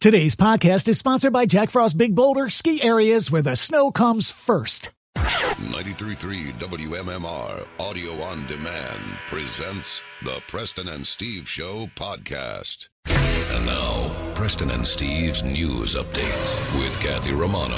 Today's podcast is sponsored by Jack Frost Big Boulder Ski Areas, where the snow comes first. 933 WMMR Audio on Demand presents the Preston and Steve Show podcast. And now, Preston and Steve's news updates with Kathy Romano.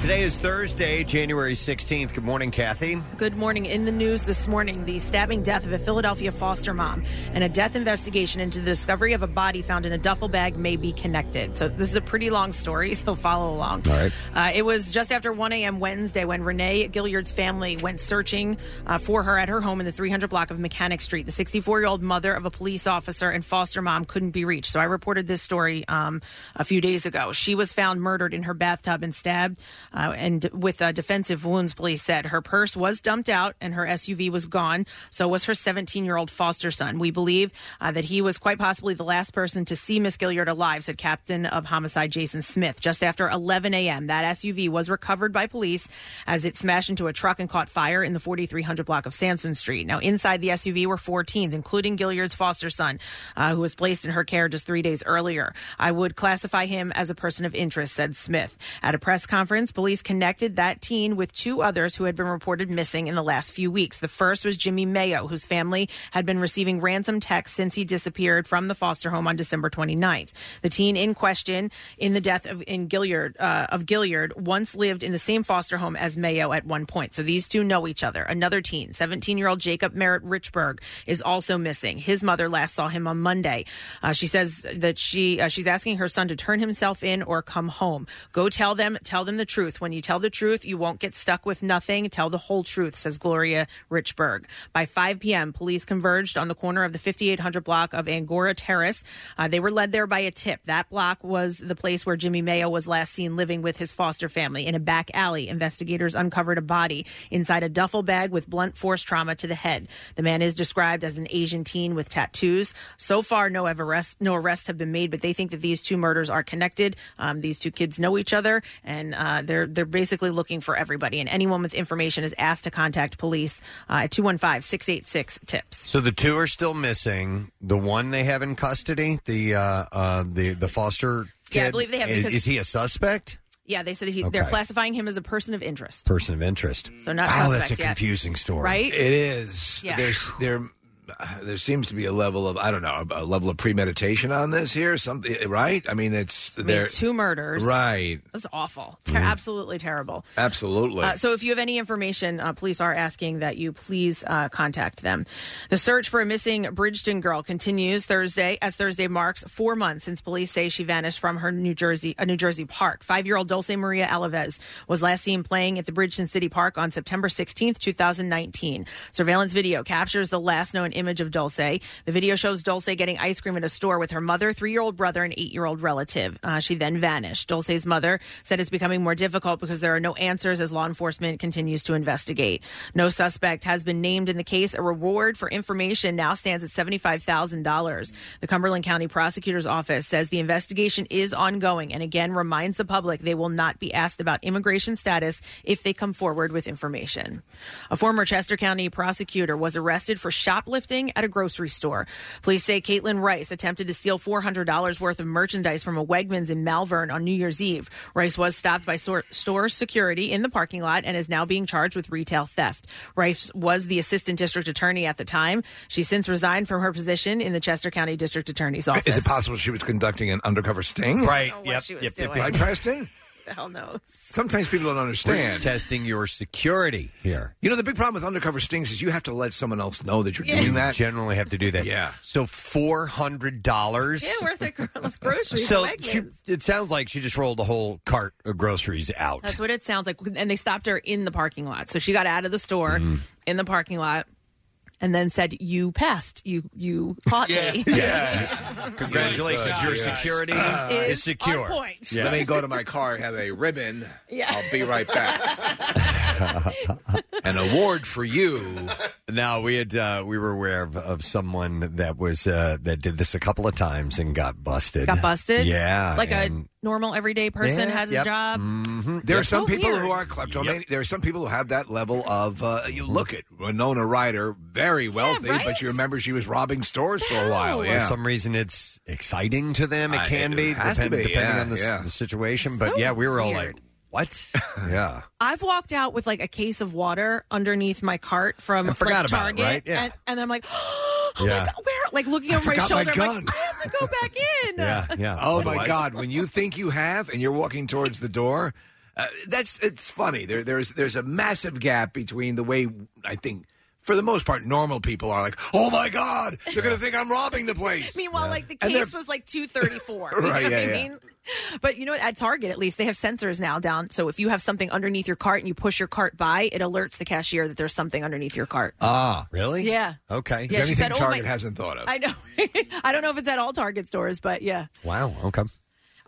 Today is Thursday, January 16th. Good morning, Kathy. Good morning. In the news this morning, the stabbing death of a Philadelphia foster mom and a death investigation into the discovery of a body found in a duffel bag may be connected. So, this is a pretty long story, so follow along. All right. Uh, it was just after 1 a.m. Wednesday when Renee Gilliard's family went searching uh, for her at her home in the 300 block of Mechanic Street. The 64 year old mother of a police officer and foster mom couldn't be reached. So, I reported this story um, a few days ago. She was found murdered in her bathtub and stabbed uh, and with uh, defensive wounds, police said. Her purse was dumped out and her SUV was gone. So was her 17 year old foster son. We believe uh, that he was quite possibly the last person to see Miss Gilliard alive, said Captain of Homicide Jason Smith. Just after 11 a.m., that SUV was recovered by police as it smashed into a truck and caught fire in the 4300 block of Sanson Street. Now, inside the SUV were four teens, including Gilliard's foster son, uh, who was placed in her care just three days earlier. I would classify him as a person of interest, said Smith. At a press conference, police connected that teen with two others who had been reported missing in the last few weeks. The first was Jimmy Mayo, whose family had been receiving ransom texts since he disappeared from the foster home on December 29th. The teen in question in the death of in Gilliard uh, of Gilliard once lived in the same foster home as Mayo at one point. So these two know each other. Another teen, 17-year-old Jacob Merritt Richburg, is also missing. His mother last saw him on Monday. Uh, she says that she uh, she's asking her son to turn himself in or come home. Go tell them tell them the truth. When you tell the truth, you won't get stuck with nothing. Tell the whole truth, says Gloria Richburg. By 5 p.m., police converged on the corner of the 5800 block of Angora Terrace. Uh, they were led there by a tip. That block was the place where Jimmy Mayo was last seen living with his foster family in a back alley. Investigators uncovered a body inside a duffel bag with blunt force trauma to the head. The man is described as an Asian teen with tattoos. So far, no arrests no arrests have been made, but they think that these two murders are connected. Um, these two kids know each other, and uh, they're they're basically looking for everybody. And anyone with information is asked to contact police uh, at 215 686 TIPS. So the two are still missing. The one they have in custody, the uh, uh, the the foster kid. Yeah, I believe they have Is, because- is he a suspect? Yeah, they said he, they're Okay. classifying him as a person of interest. Person of interest. So not Wow, suspect that's a yet. confusing story. Right? It is. Yeah. There's there. There seems to be a level of I don't know a level of premeditation on this here. Something right? I mean, it's I mean, there. two murders. Right. That's awful. Ter- Absolutely terrible. Absolutely. Uh, so if you have any information, uh, police are asking that you please uh, contact them. The search for a missing Bridgeton girl continues Thursday, as Thursday marks four months since police say she vanished from her New Jersey, a New Jersey park. Five-year-old Dulce Maria Alaves was last seen playing at the Bridgeton City Park on September 16th, 2019. Surveillance video captures the last known image of Dulce. The video shows Dulce getting ice cream at a store with her mother, three-year-old brother, and eight-year-old relative. Uh, she then vanished. Dulce's mother said it's becoming more difficult because there are no answers as law enforcement continues to investigate. No suspect has been named in the case. A reward for information now stands at $75,000. The Cumberland County Prosecutor's Office says the investigation is ongoing and again reminds the public they will not be asked about immigration status if they come forward with information. A former Chester County prosecutor was arrested for shoplifting at a grocery store. Police say Caitlin Rice attempted to steal $400 worth of merchandise from a Wegmans in Malvern on New Year's Eve. Rice was stopped by sor- store security in the parking lot and is now being charged with retail theft. Rice was the assistant district attorney at the time. She since resigned from her position in the Chester County District Attorney's Office. is it possible she was conducting an undercover sting? Right. what Yep, she was yep, yep, doing. yep. Right. Preston. Hell knows. Sometimes people don't understand. testing your security here. You know the big problem with undercover stings is you have to let someone else know that you're doing that. Generally, have to do that. Yeah. So four hundred dollars. Yeah, worth it. Girls, groceries. So Wegmans. she, it sounds like she just rolled the whole cart of groceries out. That's what it sounds like. And they stopped her in the parking lot. So she got out of the store Mm. in the parking lot and then said, You passed. You you caught me. Congratulations, your security Is is secure. on point. Let me go to my car, have a ribbon. Yeah. I'll be right back. An award for you. No, we had uh, we were aware of, of someone that was uh, that did this a couple of times and got busted. Got busted? Yeah, Like a and Mm-hmm. normal everyday person Yeah, has yep. a job. There are It's some so people weird. who are kleptomaniac. There are some people who have that level of. Uh, you look at Winona Ryder, very wealthy, but you remember she was robbing stores for a Oh, while. Oh, Yeah, For some reason, it's exciting to them. It I- can it be, has to depend- be, depending yeah, on the, s- yeah. the situation. But So yeah, we were all weird. like, "What? yeah, I've walked out with like a case of water underneath my cart from And forgot like, about it, Target, right? Yeah. and, and I'm like, yeah, where? Like looking I over my forgot my shoulder, I'm gun. like, I have to go back in. yeah. Oh my Otherwise- God! When you think you have, and you're walking towards the door, uh, that's it's funny. There, there's there's a massive gap between the way I think, for the most part, normal people are like, "Oh my God, they're going to think I'm robbing the place." Meanwhile, like the And they're- case was like two thirty four. You know Right, what I yeah, yeah. mean? But you know what? At Target, at least they have sensors now down. So if you have something underneath your cart and you push your cart by, it alerts the cashier that there's something underneath your cart. Ah, really? Yeah. Okay. Yeah, she said, "Oh, Target my-" hasn't thought of. I know. I don't know if it's at all Target stores, but yeah. Wow. Okay.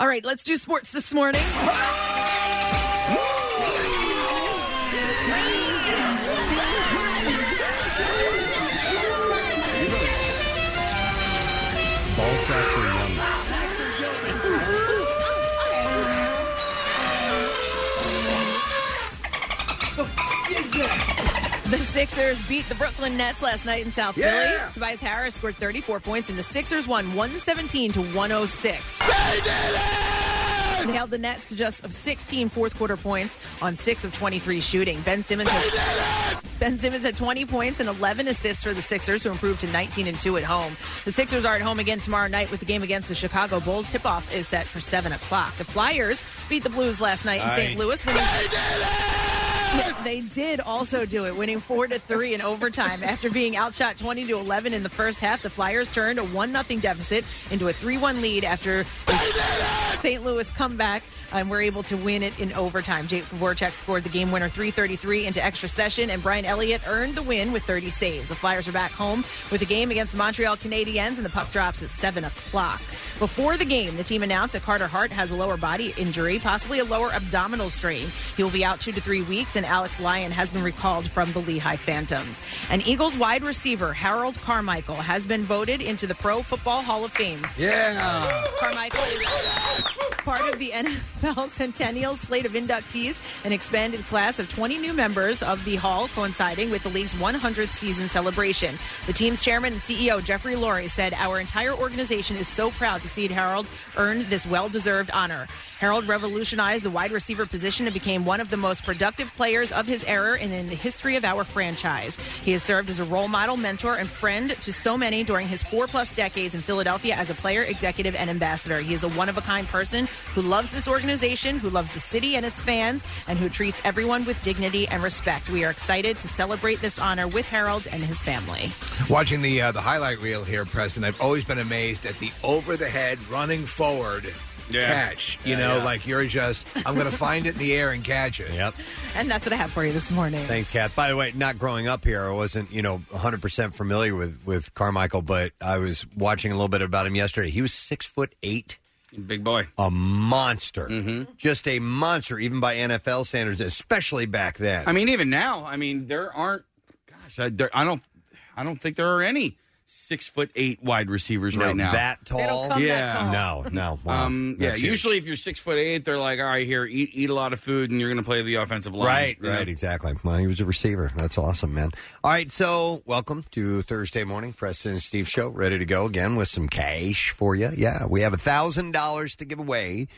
All right, let's do sports this morning. Ball sacks are young. The Sixers beat the Brooklyn Nets last night in South Yeah. Philly. Tobias Harris scored 34 points, and the Sixers won 117 to 106. They held the Nets to just 16 fourth quarter points on 6 of 23 shooting. Ben Simmons had, Ben Simmons had 20 points and 11 assists for the Sixers, who improved to 19 and 2 at home. The Sixers are at home again tomorrow night with the game against the Chicago Bulls. Tip off is set for 7 o'clock. The Flyers beat the Blues last night in St. Nice. Louis, winning. They did also do it, winning four to three in overtime. After being outshot twenty to eleven in the first half, the Flyers turned a one nothing deficit into a three one lead after the St. Louis comeback, and were able to win it in overtime. Jake Voracek scored the game winner three thirty three into extra session, and Brian Elliott earned the win with thirty saves. The Flyers are back home with a game against the Montreal Canadiens, and the puck drops at seven o'clock. Before the game, the team announced that Carter Hart has a lower body injury, possibly a lower abdominal strain. He will be out two to three weeks, and Alex Lyon has been recalled from the Lehigh Phantoms. An Eagles wide receiver, Harold Carmichael, has been voted into the Pro Football Hall of Fame. yeah. Carmichael is part of the NFL Centennial slate of inductees, an expanded class of 20 new members of the Hall, coinciding with the league's 100th season celebration. The team's chairman and CEO, Jeffrey Lurie, said, Our entire organization is so proud to see Harold earn this well deserved honor. Harold revolutionized the wide receiver position and became one of the most productive players of his era and in the history of our franchise. He has served as a role model, mentor, and friend to so many during his four plus decades in Philadelphia as a player, executive, and ambassador. He is a one of a kind person who loves this organization, who loves the city and its fans, and who treats everyone with dignity and respect. We are excited to celebrate this honor with Harold and his family. Watching the uh, the highlight reel here, Preston, I've always been amazed at the over the head running forward catch. You know, like you're just I'm going to find it in the air and catch it. Yep. And that's what I have for you this morning. Thanks, Kat. By the way, not growing up here, I wasn't, you know, 100% familiar with, with Carmichael, but I was watching a little bit about him yesterday. He was six foot eight, Big boy. a monster. Mm-hmm. Just a monster, even by NFL standards, especially back then. I mean, even now, I mean, there aren't. Gosh, I, there, I don't. I don't think there are any six foot eight wide receivers No, right now. that They don't tall. come Yeah. that tall. No, no. Wow. Um, yeah, That's huge. usually if you're six foot eight, they're like, all right, here, eat, eat a lot of food, and you're going to play the offensive line. Right, You right, know? exactly. Well, he was a receiver. That's awesome, man. All right, so welcome to Thursday morning, Preston and Steve show. Ready to go again with some cash for you. Yeah, we have a thousand dollars to give away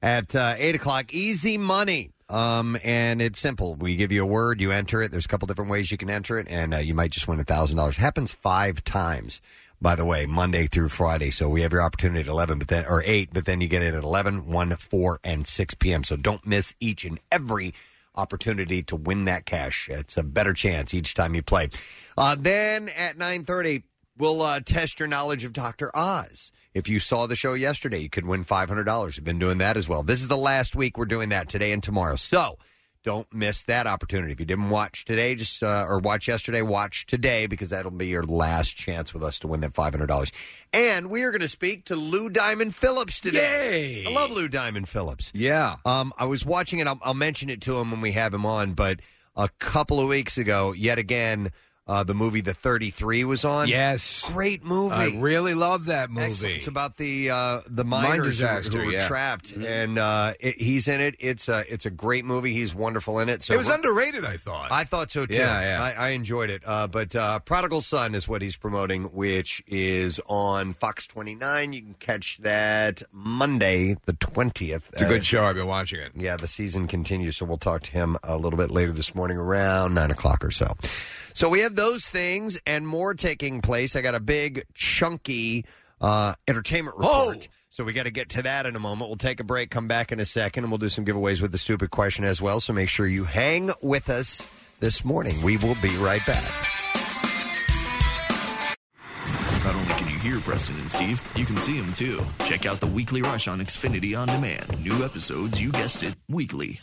at uh, eight o'clock. Easy money. Um, and it's simple. We give you a word, you enter it. There's a couple different ways you can enter it, and uh, you might just win a thousand dollars. Happens five times, by the way, Monday through Friday. So we have your opportunity at eleven, but then or eight, but then you get it at 11, 1, 4, and six p.m. So don't miss each and every opportunity to win that cash. It's a better chance each time you play. Uh, then at 9.30, we'll uh, test your knowledge of Dr. Oz. If you saw the show yesterday, you could win $500. We've been doing that as well. This is the last week we're doing that today and tomorrow. So don't miss that opportunity. If you didn't watch today, just uh, or watch yesterday, watch today because that'll be your last chance with us to win that five hundred dollars. And we are going to speak to Lou Diamond Phillips today. Yay! I love Lou Diamond Phillips. Yeah. Um, I was watching it. I'll, I'll mention it to him when we have him on. But a couple of weeks ago, yet again, uh, Uh, the movie The 33 was on. Yes. Great movie. I really love that movie. Excellent. It's about the uh, the miners who- disaster, who were yeah. Mm-hmm. trapped, and uh, it, he's in it. It's a it's a great movie. He's wonderful in it. So it was we're- underrated, I thought. I thought so too. Yeah, yeah. I, I enjoyed it. Uh, but uh, Prodigal Son is what he's promoting, which is on Fox 29. You can catch that Monday, the Uh, 20th. It's a good show. I've been watching it. Yeah, the season continues, so we'll talk to him a little bit later this morning around 9 o'clock or so. So we have those things and more taking place. I got a big, chunky uh, entertainment report. So we got to get to that in a moment. We'll take a break, come back in a second, and we'll do some giveaways with the stupid question as well. So make sure you hang with us this morning. We will be right back. Not only can you hear Preston and Steve, you can see them too. Check out the weekly rush on Xfinity On Demand. New episodes, you guessed it, weekly.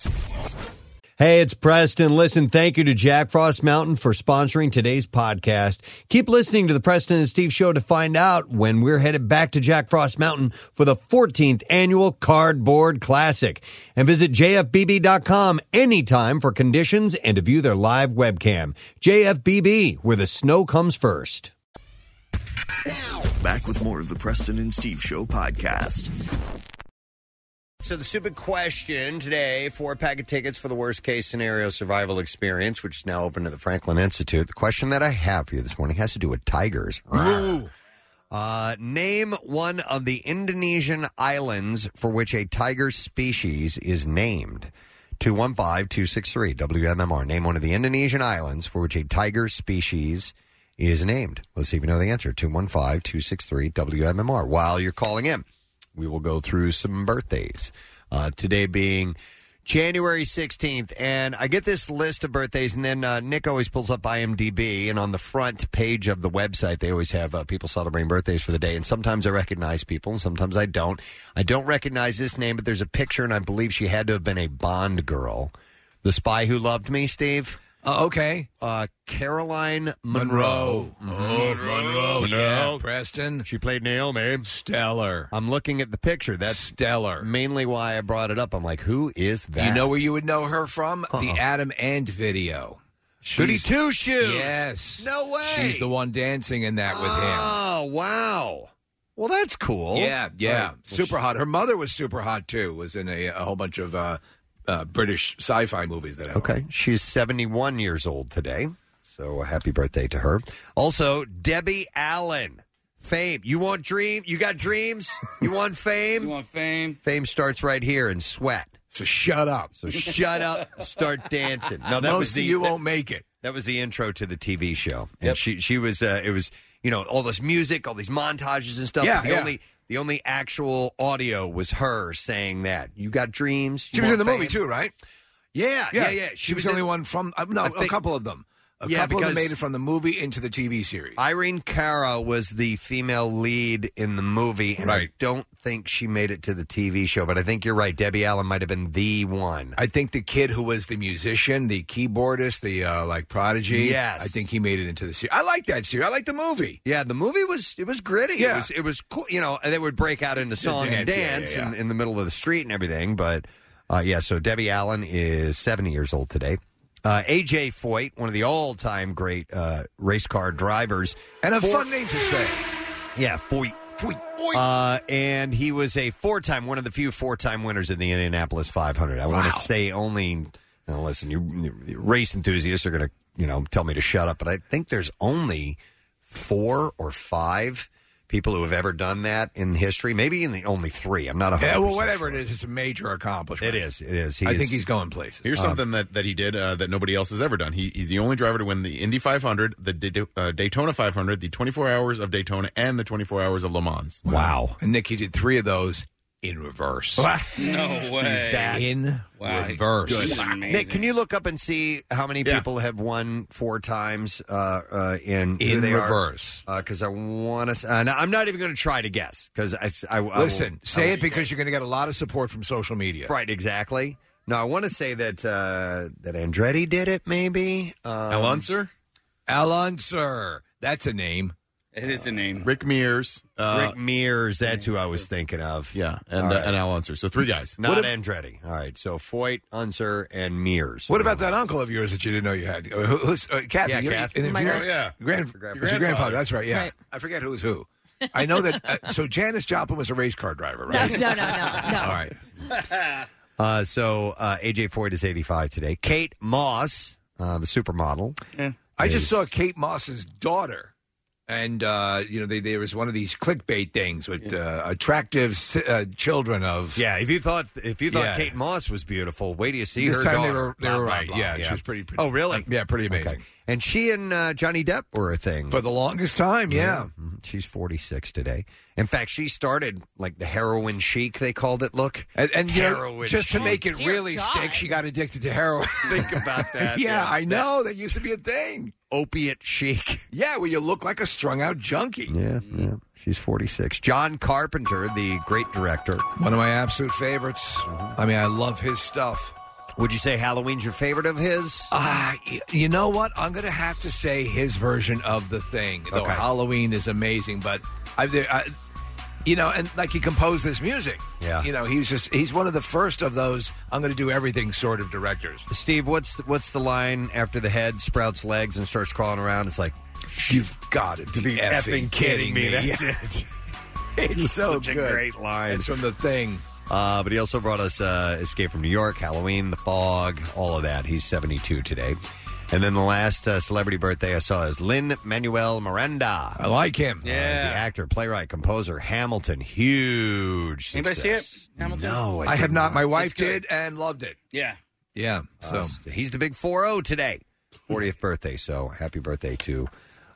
Hey, it's Preston. Listen, thank you to Jack Frost Mountain for sponsoring today's podcast. Keep listening to the Preston and Steve show to find out when we're headed back to Jack Frost Mountain for the 14th annual Cardboard Classic. And visit jfbb.com anytime for conditions and to view their live webcam. JFBB, where the snow comes first. Back with more of the Preston and Steve Show podcast. So the stupid question today: four pack of tickets for the worst case scenario survival experience, which is now open to the Franklin Institute. The question that I have for you this morning has to do with tigers. Uh, name one of the Indonesian islands for which a tiger species is named. 215-263 WMMR. Name one of the Indonesian islands for which a tiger species is named. Let's see if you know the answer. 215-263 WMMR. While you're calling in, we will go through some birthdays. Uh, today being January 16th. And I get this list of birthdays, and then uh, Nick always pulls up IMDb. And on the front page of the website, they always have uh, people celebrating birthdays for the day. And sometimes I recognize people, and sometimes I don't. I don't recognize this name, but there's a picture, and I believe she had to have been a Bond girl. The Spy Who Loved Me, Steve. Uh, okay. Uh, Caroline Monroe. Monroe. Mm-hmm. Oh, Monroe. Yeah, Preston. She played Naomi. Stellar. I'm looking at the picture. That's stellar. Mainly why I brought it up. I'm like, who is that? You know where you would know her from? Um, The Adam and video. Goody She's- Two Uh-huh. Shoes. Yes. No way. She's the one dancing in that with him. Oh wow. Well, that's cool. Yeah, yeah. Right. super hot. Her mother was super hot too. Was in a, a whole bunch of uh, uh, British sci-fi movies that. Have Okay, she's 71 years old today, so a happy birthday to her. Also, Debbie Allen. Fame. You want dream? You got dreams? You want fame? You want fame? Fame starts right here in sweat. So shut up. So shut up. Start dancing. No, that Most was of the you that- won't make it. That was the intro to the TV show, and she she was uh, it was you know all this music, all these montages and stuff. Yeah, but the yeah. only the only actual audio was her saying that you got dreams. You She was in want the movie fame." too, right? Yeah, yeah, yeah. She, was, the only in- one from uh, no, I a think- couple of them. A Yeah, couple of them because- made it from the movie into the TV series. Irene Cara was the female lead in the movie, and I Right. don't think she made it to the TV show. But I think you're right. Debbie Allen might have been the one. I think the kid who was the musician, the keyboardist, the uh, like prodigy. Yes. I think he made it into the series. I like that series. I like the movie. Yeah, the movie was it was gritty. It Yeah. was it was cool. You know, and they would break out into song and dance, yeah, yeah, dance yeah. In, in the middle of the street and everything. But uh, yeah, so Debbie Allen is seventy years old today. Uh, AJ Foyt, one of the all-time great uh, race car drivers, And a Four- fun name to say. yeah, Foyt. Foyt. Uh, and he was a four-time, one of the few four-time winners in the Indianapolis 500. I want to say only. Now listen, you, you race enthusiasts are going to you know tell me to shut up, but I think there's only four or five people who have ever done that in history. Maybe in the only three. I'm not a Yeah, well, whatever it is, it's a major accomplishment. It is. It is. He I is- think he's going places. Here's Um, something that, that he did uh, that nobody else has ever done. He, he's the only driver to win the Indy 500, the Da- uh, Daytona 500, the 24 Hours of Daytona, and the 24 Hours of Le Mans. Wow. And Nick, he did three of those in reverse. No way. He's that. in Wow, he- reverse. good. Amazing. Nick, can you look up and see how many Yeah. people have won four times uh, uh, in who In they are? reverse. because I want to. Uh, no, I'm not even going to try to guess because I, s- I- I will- Listen, I say will- it because you're going to get a lot of support from social media. right exactly. No, I want to say that uh, that Andretti did it. Maybe um, Alonso? Alonso. That's a name. It is a name. Rick Mears. Uh, Rick Mears, that's who I was thinking of. Yeah, and All uh, right. and Al Unser. So three guys. Not What if- Andretti. All right, so Foyt, Unser, and Mears. What about that uncle of yours that you didn't know you had? Uh, who- who's, uh, Kathy, Yeah, you're- Kath. and if My you're- Oh, grand- Yeah. Grand, it Your was your grandfather. grandfather. That's right. Yeah, Right. I forget who's who. I know that. Uh, so Janice Joplin was a race car driver, No, right? no, no, no, no. All right. Oh, Uh, so uh, AJ Foyt is 85 today. Kate Moss, uh, the supermodel. I just saw Kate Moss's daughter, and uh, you know, they, there was one of these clickbait things with uh, attractive si- uh, children of. Yeah, if you thought if you thought Yeah. Kate Moss was beautiful, wait till you see This her time they daughter. were- they Blah, were blah, right. blah. Yeah, she was pretty- pretty- Oh, really? Yeah, pretty amazing. And she and uh, Johnny Depp were a thing for the longest time. Yeah. Mhm. she's 46 today. In fact, she started like the heroin chic they called it. Look, And, and you know, Heroin just to chic. make it really stick, she got addicted to heroin. Think about that. yeah, yeah. I know. That used to be a thing. Opiate chic. Yeah, where you look like a strung out junkie. Yeah, yeah. She's 46. John Carpenter, the great director. One of my absolute favorites. I mean, I love his stuff. Mm-hmm. Would you say Halloween's your favorite of his? Ah, y- you know what? I'm going to have to say his version of the thing. Though Okay. Halloween is amazing, but I, there- I, you know, and like he composed this music. Yeah. You know, he's just he's one of the first of those I'm going to do everything sort of directors. Steve, what's the, what's the line after the head sprouts legs and starts crawling around? It's like you've got to be effing kidding me. That's it. It's so Such good. a great line. It's from the thing. Uh, but he also brought us uh, Escape from New York, Halloween, The Fog, all of that. He's 72 today. And then the last uh, celebrity birthday I saw is Lynn Manuel Miranda. I like him. Yeah. he's the actor, playwright, composer, Hamilton. Huge. Anybody see success. it? Hamilton? No, I did have not. My wife It's good. did and loved it. Yeah. Yeah. So Uh, he's the big 4 0 today. 40th birthday. So happy birthday to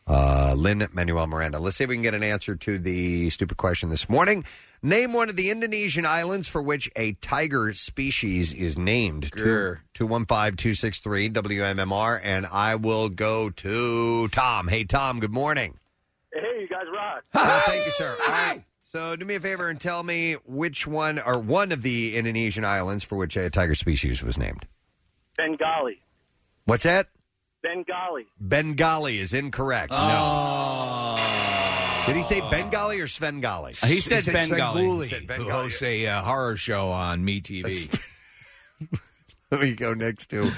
uh, Lynn Manuel Miranda. Let's see if we can get an answer to the stupid question this morning. Name one of the Indonesian islands for which a tiger species is named. Grr. 215 263 WMMR. And I will go to Tom. Hey, Tom, good morning. Hey, you guys rock. Well, thank you, sir. All right. So do me a favor and tell me which one or one of the Indonesian islands for which a tiger species was named. Bengali. What's that? Bengali. Bengali is incorrect. No. Did he say Bengali or Svengali? Oh. Uh, He said Bengali. He said Who hosts a uh, horror show on MeTV. Let me go next to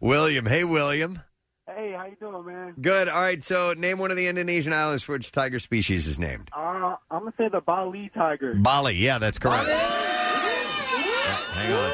William. Hey, William. Hey, how you doing, man? Good. All right. So name one of the Indonesian islands for which tiger species is named. Uh, I'm gonna say the Bali Tiger. Bali. Yeah, that's correct. Hang on.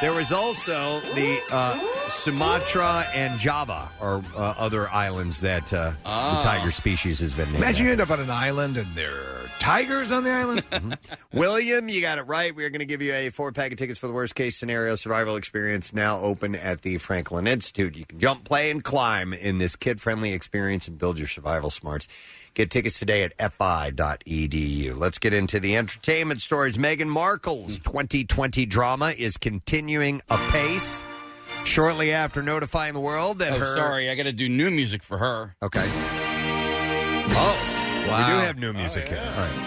There was also the uh, Sumatra and Java are uh, other islands that uh, Ah. the tiger species has been named. Imagine you after. end up on an island and there are tigers on the island. Mm-hmm. William, you got it right. We're going to give you a four pack of tickets for the worst case scenario survival experience now open at the Franklin Institute. You can jump, play, and climb in this kid friendly experience and build your survival smarts. Get tickets today at fi.edu. E Let's get into the entertainment stories. Meghan Markle's 2020 drama is continuing apace. Shortly after notifying the world that Oh, her. sorry. I got to do new music for her. Okay. Oh, Wow. we do have new music here. All right.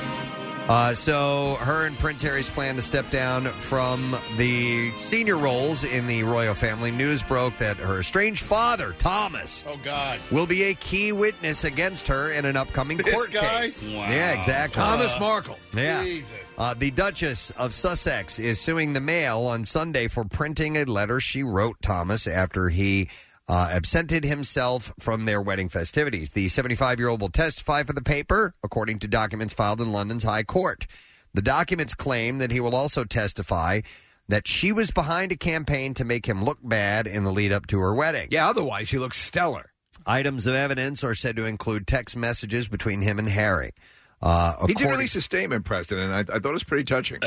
Uh, so, her and Prince Harry's plan to step down from the senior roles in the royal family. News broke that her estranged father, Thomas, Oh God. will be a key witness against her in an upcoming This court guy? case. Wow. Yeah, exactly. Thomas Markle. Yeah. Uh, the Duchess of Sussex is suing the Mail on Sunday for printing a letter she wrote Thomas after he uh, absented himself from their wedding festivities. The 75 year old will testify for the paper, according to documents filed in London's High Court. The documents claim that he will also testify that she was behind a campaign to make him look bad in the lead up to her wedding. Yeah, otherwise he looks stellar. Items of evidence are said to include text messages between him and Harry. Uh, He did according- release a statement, Preston, and I, I thought it was pretty touching.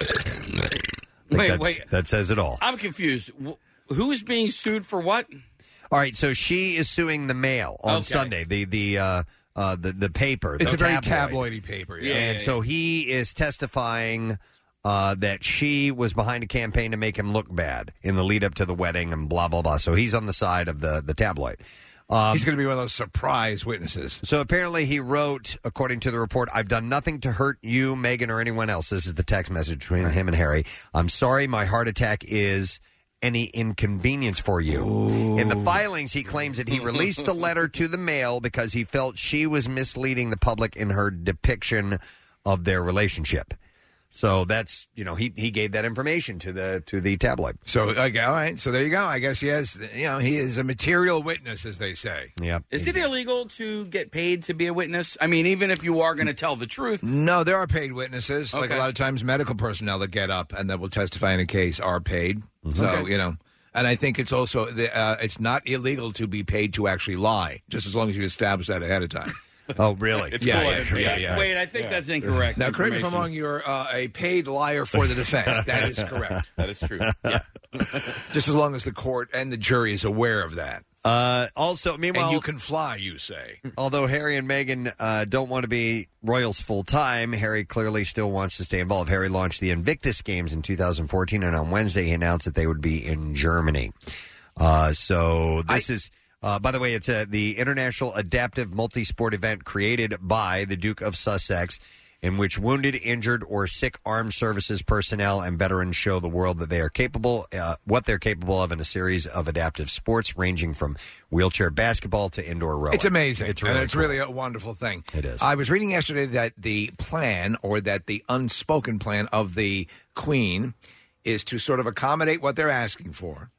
I think Wait, that's- wait. That says it all. I'm confused. Wh- Who is being sued for what? All right, so she is suing the Mail on Okay. Sunday. The the uh, uh, the the paper. It's the a very tabloidy paper. Yeah. and so he is testifying uh, that she was behind a campaign to make him look bad in the lead up to the wedding and blah blah blah. So he's on the side of the the tabloid. Um, He's going to be one of those surprise witnesses. so apparently he wrote, according to the report, I've done nothing to hurt you, Megan, or anyone else. This is the text message between him and Harry. I'm sorry, my heart attack is any inconvenience for you. In the filings, he claims that he released the letter to the mail because he felt she was misleading the public in her depiction of their relationship. So that's you know he he gave that information to the to the tabloid. So uh, like, all right, so there you go. I guess he has, you know, he is a material witness, as they say. Yeah. Is it illegal to get paid to be a witness? I mean, even if you are going to tell the truth, No, there are paid witnesses. Like a Okay. lot of times, medical personnel that get up and that will testify in a case are paid. Mm-hmm. So Okay. you know, and I think it's also the, uh, it's not illegal to be paid to actually lie, just as long as you establish that ahead of time. Oh, really? It's cool. Yeah, yeah. Wait, I think that's incorrect Now, correct me if I'm information. wrong. You're uh, a paid liar for the defense. That is correct. That is true. Just as long as the court and the jury is aware of that. Uh, also, meanwhile, and you can fly. You say. Although Harry and Meghan uh, don't want to be royals full time, Harry clearly still wants to stay involved. Harry launched the Invictus Games in 2014, and on Wednesday he announced that they would be in Germany. Uh, so this is, uh, by the way, it's uh the International Adaptive Multisport event created by the Duke of Sussex, in which wounded, injured, or sick armed services personnel and veterans show the world that they are capable, uh, what they're capable of in a series of adaptive sports ranging from wheelchair basketball to indoor rowing. It's amazing. It's really and it's cool. really a wonderful thing. It is. I was reading yesterday that the plan, or that the unspoken plan of the Queen, is to sort of accommodate what they're asking for,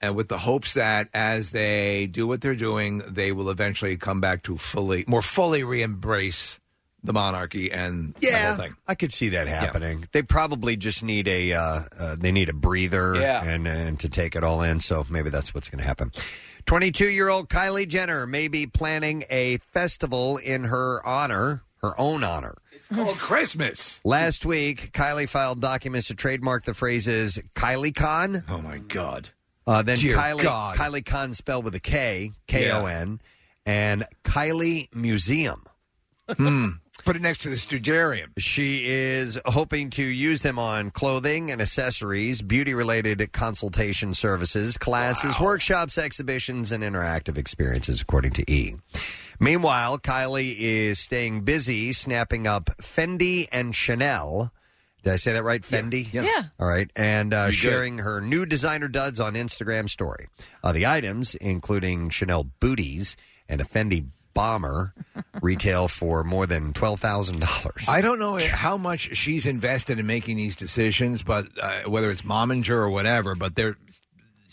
and with the hopes that as they do what they're doing, they will eventually come back to fully, more fully re-embrace the monarchy and the Yeah, whole thing. I could see that happening. They probably just need a uh, uh, they need a breather Yeah. and and to take it all in. So maybe that's what's going to happen. Twenty two year old Kylie Jenner may be planning a festival in her honor, her own honor. It's called Christmas. Last week, Kylie filed documents to trademark the phrases Kylie Con. Oh my God! Uh, then Dear Kylie God. Kylie Con spelled with a K K O N, and Kylie Museum. Hmm. Put it next to the Studarium. She is hoping to use them on clothing and accessories, beauty related consultation services, classes, workshops, exhibitions, and interactive experiences, according to E. Meanwhile, Kylie is staying busy snapping up Fendi and Chanel. Did I say that right? Fendi? Yeah. Yeah. All right. And uh, You did. sharing her new designer duds on Instagram story. Uh, the items, including Chanel booties and a Fendi bomber, retail for more than $12,000. I don't know how much she's invested in making these decisions, but uh, whether it's Mominger or whatever, but they're.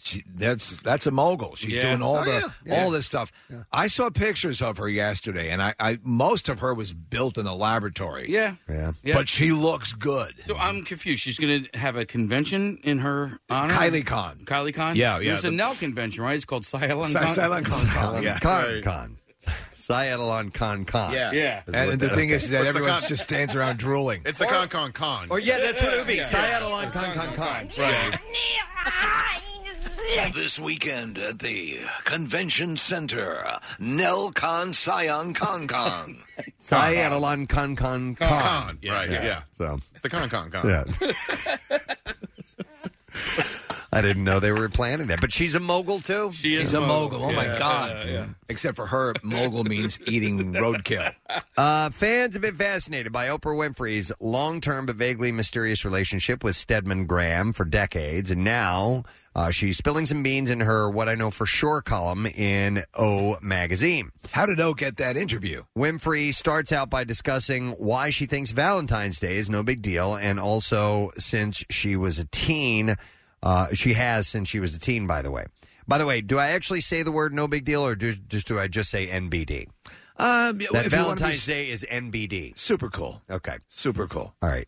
She, that's that's a mogul. She's Yeah. doing all Oh, the yeah. all Yeah. this stuff. I saw pictures of her yesterday, and I, I most of her was built in a laboratory. Yeah. Yeah. Yeah. but she looks good. So I'm confused. She's going to have a convention in her honor. Kylie Con, Kylie Con. Yeah, yeah. There's a Nell convention, right? It's called Silent Si- Con. Silent Con, Con, yeah. Con, Right. Con. Sciatalon Con Con. Yeah. Yeah. Is what And the that- thing is that What's the everyone con- just stands around drooling. It's the con con con. Oh, Or, yeah, that's what it would be. Sciatalon Con Con Con. Right. This weekend at the Convention Center, Nell Con Sion Con Con. Sciatalon Con Con Con. Con. Right. Yeah. So, It's the con con con. yeah. I didn't know they were planning that, but she's a mogul too. She is She's a mogul. Oh my Yeah, god! yeah, yeah. Except for her, mogul means eating roadkill. Uh, fans have been fascinated by Oprah Winfrey's long term but vaguely mysterious relationship with Stedman Graham for decades. And now uh, she's spilling some beans in her What I Know For Sure column in O Magazine. How did O get that interview? Winfrey starts out by discussing why she thinks Valentine's Day is no big deal, and also since she was a teen, uh, she has since she was a teen. By the way, by the way, do I actually say the word no big deal, or do, just do I just say NBD? Um, yeah, That if you wanna be Valentine's Day is NBD. super cool, Okay, super cool. all right,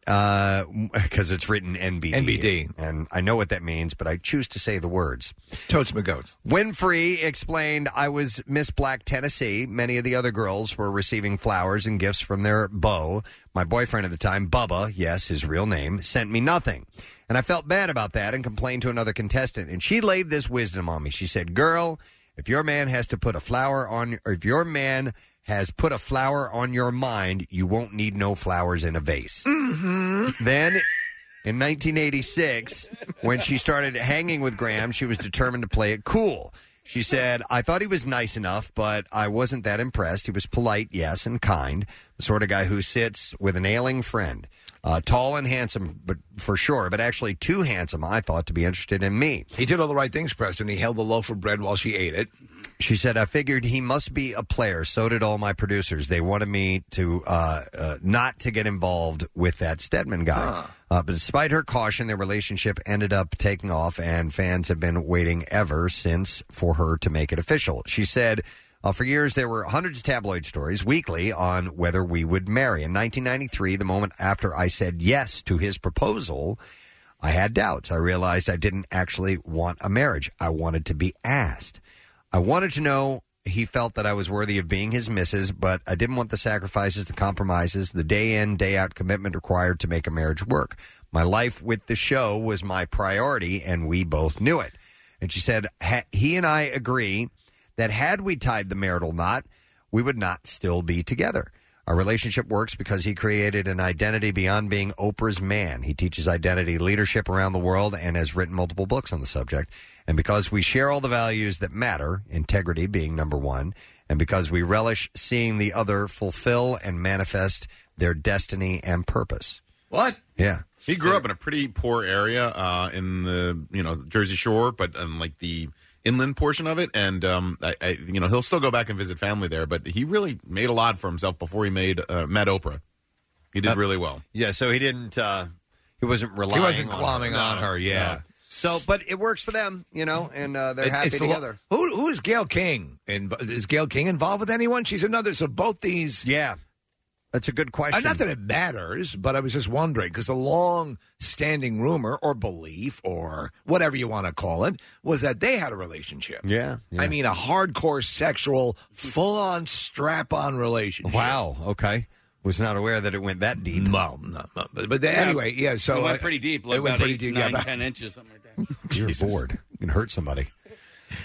because it's written NBD. NBD. and I know what that means, but I choose to say the words. Totes my goats. Winfrey explained, I was Miss Black Tennessee. Many of the other girls were receiving flowers and gifts from their beau. My boyfriend at the time, Bubba, yes, his real name, sent me nothing. And I felt bad about that and complained to another contestant. And she laid this wisdom on me. She said, Girl, if your man has to put a flower on, or if your man has put a flower on your mind, you won't need no flowers in a vase. Mm. Then in 1986, when she started hanging with Graham, she was determined to play it cool. She said, I thought he was nice enough, but I wasn't that impressed. He was polite, yes, and kind. The sort of guy who sits with an ailing friend. Uh, tall and handsome, but for sure, but actually too handsome, I thought, to be interested in me. He did all the right things, Preston. He held the loaf of bread while she ate it. She said, I figured he must be a player. So did all my producers. They wanted me to uh, uh, not to get involved with that Stedman guy. Uh, but despite her caution, their relationship ended up taking off, and fans have been waiting ever since for her to make it official. She said, uh, for years, there were hundreds of tabloid stories weekly on whether we would marry. In 1993, the moment after I said yes to his proposal, I had doubts. I realized I didn't actually want a marriage. I wanted to be asked. I wanted to know he felt that I was worthy of being his missus, but I didn't want the sacrifices, the compromises, the day in, day out commitment required to make a marriage work. My life with the show was my priority, and we both knew it. And she said, ha- he and I agree that had we tied the marital knot, we would not still be together. Our relationship works because he created an identity beyond being Oprah's man. He teaches identity leadership around the world and has written multiple books on the subject. And because we share all the values that matter, integrity being number one, and because we relish seeing the other fulfill and manifest their destiny and purpose. What? Yeah. He grew up in a pretty poor area uh, in the you know Jersey Shore, but in like the inland portion of it, and um, I, I, you know he'll still go back and visit family there. But he really made a lot for himself before he made uh, met Oprah. He did really well. Uh, Yeah, so he didn't. Uh, he wasn't relying. wasn't on glomming her. on her, yeah. So, but it works for them, you know, and uh, they're It's- happy it's the lo- together. who, who is Gail King? And is Gail King involved with anyone? She's another. So both these. Uh, Yeah, that's a good question. not that it matters, but I was just wondering because the long-standing rumor or belief or whatever you want to call it was that they had a relationship. Yeah, I mean, a hardcore sexual, full-on strap-on relationship. Wow. Okay. Was not aware that it went that deep. No, no, no. But, but anyway, yeah. So it went I- pretty deep. Like it went about pretty eight, deep. nine, yeah, about- 10 inches, something like that. You're bored. You can hurt somebody.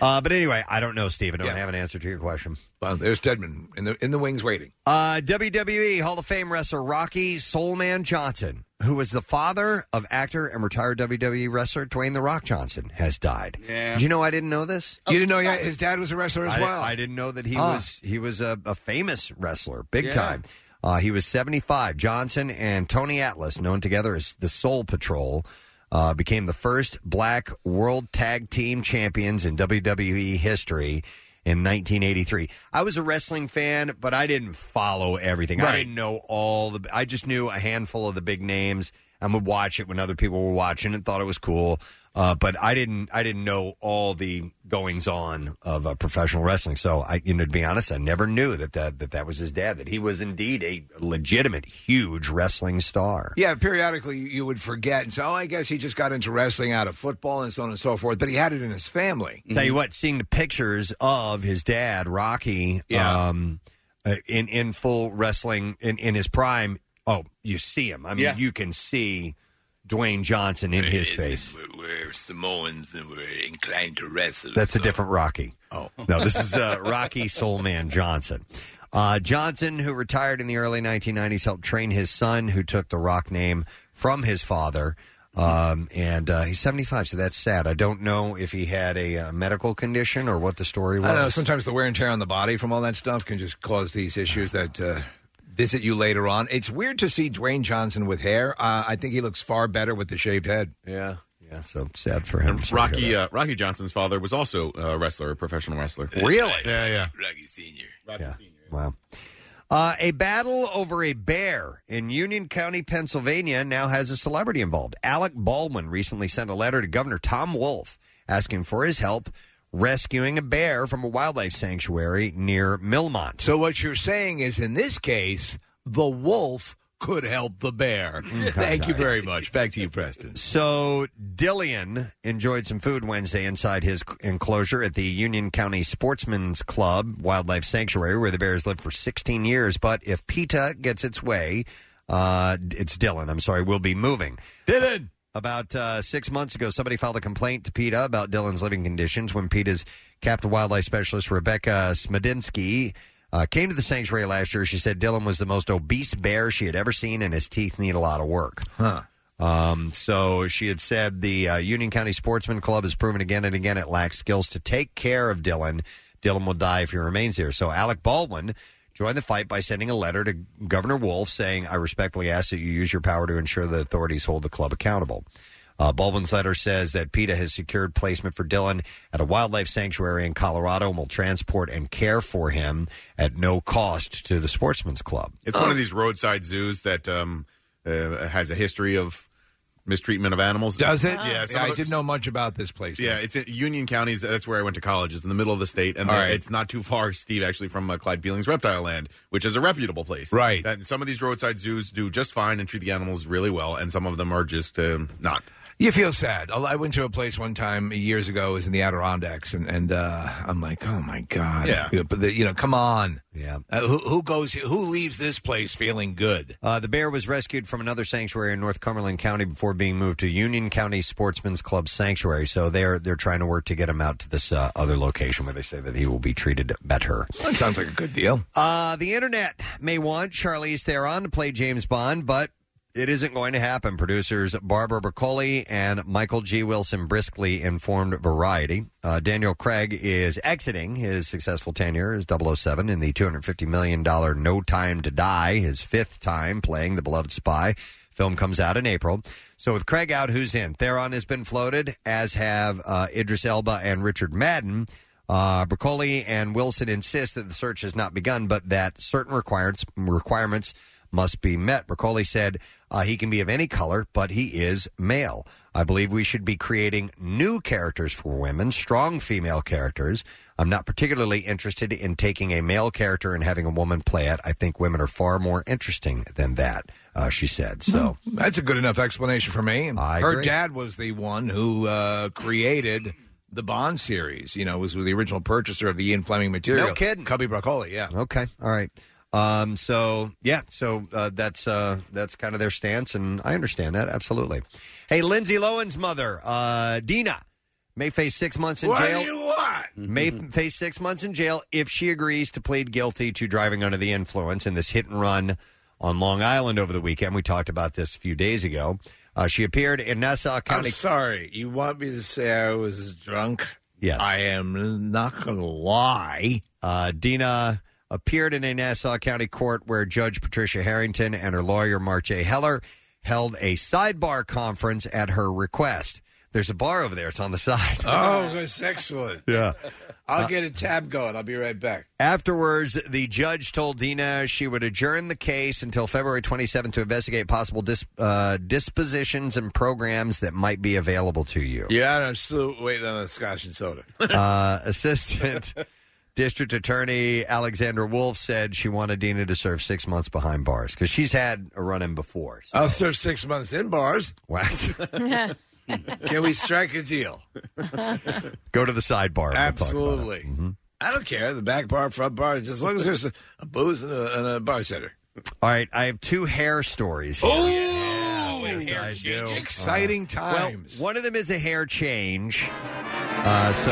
Uh, but anyway, I don't know, Steve. I don't have an answer to your question. Well, there's Stedman in the in the wings waiting. Uh, WWE Hall of Fame wrestler Rocky Soulman Johnson, who was the father of actor and retired WWE wrestler Dwayne The Rock Johnson, has died. Yeah. Do you know I didn't know this? You didn't know yeah, his dad was a wrestler as Oh, I, well. Oh. I didn't know that he Huh. was he was a, a famous wrestler, big Yeah. time. Uh, he was 75. Johnson and Tony Atlas, known together as the Soul Patrol, uh, became the first black world tag team champions in WWE history in 1983. I was a wrestling fan, but I didn't follow everything. I Right. didn't know all the. I just knew a handful of the big names and would watch it when other people were watching and thought it was cool. Uh, but I didn't. I didn't know all the goings on of uh, professional wrestling. So I, you know, to be honest, I never knew that that that, that was his dad. That he was indeed a legitimate, huge wrestling star. Yeah, periodically you- you would forget and say, "Oh, I guess he just got into wrestling out of football and so on and so forth." But he had it in his family. Mm-hmm. Tell you what, seeing the pictures of his dad, Rocky, um, uh, in in full wrestling in, in his prime. Oh, you see him. I mean, Yeah. you can see Dwayne Johnson in his face. We're, we're Samoans and we're inclined to wrestle. That's a different Rocky. Oh. no, this is uh, Rocky Soulman Johnson. Uh, Johnson, who retired in the early 1990s, helped train his son, who took the rock name from his father. Um, and uh, he's 75, so that's sad. I don't know if he had a, uh medical condition or what the story I was. don't know. Sometimes the wear and tear on the body from all that stuff can just cause these issues that uh, visit you later on. It's weird to see Dwayne Johnson with hair. Uh, I think he looks far better with the shaved head. Yeah. Yeah, so sad for him. Sorry to Rocky uh, Rocky Johnson's father was also a wrestler, a professional wrestler. Really? Yeah, yeah. Rocky Senior. Rocky Senior. Wow. Uh, a battle over a bear in Union County, Pennsylvania, now has a celebrity involved. Alec Baldwin recently sent a letter to Governor Tom Wolf asking for his help rescuing a bear from a wildlife sanctuary near Millmont. So what you're saying is, in this case, the wolf could help the bear. Mm, Thank you very much. Back to you, Preston. So Dillian enjoyed some food Wednesday inside his enclosure at the Union County Sportsman's Club Wildlife Sanctuary, where the bears lived for 16 years. But if PETA gets its way, uh, it's Dylan. I'm sorry, we'll be moving. Dylan. About uh, six months ago, somebody filed a complaint to PETA about Dylan's living conditions when PETA's captive wildlife specialist Rebecca Smadinsky uh, came to the sanctuary last year. She said Dylan was the most obese bear she had ever seen, and his teeth need a lot of work. Huh. Um, so she had said the uh, Union County Sportsman Club has proven again and again it lacks skills to take care of Dylan. Dylan will die if he remains here. So Alec Baldwin joined the fight by sending a letter to Governor Wolf saying, I respectfully ask that you use your power to ensure that authorities hold the club accountable. Uh, Baldwin's letter says that PETA has secured placement for Dylan at a wildlife sanctuary in Colorado and will transport and care for him at no cost to the Sportsman's Club. It's one of these roadside zoos that um, uh, has a history of mistreatment of animals. Does it? Yeah, some I of the- didn't know much about this place. Yeah, it's in Union Counties. That's where I went to college. It's in the middle of the state, and All there- right. it's not too far, Steve, actually, from uh, Clyde Beeling's Reptile Land, which is a reputable place. Right. And some of these roadside zoos do just fine and treat the animals really well, and some of them are just um, not. You feel sad. I went to a place one time years ago. It was in the Adirondacks, and and uh, I'm like, oh my god, Yeah. You know, but the, you know, come on, yeah. Uh, who, who goes? Who leaves this place feeling good? Uh, the bear was rescued from another sanctuary in North Cumberland County before being moved to Union County Sportsman's Club Sanctuary. So they're they're trying to work to get him out to this uh, other location where they say that he will be treated better. That sounds like a good deal. Uh, the internet may want Charlize Theron to play James Bond, but it isn't going to happen. Producers Barbara Broccoli and Michael G. Wilson briskly informed Variety. Uh, Daniel Craig is exiting his successful tenure as 007 in the $250 million No Time to Die, his fifth time playing the beloved spy. Film comes out in April. So with Craig out, who's in? Theron has been floated, as have uh, Idris Elba and Richard Madden. Uh, Broccoli and Wilson insist that the search has not begun, but that certain requirements requirements must be met. Broccoli said uh, he can be of any color, but he is male. I believe we should be creating new characters for women, strong female characters. I'm not particularly interested in taking a male character and having a woman play it. I think women are far more interesting than that, uh, she said. So. That's a good enough explanation for me. Her agree. dad was the one who uh, created the Bond series. You know, was the original purchaser of the Ian Fleming material. No kidding. Cubby Broccoli. Yeah. Okay. All right. Um, so yeah, so uh, that's uh, that's kind of their stance, and I understand that absolutely. Hey, Lindsay Lohan's mother, uh, Dina, may face six months in What do jail. you want? May face six months in jail if she agrees to plead guilty to driving under the influence in this hit and run on Long Island over the weekend. We talked about this a few days ago. Uh, she appeared in Nassau I'm County. sorry. You want me to say I was drunk? Yes. I am not going to lie. Uh, Dina appeared in a Nassau County court where Judge Patricia Harrington and her lawyer, March A. Heller, held a sidebar conference at her request. There's a bar over there, it's on the side. Oh, that's excellent. Yeah. I'll Uh, get a tab going. I'll be right back. Afterwards, the judge told Dina she would adjourn the case until February 27th to investigate possible dis- uh, dispositions and programs that might be available to you. Yeah, and I'm still waiting on a scotch and soda. uh, assistant district attorney Alexandra Wolf said she wanted Dina to serve six months behind bars because she's had a run in before. I'll serve six months in bars. What? Can we strike a deal? Go to the sidebar. Absolutely. I don't care. The back bar, front bar, just as long as there's a, a booze and a, and a bartender. All right, I have two hair stories. Here. Oh, exciting Uh, well, times. one of them is a hair change. Uh, so.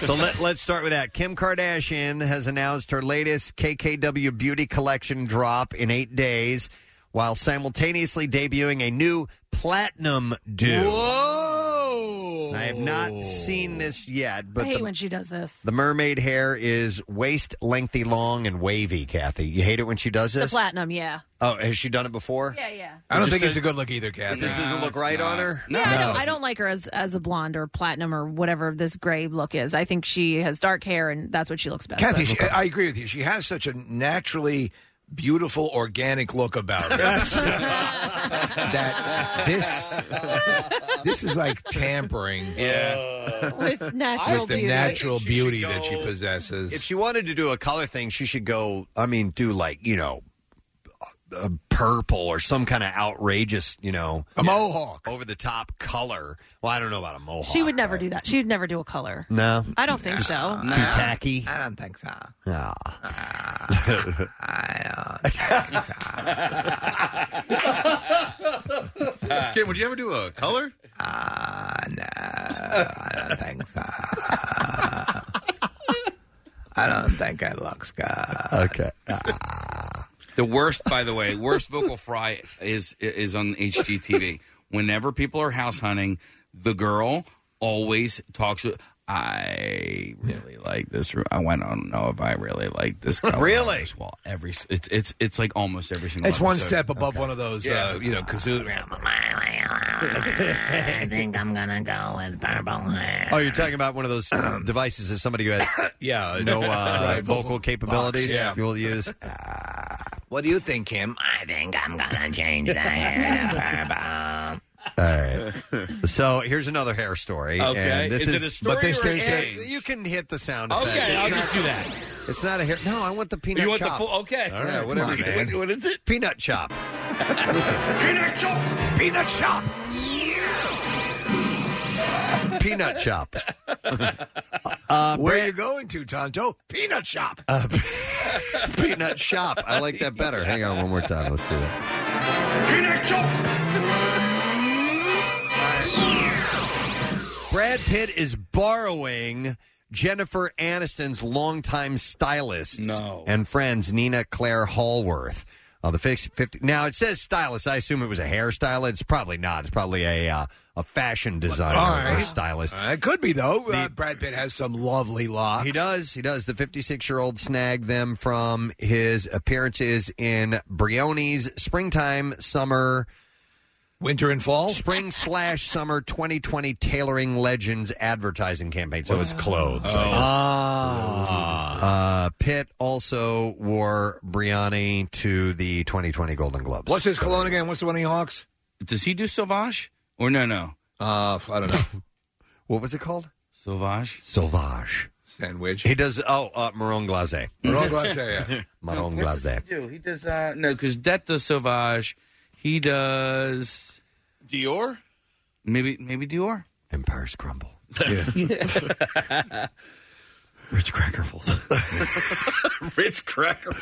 so let, let's start with that. Kim Kardashian has announced her latest KKW beauty collection drop in eight days while simultaneously debuting a new platinum do. Whoa! I have not seen this yet, I but hate the, when she does this. the mermaid hair is waist lengthy long and wavy, Kathy. You hate it when she does The this? platinum, yeah. oh, has she done it before? Yeah, yeah. I don't It just think it's a doesn't- good look either, Kathy. This doesn't look right on her? Yeah, I, don't, I don't like her as as a blonde or platinum or whatever this gray look is. I think she has dark hair and that's what she looks best. Kathy, with. she, I agree with you. She has such a naturally beautiful, organic look about her. that this this is like tampering. Yeah, with natural with the beauty. natural beauty that she possesses. If she wanted to do a color thing, she should go. I mean, do like you know, a, a purple or some kind of outrageous, you know, a mohawk, over the top color. Well, I don't know about a mohawk. She would never do that. She would never do a color. No, I don't think so. Too tacky. I don't think so. Ah. Kim, would you ever do a color? Uh, I don't think so. I don't think it looks good. Okay. The worst, by the way, worst vocal fry is is on HGTV. Whenever people are house hunting, the girl always talks. with- I really like this room. I went, I don't know if I really like this. color on Really? this wall. Every s- it's it's it's like almost every single. It's one episode. step above one of those, uh, you know, kazoo. I think I'm gonna go with purple hair. Oh, you're talking about one of those devices that somebody who has yeah, no uh, Right, vocal, vocal box, capabilities yeah. will use. What do you think, Kim? I think I'm gonna change the hair to purple. All right. So here's another hair story. Okay. and this Is it a story But this- or there's a- and you can hit the sound Okay, effect. It's I'll not- just do that. It's not a hair. No, I want the peanut. You want the chop. full- okay. All Yeah, right, come whatever. on, it man. is. What is it? Peanut chop. Peanut chop. Peanut chop. Peanut chop. Uh, Where are you going to, Tonto? Peanut shop. Uh, peanut shop. I like that better. Hang on one more time. Let's do it. Peanut chop. Brad Pitt is borrowing Jennifer Aniston's longtime stylist and friends, Nina Claire Hallworth. Uh, the fix 50, now it says stylist. I assume it was a hairstylist. It's probably not. It's probably a uh, a fashion designer All or right. stylist. Uh, it could be though. uh, Brad Pitt has some lovely locks. He does. He does. The 56 year old snagged them from his appearances in Brioni's springtime, summer, winter and fall, spring slash summer 2020 tailoring legends advertising campaign. So it's clothes. Oh. I guess. Ah. Uh, Pitt also wore Brioni to the 2020 Golden Globes. What's his cologne again? What's the one he hawks? Does he do Sauvage or no? No. Uh, I don't know. what was it called? Sauvage. Sauvage. Sandwich. He does. Oh, uh, Marron Glacé. Marron glacé, yeah. Marron What does Glacé. he do? He does uh, no because that does Sauvage. He does Dior. Maybe maybe Dior. Empires crumble. Rich Crackerfuls. Ritz cracker.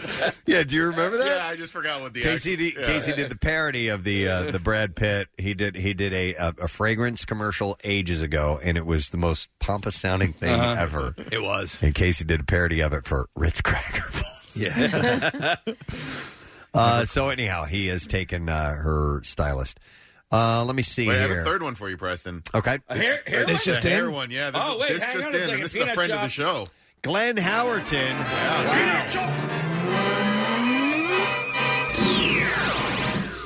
Yeah, do you remember that? Yeah, I just forgot what the Casey, did, actual- yeah. Casey did the parody of the uh, the Brad Pitt. He did he did a, a a fragrance commercial ages ago, and it was the most pompous sounding thing Uh-huh. ever. It was. And Casey did a parody of it for Ritz Cracker. Yeah. Uh, so anyhow, he has taken uh, her stylist. Uh, let me see Wait, I here. have a third one for you, Preston. Okay. A hair- hair This- one? this just a hair in? one, yeah. This Oh, is- wait, this hang just on a in, and second. this is a Peanut friend of the job. show. Glenn Howerton.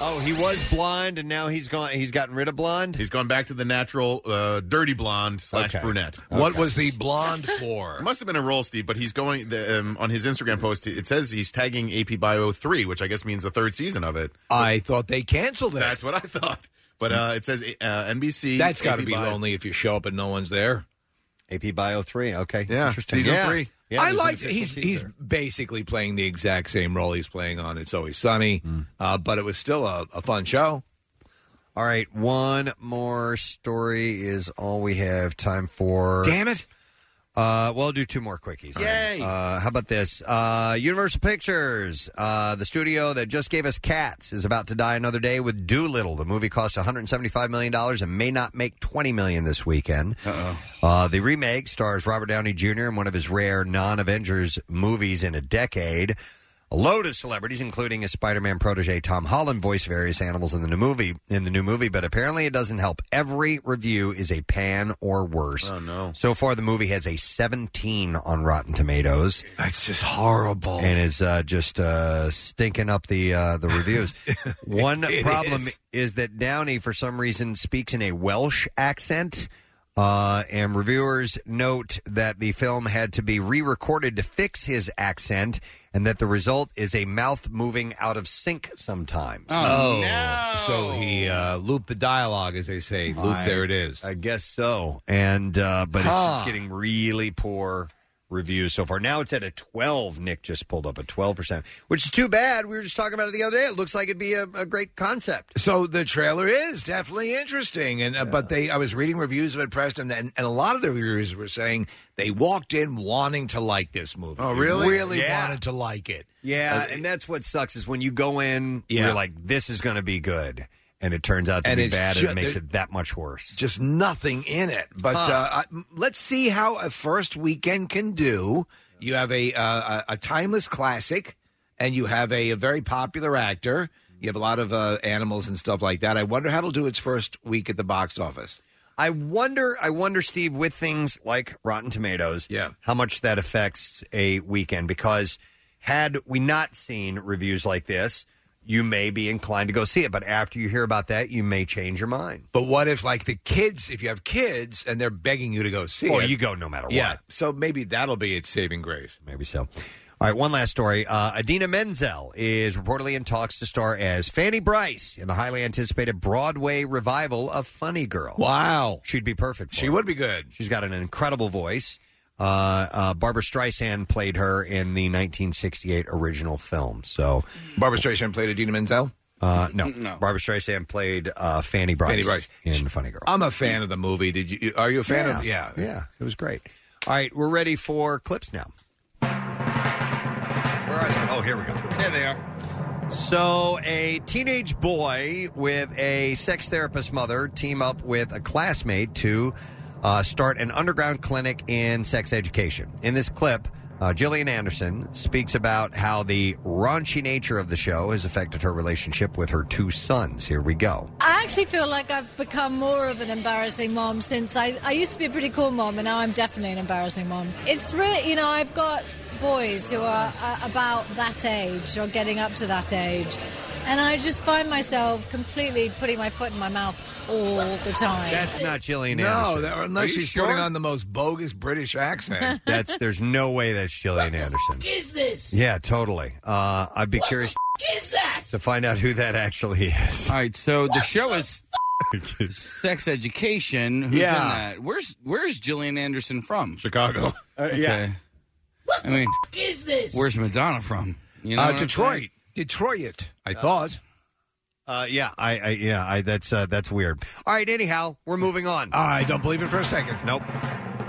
Oh, he was blonde, and now he's gone. He's gotten rid of blonde. He's gone back to the natural, uh, dirty blonde slash Okay. brunette. What was the blonde for? It must have been a roll, Steve, but he's going the, um, on his Instagram post. It says he's tagging AP Bio 3, which I guess means the third season of it. I thought they canceled it. That's what I thought. But uh, it says uh, NBC. That's got to AP be Bio. lonely if you show up and no one's there. AP Bio three. Okay. Yeah. Interesting. Season Yeah. three. Yeah, I there's an liked official he's he's basically playing the exact same role he's playing on It's Always Sunny, Hmm. uh, but it was still a, a fun show. All right, one more story is all we have time for. Damn it! Uh, well, I'll do two more quickies. Yay. Uh, how about this? Uh, Universal Pictures, uh, the studio that just gave us Cats, is about to die another day with Doolittle. The movie cost 175 million dollars and may not make 20 million this weekend. Uh-oh. Uh, the remake stars Robert Downey Jr. in one of his rare non-Avengers movies in a decade. A load of celebrities, including his Spider-Man protege Tom Holland, voice various animals in the new movie. In the new movie, but apparently it doesn't help. Every review is a pan or worse. Oh no! So far, the movie has a 17 on Rotten Tomatoes. That's just horrible, and is uh, just uh, stinking up the uh, the reviews. one It problem is. is that Downey, for some reason, speaks in a Welsh accent. Uh, and reviewers note that the film had to be re recorded to fix his accent, and that the result is a mouth moving out of sync sometimes. Oh, so he uh, looped the dialogue, as they say. Loop, I- Oh, there it is. I guess so. And uh, but it's Huh. just getting really poor reviews so far. Now it's at a twelve. Nick just pulled up a twelve percent, which is too bad. We were just talking about it the other day. It looks like it'd be a, a great concept. So the trailer is definitely interesting, and uh, but they I was reading reviews of it, Preston, and, and a lot of the reviewers were saying they walked in wanting to like this movie. Oh, They really? really Yeah. wanted to like it. Yeah, and that's what sucks is when you go in, Yeah. you're like, this is going to be good, and it turns out to And be it's bad, ju- and it makes there- it that much worse. just nothing in it. But Huh. uh, I- m- let's see how a first weekend can do. You have a uh, a, a timeless classic, and you have a, a very popular actor. You have a lot of uh, animals and stuff like that. I wonder how it'll do its first week at the box office. I wonder. I wonder, Steve, with things like Rotten Tomatoes, yeah, how much that affects a weekend. Because had we not seen reviews like this, you may be inclined to go see it. But after you hear about that, you may change your mind. But what if, like, the kids, if you have kids and they're begging you to go see Well, it? you go no matter Yeah. what. So maybe that'll be its saving grace. Maybe so. All right, one last story. Uh, Adina Menzel is reportedly in talks to star as Fanny Bryce in the highly anticipated Broadway revival of Funny Girl. Wow. She'd be perfect for She it. would be good. She's got an incredible voice. Uh, uh, Barbara Streisand played her in the 1968 original film. So, Barbara Streisand played Adina Menzel? Uh, no. Barbara Streisand played uh, Fanny Bryce, Fanny Bryce. in Funny Girl. I'm a fan of the movie. Did you? Are you a fan of? Yeah. Yeah, it was great. All right, we're ready for clips now. Where are they? Oh, here we go. There they are. So, a teenage boy with a sex therapist mother team up with a classmate to uh, start an underground clinic in sex education. In this clip, uh, Gillian Anderson speaks about how the raunchy nature of the show has affected her relationship with her two sons. Here we go. I actually feel like I've become more of an embarrassing mom since I, I used to be a pretty cool mom, and now I'm definitely an embarrassing mom. It's really, you know, I've got boys who are uh, about that age or getting up to that age, and I just find myself completely putting my foot in my mouth all the time. That's not Gillian No, Anderson. that, unless she's putting on the most bogus British accent. That's there's no way that's Gillian Anderson. Is this? Yeah, totally. Uh, I'd be curious Is that? to find out who that actually is. All right, so the show is sex education. Who's Yeah. in that? Where's Where's Gillian Anderson from? Chicago. Okay. I mean, Is this? where's Madonna from? You know Uh, what I'm Detroit. saying? Detroit. I thought. Uh, yeah, I, I yeah, I, that's uh, that's weird. All right, anyhow, we're moving on. I don't believe it for a second. Nope.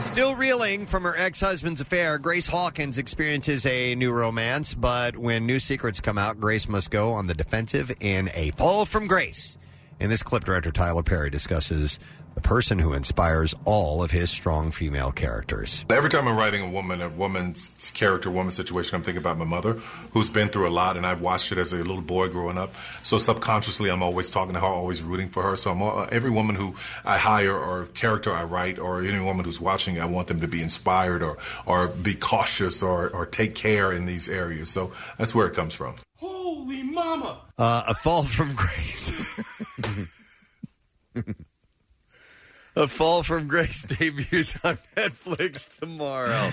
Still reeling from her ex husband's affair, Grace Hawkins experiences a new romance, but when new secrets come out, Grace must go on the defensive in a fall from grace. In this clip, director Tyler Perry discusses the person who inspires all of his strong female characters. Every time I'm writing a woman, a woman's character, woman's situation, I'm thinking about my mother, who's been through a lot, and I watched it as a little boy growing up. So subconsciously, I'm always talking to her, always rooting for her. So I'm all, every woman who I hire or character I write, or any woman who's watching, I want them to be inspired or or be cautious or or take care in these areas. So that's where it comes from. Holy mama! Uh, a fall from grace. a fall from grace debuts on Netflix tomorrow,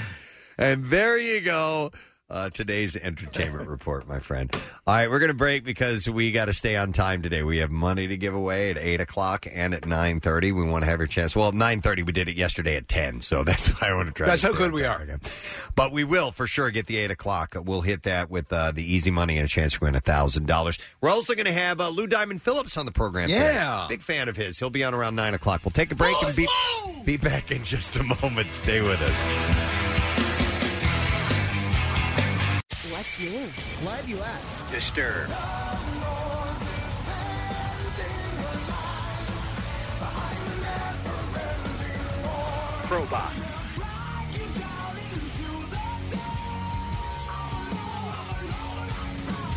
and there you go. Uh, today's entertainment report, my friend. All right, we're going to break because we got to stay on time today. We have money to give away at eight o'clock and at nine thirty. We want to have your chance. Well, nine thirty we did it yesterday at ten, so that's why I want to try. That's to how stay on good we time. are. But we will for sure get the eight o'clock. We'll hit that with uh, the easy money and a chance to win a thousand dollars. We're also going to have uh, Lou Diamond Phillips on the program. today. Yeah. big fan of his. He'll be on around nine o'clock. We'll take a break and be be back in just a moment. Stay with us. What's new? Glad you asked. Disturb. Probot.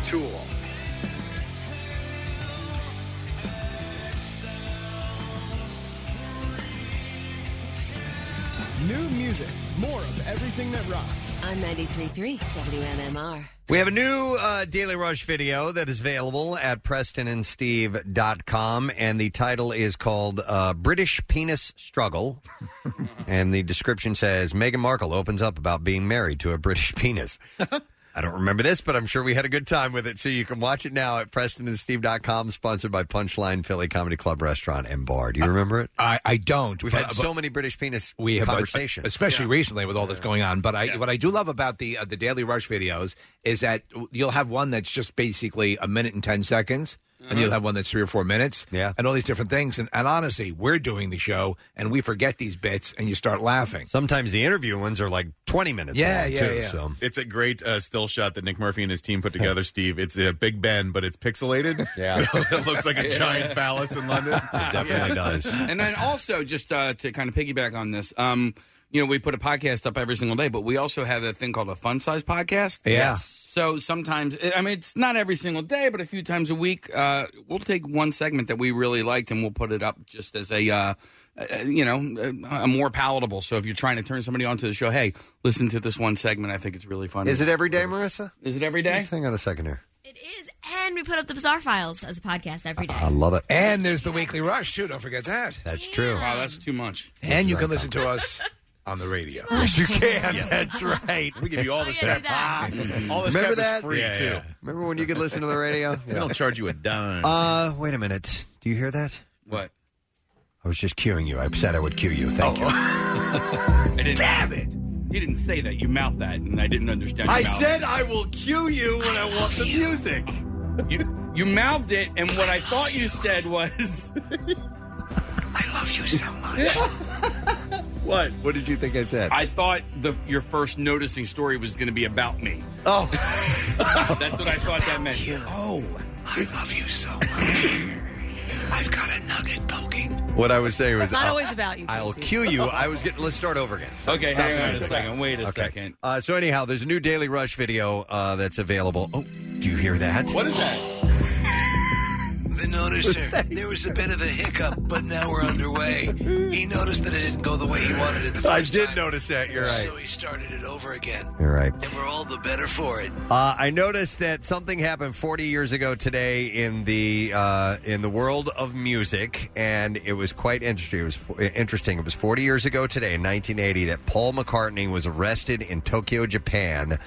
Tool. New music. More of everything that rocks. On 93.3 WMMR. We have a new uh, Daily Rush video that is available at PrestonandSteve.com, and the title is called uh, British Penis Struggle. and the description says Meghan Markle opens up about being married to a British penis. I don't remember this, but I'm sure we had a good time with it. So you can watch it now at PrestonandSteve.com, sponsored by Punchline Philly Comedy Club Restaurant and Bar. Do you remember it? Uh, I, I don't. We've but- uh, had but- so many British penis we have uh, conversations. especially recently with all that's going on. But I, what I do love about the uh, the Daily Rush videos is that you'll have one that's just basically a minute and ten seconds, Mm-hmm. and you'll have one that's three or four minutes, yeah, and all these different things. And, and honestly, we're doing the show, and we forget these bits, and you start laughing. Sometimes the interview ones are like twenty minutes. Yeah, yeah, yeah. It's a great uh, still shot that Nick Murphy and his team put together, Steve. It's a Big Ben, but it's pixelated. Yeah. So it looks like a giant phallus in London. It definitely does. And then also, just uh, to kind of piggyback on this, um, you know, we put a podcast up every single day, but we also have a thing called a fun size podcast. Yeah. Yes. So sometimes, I mean, it's not every single day, but a few times a week, uh, we'll take one segment that we really liked and we'll put it up just as a, uh, uh, you know, a, a more palatable. So if you're trying to turn somebody onto the show, hey, listen to this one segment. I think it's really funny. Is it every day, Marissa? Is it every day? Let's hang on a second here. And we put up the Bizarre Files as a podcast every day. I love it. And there's the Weekly Rush, too. Don't forget that. That's true. Wow, that's too much. And you can listen to us on the radio. Yes, you can. Yeah. That's right. We give you all this yeah, crap. do that. all this Remember crap is that? free, Yeah, too. yeah. Remember when you could listen to the radio? We don't charge you a Mm. dime. Uh, wait a minute. Do you hear that? What? I was just cueing you. I said I would cue you. Thank I didn't, Damn it! You didn't say that. You mouthed that, and I didn't understand. your I mouth. said I will cue you when I want the music. You, you mouthed it, and what I thought you said was, "I love you so much." what? What did you think I said? I thought the your first noticing story was going to be about me. Oh, that's what I thought that meant. Oh, I love you so much. I've got a nugget poking. What I was saying was uh, It's not I'll- always about you, I'll Casey. cue you. I was getting. Let's start over again. Stop- Okay, stop hang the on a music. second. Wait a second. Uh, so anyhow, there's a new Daily Rush video uh, that's available. Oh, do you hear that? What is that? The noticer. There was a bit of a hiccup, but now we're underway. He noticed that it didn't go the way he wanted it the I first did time. notice that. You're right. So he started it over again. You're right. And we're all the better for it. Uh, I noticed that something happened 40 years ago today in the uh, in the world of music, and it was quite interesting. It was fo- interesting. It was 40 years ago today, in 1980, that Paul McCartney was arrested in Tokyo, Japan,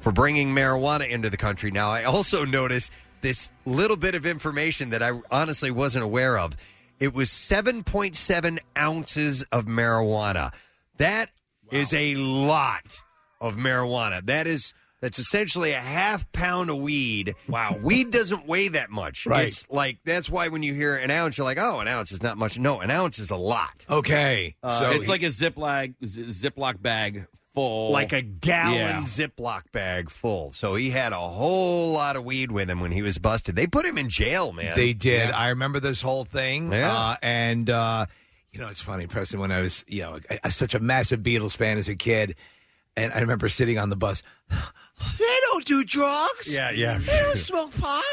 for bringing marijuana into the country. Now, I also noticed this little bit of information that I honestly wasn't aware of. It was 7.7 ounces of marijuana. That is a lot of marijuana. That is that's essentially a half pound of weed. Wow. Weed doesn't weigh that much. Right. It's like that's why when you hear an ounce, you're like, oh, an ounce is not much. No, an ounce is a lot. Okay. So- it's like a Ziploc z- Ziploc bag full, Like a gallon Yeah. Ziploc bag full. So he had a whole lot of weed with him when he was busted. They put him in jail, man. They did. I remember this whole thing. Yeah. Uh, and, uh, you know, it's funny, Preston, when I was, you know, I, I, such a massive Beatles fan as a kid, and I remember sitting on the bus. They don't do drugs. Yeah, yeah. They don't smoke pot.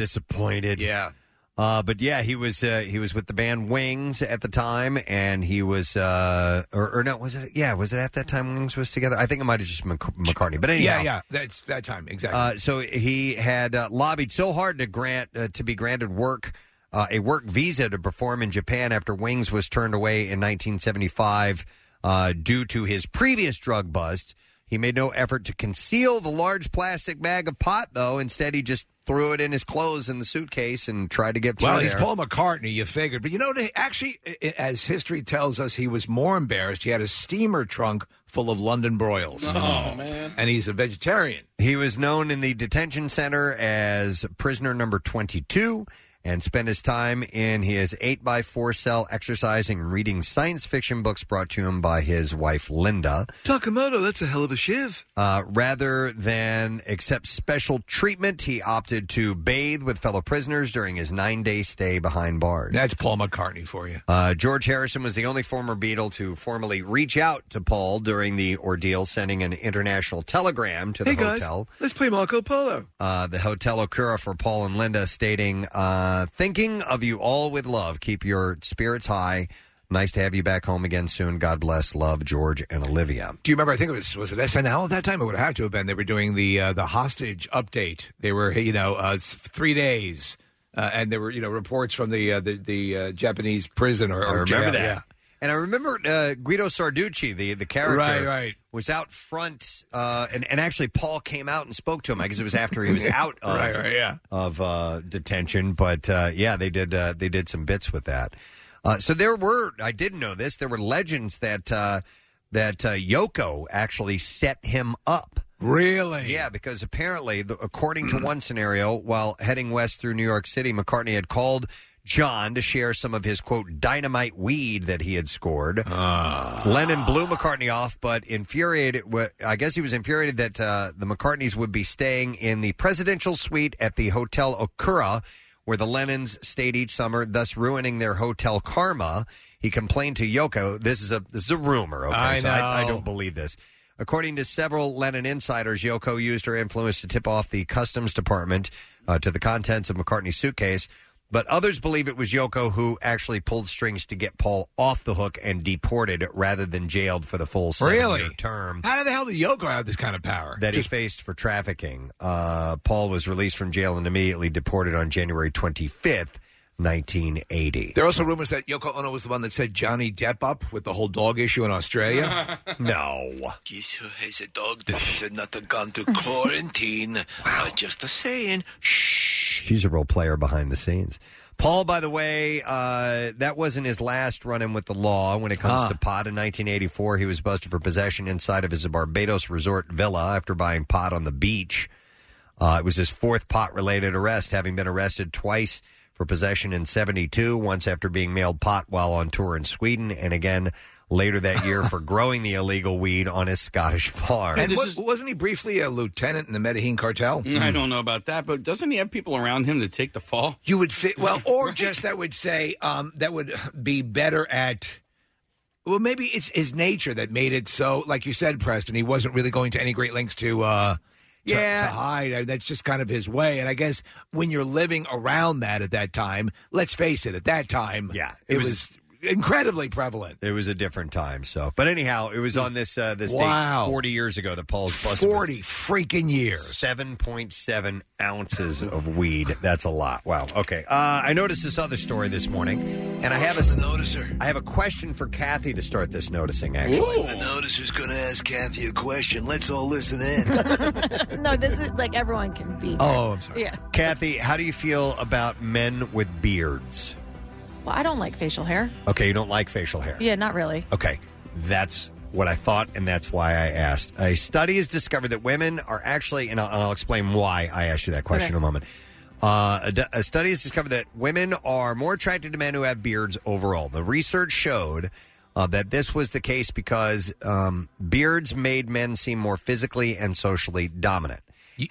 disappointed. Yeah. Uh, but yeah, he was uh, he was with the band Wings at the time, and he was uh, or, or no, was it? Yeah, was it at that time Wings was together? I think it might have just been Mc- McCartney. But anyhow, yeah, yeah. That's that time exactly. Uh, so he had uh, lobbied so hard to grant uh, to be granted work uh, a work visa to perform in Japan after Wings was turned away in 1975 uh, due to his previous drug bust. He made no effort to conceal the large plastic bag of pot, though. Instead, he just threw it in his clothes in the suitcase and tried to get through well, he's there. Paul McCartney, you figured. But you know, they- actually, i- i- as history tells us, he was more embarrassed. He had a steamer trunk full of London broils. Oh, man. And he's a vegetarian. He was known in the detention center as prisoner number 22 and spent his time in his 8 by 4 cell exercising and reading science fiction books brought to him by his wife, Linda. Takamoto, that's a hell of a shiv. Uh, rather than accept special treatment, he opted to bathe with fellow prisoners during his nine day stay behind bars. That's Paul McCartney for you. Uh, George Harrison was the only former Beatle to formally reach out to Paul during the ordeal, sending an international telegram to the Hey, guys. hotel. Let's play Marco Polo. Uh, the Hotel Okura for Paul and Linda, stating, uh, "Thinking of you all with love. Keep your spirits high. Nice to have you back home again soon. God bless. Love, George and Olivia." Do you remember? I think it was was it SNL at that time. It would have to have been. They were doing the uh, the hostage update. They were you know uh, s- three days, uh, and there were you know reports from the uh, the, the uh, Japanese prison or, or I remember jail, that. yeah. And I remember uh, Guido Sarducci, the the character, Right, right. was out front, uh, and and actually Paul came out and spoke to him. I guess it was after he was out of Right, right, yeah. of uh, detention, but uh, yeah, they did uh, they did some bits with that. Uh, so there were I didn't know this. There were legends that uh, that uh, Yoko actually set him up. Really? Yeah, because apparently, the, according to one scenario, while heading west through New York City, McCartney had called John to share some of his quote dynamite weed that he had scored. Ah. Lennon blew McCartney off, but infuriated. wa- I guess he was infuriated that uh, the McCartneys would be staying in the presidential suite at the Hotel Okura. where the Lennons stayed each summer, thus ruining their hotel karma. He complained to Yoko. This is a this is a rumor. Okay, I so I, I know. don't believe this. According to several Lennon insiders, Yoko used her influence to tip off the customs department uh, to the contents of McCartney's suitcase. But others believe it was Yoko who actually pulled strings to get Paul off the hook and deported rather than jailed for the full seven-year Really? term How the hell did Yoko have this kind of power? that he faced for trafficking. Uh, Paul was released from jail and immediately deported on January 25th, 1980. There are also rumors that Yoko Ono was the one that said Johnny Depp up with the whole dog issue in Australia. no. Guess who has a dog that has not gone to quarantine? I'm just a saying. She's a role player behind the scenes. Paul, by the way, uh, that wasn't his last run in with the law. When it comes Huh. to pot in 1984, he was busted for possession inside of his Barbados resort villa after buying pot on the beach. Uh, it was his fourth pot related arrest, having been arrested twice for possession in 72, once after being mailed pot while on tour in Sweden, and again later that year for growing the illegal weed on his Scottish farm. and wa- wasn't he briefly a lieutenant in the Medellin cartel? I don't know about that, but doesn't he have people around him to take the fall? You would fit well, or just that would say um, that would be better at. Well, maybe it's his nature that made it so. Like you said, Preston, he wasn't really going to any great lengths to. Uh, to, to hide. Uh, That's just kind of his way. And I guess when you're living around that at that time, let's face it, at that time, yeah, it, it was, was- incredibly prevalent. It was a different time, so. But anyhow, it was on this uh, this Wow. date 40 years ago that Paul's busted. 40 freaking years. 7.7 ounces of weed. That's a lot. Wow. Okay. Uh, I noticed this other story this morning, and I have a noticer. I have a question for Kathy to start this noticing. Actually, The noticer's going to ask Kathy a question. Let's all listen in. no, this is like everyone can be. Oh, I'm sorry. Yeah. Kathy, how do you feel about men with beards? Well, I don't like facial hair. Okay, you don't like facial hair. Yeah, not really. Okay, that's what I thought, and that's why I asked. A study has discovered that women are actually, and I'll, and I'll explain why I asked you that question in a moment. Uh, a, d- a study has discovered that women are more attracted to men who have beards overall. The research showed uh, that this was the case because um, beards made men seem more physically and socially dominant.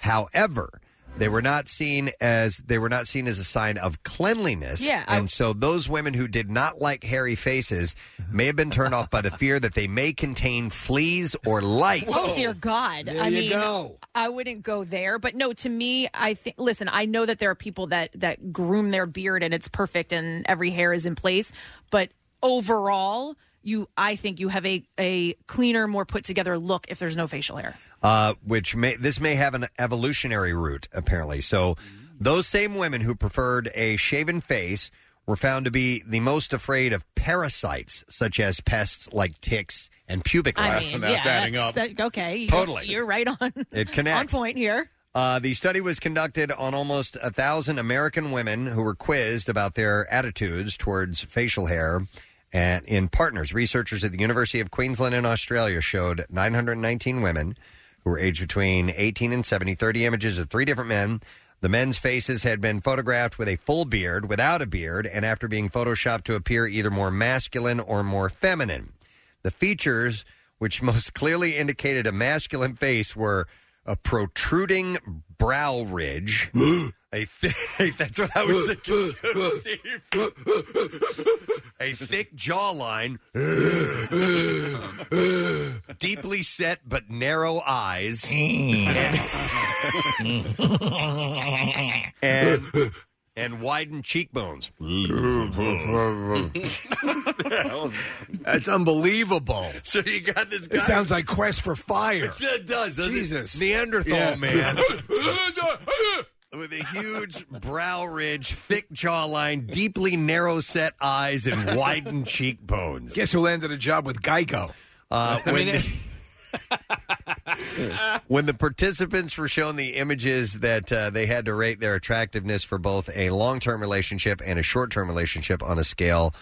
However, they were not seen as they were not seen as a sign of cleanliness. Yeah, I- and so those women who did not like hairy faces may have been turned off by the fear that they may contain fleas or lice. Oh dear God! There I you mean, go. I wouldn't go there, but no. To me, I think. Listen, I know that there are people that that groom their beard and it's perfect and every hair is in place, but overall, you, I think you have a a cleaner, more put together look if there's no facial hair. uh, which may this may have an evolutionary root apparently. So those same women who preferred a shaven face were found to be the most afraid of parasites such as pests like ticks and pubic I lice. mean, yeah, that's- that- okay, you- Totally. You're right on. It on connects. point here. Uh, the study was conducted on almost a thousand American women who were quizzed about their attitudes towards facial hair and in partners. Researchers at the University of Queensland in Australia showed 919 women who were aged between 18 and 70, 30 images of three different men. The men's faces had been photographed with a full beard, without a beard, and after being photoshopped to appear either more masculine or more feminine. The features which most clearly indicated a masculine face were a protruding brow ridge. a thick, that's what I was thinking. too, Steve. a thick jawline. deeply set but narrow eyes. and, and widened cheekbones. That's unbelievable. So you got this It sounds like Quest for Fire. It does. doesn't it? Jesus. Neanderthal Yeah. man. With a huge brow ridge, thick jawline, deeply narrow set eyes, and widened cheekbones. Guess who landed a job with Geico? Uh, when, the, when the participants were shown the images that uh, they had to rate their attractiveness for both a long term relationship and a short term relationship on a scale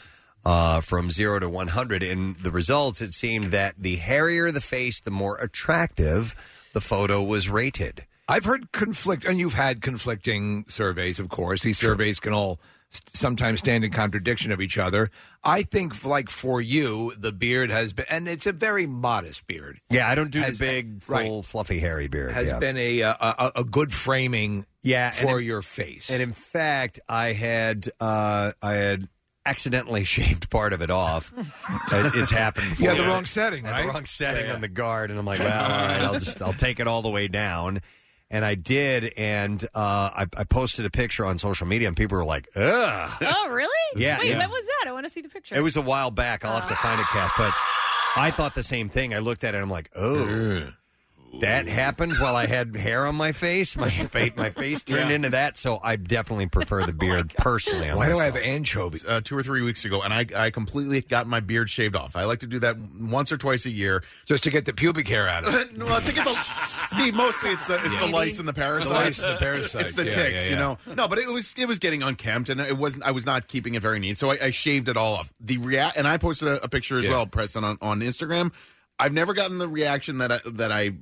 uh, from 0 to 100, in the results, it seemed that the hairier the face, the more attractive the photo was rated. I've heard conflict, and you've had conflicting surveys, of course. These surveys can all s- sometimes stand in contradiction of each other. I think, like for you, the beard has been, and it's a very modest beard. Yeah, I don't do Has- the big, full, right. fluffy, hairy beard. Has yeah. been a, uh, a a good framing yeah, and for in- your face. And in fact, I had uh, I had accidentally shaved part of it off. It- it's happened. You Before. had the wrong setting, I had right? the wrong setting Yeah, yeah. on the guard, and I'm like, well, all right, I'll just I'll take it all the way down. And I did, and uh, I, I posted a picture on social media, and people were like, "Ugh." Oh, really? Yeah, Wait, yeah. when was that? I want to see the picture. It was a while back. I'll have to find it, Kath. But I thought the same thing. I looked at it. and I'm like, oh, that happened while I had hair on my face. My face, my face turned into that. So I definitely prefer the beard personally. On myself. anchovies? Oh Uh, two or three weeks ago, and I, I completely got my beard shaved off. I like to do that once or twice a year, just to get the pubic hair out of it. no, I think it's the, Steve. Mostly it's the it's the Maybe. lice and the The parasites. lice and the parasites, it's the yeah, ticks, yeah, you yeah. know. No, but it was it was getting unkempt, and it wasn't. I was not keeping it very neat, so I, I shaved it all off. The react, and I posted a, a picture as well, Preston, on, on Instagram. I've never gotten the reaction that I, that I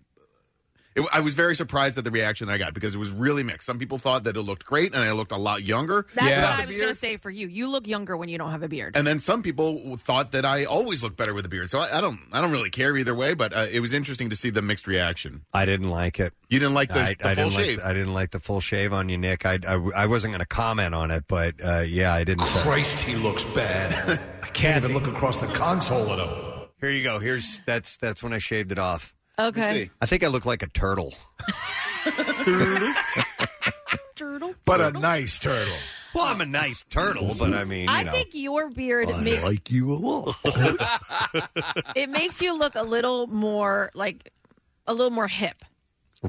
it, I was very surprised at the reaction I got because it was really mixed. Some people thought that it looked great and I looked a lot younger. That's without what I the was beard. going to say for you. You look younger when you don't have a beard. And then some people thought that I always looked better with a beard. So I, I don't, I don't really care either way. But uh, it was interesting to see the mixed reaction. I didn't like it. You didn't like the, I, the I full didn't shave. Like, I didn't like the full shave on you, Nick. I, I, I wasn't going to comment on it, but uh, yeah, I didn't. Christ, he looks bad. I can't even look across the console at him. Here you go. Here's that's that's when I shaved it off. Okay. Let me see. I think I look like a turtle. Turtle. But a nice turtle. Well, I'm a nice turtle, but I mean, you I know. Oh, think your beard makes like you a lot. it makes you look a little more like a little more hip.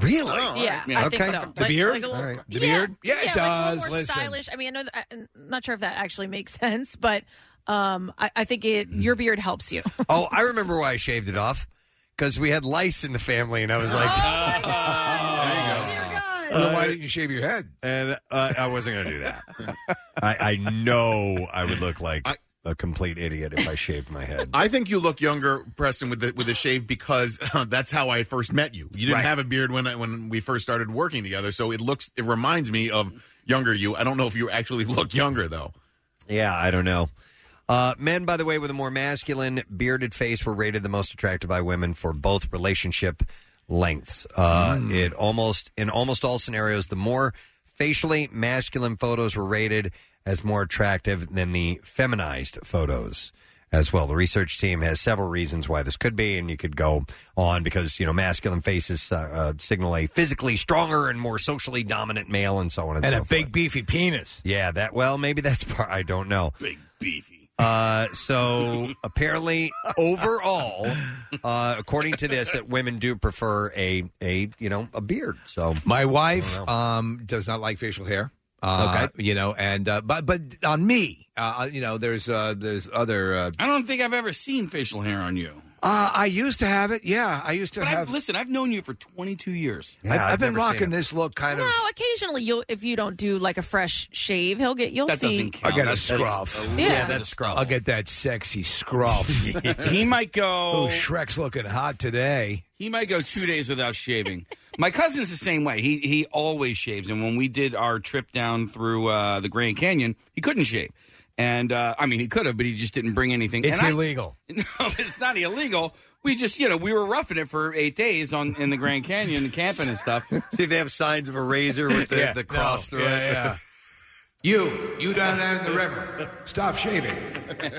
Really? Oh, yeah, I think so. The Like- beard? like a little- The beard? Yeah, it like a does. little more Listen. stylish. I mean, I know. That, I'm not sure if that actually makes sense, but um, I, I think it Mm. your beard helps you. oh, I remember why I shaved it off because we had lice in the family, and I was Oh. like, "Ah." "Uh," Then why didn't you shave your head? And uh, I wasn't going to do that. I, I know I would look like a complete idiot if I shaved my head. I think you look younger, Preston, with the with the shave because uh, that's how I first met you. You didn't Right. have a beard when I, when we first started working together, so it looks it reminds me of younger you. I don't know if you actually look younger though. Yeah, I don't know. Uh, men, by the way, with a more masculine bearded face were rated the most attractive by women for both relationship lengths. Uh, It almost in almost all scenarios, the more facially masculine photos were rated as more attractive than the feminized photos as well. The research team has several reasons why this could be, and you could go on because you know masculine faces uh, uh, signal a physically stronger and more socially dominant male, and so on and, And so a big beefy penis. yeah, that. Well, maybe that's part. I don't know. Big beefy. Uh, so apparently, overall, uh, according to this, that women do prefer a a you know a beard. So My wife um, does not like facial hair. Uh, okay, you know, and uh, but but on me, uh, you know, there's uh, there's other. Uh, I don't think I've ever seen facial hair on you. uh, I used to have it. Yeah, I used to But have. I've, listen, I've known you for 22 years. I've, I've been rocking this look kind no, of. occasionally you'll if you don't do like a fresh shave, he'll get you'll That see. doesn't count. I got a scruff. Yeah. Yeah, that scruff. I'll get that sexy scruff. He might go- Oh, Shrek's looking hot today. He might go two days without shaving. My cousin's the same way. He he always shaves. And when we did our trip down through uh, the Grand Canyon, he couldn't shave. And uh, I mean, he could have, but he just didn't bring anything. It's And I- illegal. no, it's not illegal. We just you know we were roughing it for eight days on in the Grand Canyon, camping and stuff. See if they have signs of a razor with the- the cross through it. You, you down there in the river, stop shaving.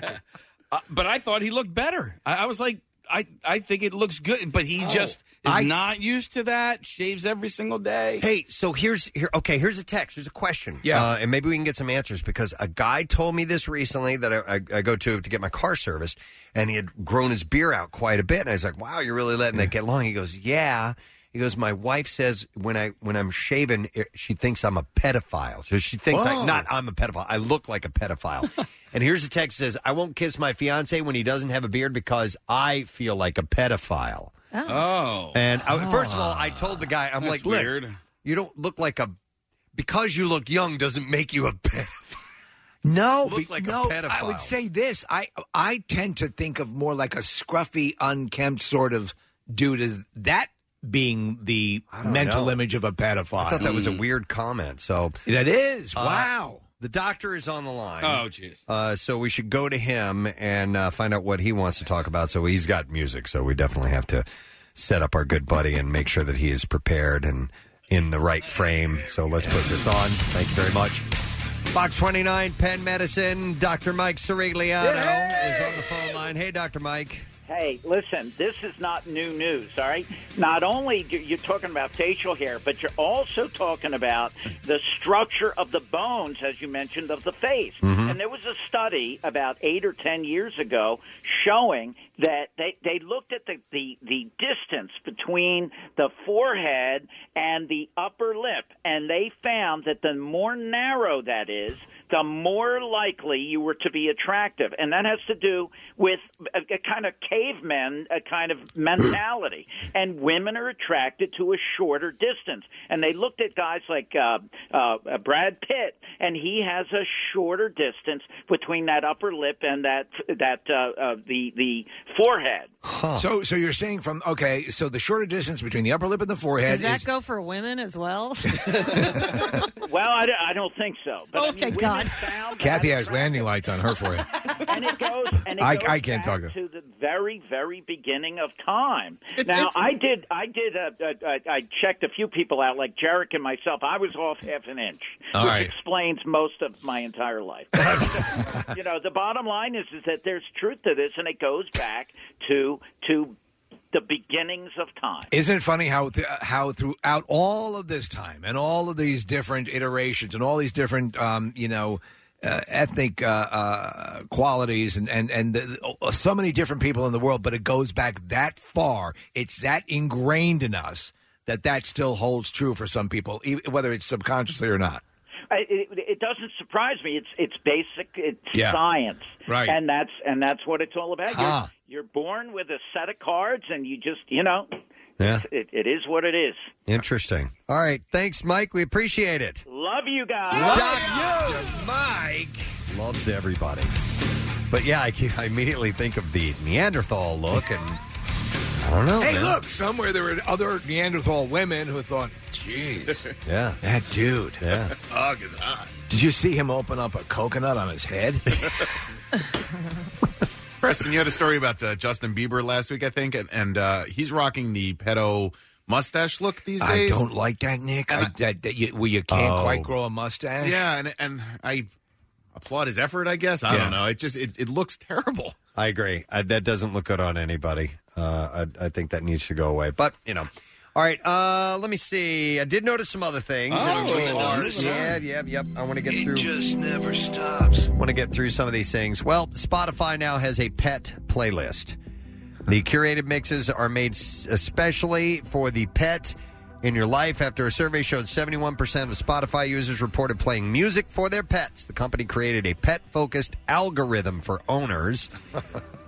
Uh, but I thought he looked better. I, I was like, I I think it looks good, but Oh, he just is I- not used to that. Shaves every single day. Hey, so here's here. Okay, here's a text. Here's a question. Yeah, uh, and maybe we can get some answers because a guy told me this recently that I, I, I go to to get my car serviced, and he had grown his beard out quite a bit. And I was like, "Wow, you're really letting that get long." He goes, "Yeah." He goes, "My wife says when I when I'm shaven, it, she thinks I'm a pedophile. So she thinks I Oh. Whoa. not I'm a pedophile. I look like a pedophile." and here's a text that says, "I won't kiss my fiance when he doesn't have a beard because I feel like a pedophile." Oh. And I, first of all, I Ah. told the guy, I'm That's like, look, weird. you don't look like a. Because you look young doesn't make you a. pe- No, Look be- like a no. I pedophile. would say this. I I tend to think of more like a scruffy, unkempt sort of dude as that being the don't mental know. image of a pedophile. I thought that was a Hmm. weird comment. So That is. Uh, wow. The doctor is on the line. Oh, jeez. Uh, so we should go to him and uh, find out what he wants to talk about. So he's got music. So we definitely have to set up our good buddy and make sure that he is prepared and in the right frame. So let's put this on. Thank you very much. Box 29, Penn Medicine, Dr. Mike Sirigliano is on the phone line. Hey, Dr. Mike. Hey, listen, this is not new news, all right? Not only do you talking about facial hair, but you're also talking about the structure of the bones, as you mentioned, of the face. And there was a study about eight or ten years ago showing that they, they looked at the, the, the distance between the forehead and the upper lip, and they found that the more narrow that is, the more likely you were to be attractive. And that has to do with a, a kind of caveman, a kind of mentality. and women are attracted to a shorter distance. And they looked at guys like uh, uh, uh, Brad Pitt, and he has a shorter distance between that upper lip and that that uh, uh, the the forehead. So, so you're saying from okay, so the shorter distance between the upper lip and the forehead Does that is go for women as well? Well, I, don't- I don't think so. But Oh, I mean, thank women God. found Kathy has landing lights on her forehead. and it goes. And it I- goes I can't back talk. to the very, very beginning of time. It's- now, it's- I did, I did, uh, uh, I, I checked a few people out, like Jarek and myself. I was off half an inch, All which right. explains most of my entire life. you know, the bottom line is, is that there's truth to this, and it goes back to to the beginnings of time. Isn't it funny how th- how throughout all of this time and all of these different iterations and all these different um, you know uh, ethnic uh, uh, qualities and and and the, uh, so many different people in the world, but it goes back that far. It's that ingrained in us that that still holds true for some people, e- whether it's subconsciously or not. I, it, it doesn't surprise me. It's it's basic. It's Yeah. science, Right. And that's and that's what it's all about. Huh. You're, you're born with a set of cards, and you just you know, Yeah. it, it is what it is. Interesting. All right. Thanks, Mike. We appreciate it. Love you guys. Dr. Mike loves everybody. But yeah, I, can, I immediately think of the Neanderthal look, and I don't know. hey, man. look, somewhere there were other Neanderthal women who thought, "Jeez, Yeah. that dude." Yeah. Ugh, is hot. Did you see him open up a coconut on his head? Preston, you had a story about uh, Justin Bieber last week, I think, and, and uh, he's rocking the pedo mustache look these I days. don't like that, Nick. I, that, that you, well, you can't Oh. quite grow a mustache. Yeah, and and I applaud his effort. I guess I Yeah. don't know. It just it, it looks terrible. I agree. I, that doesn't look good on anybody. Uh, I, I think that needs to go away. But you know, all right. Uh, let me see. I did notice some other things. Oh, Who you are- noticed? yeah, yeah, yep. I want to get It through. just never stops. Want to get through some of these things? Well, Spotify now has a pet playlist. The curated mixes are made s- especially for the pet in your life. After a survey showed 71% of Spotify users reported playing music for their pets, the company created a pet focused algorithm for owners.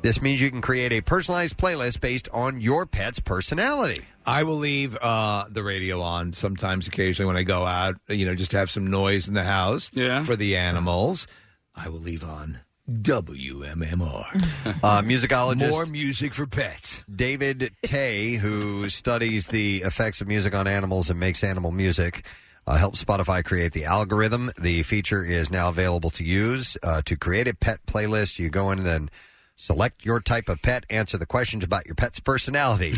this means you can create a personalized playlist based on your pet's personality. I will leave uh, the radio on sometimes, occasionally when I go out. You know, just to have some noise in the house. Yeah. for the animals. I will leave on WMMR. Uh, musicologist. More music for pets. David Tay, who studies the effects of music on animals and makes animal music, uh, helped Spotify create the algorithm. The feature is now available to use. Uh, to create a pet playlist, you go in and then select your type of pet, answer the questions about your pet's personality.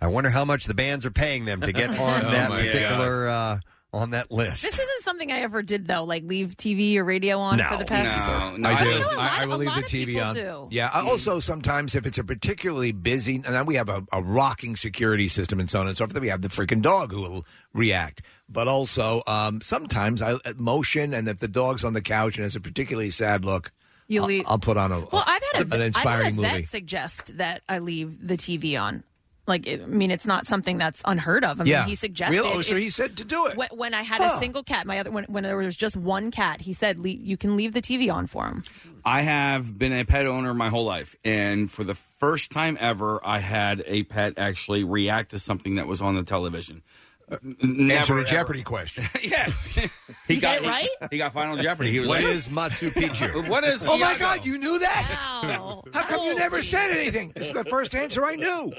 I wonder how much the bands are paying them to get on Oh, that my particular uh, on that list. This isn't something I ever did though, like leave TV or radio on for the pets. I do. know a lot I, I of- will a leave lot the of TV people on. do. Yeah. I Also, sometimes if it's a particularly busy, and we have a, a rocking security system and so on and so forth, we have the freaking dog who will react. But also, um, sometimes I motion, and if the dog's on the couch and has a particularly sad look, You I'll- leave- I'll, put on a, Well, I've had a, an inspiring I've had a vet movie. suggest that I leave the TV on. Like, it, I mean, it's not something that's unheard of. I mean, Yeah. he suggested. Really? Oh, so if- he said to do it. When, when I had Huh. a single cat, my other when, when there was just one cat, he said, "Le- "You can leave the TV on for him." I have been a pet owner my whole life, and for the first time ever, I had a pet actually react to something that was on the television. Uh, n- Answer never, a Jeopardy question. yeah, he, You got get it right? He, he got Final Jeopardy. He was What like, is Machu Picchu? What is? Oh my Iago? God! You knew that? How come Oh. you never said anything? This is the first answer I knew.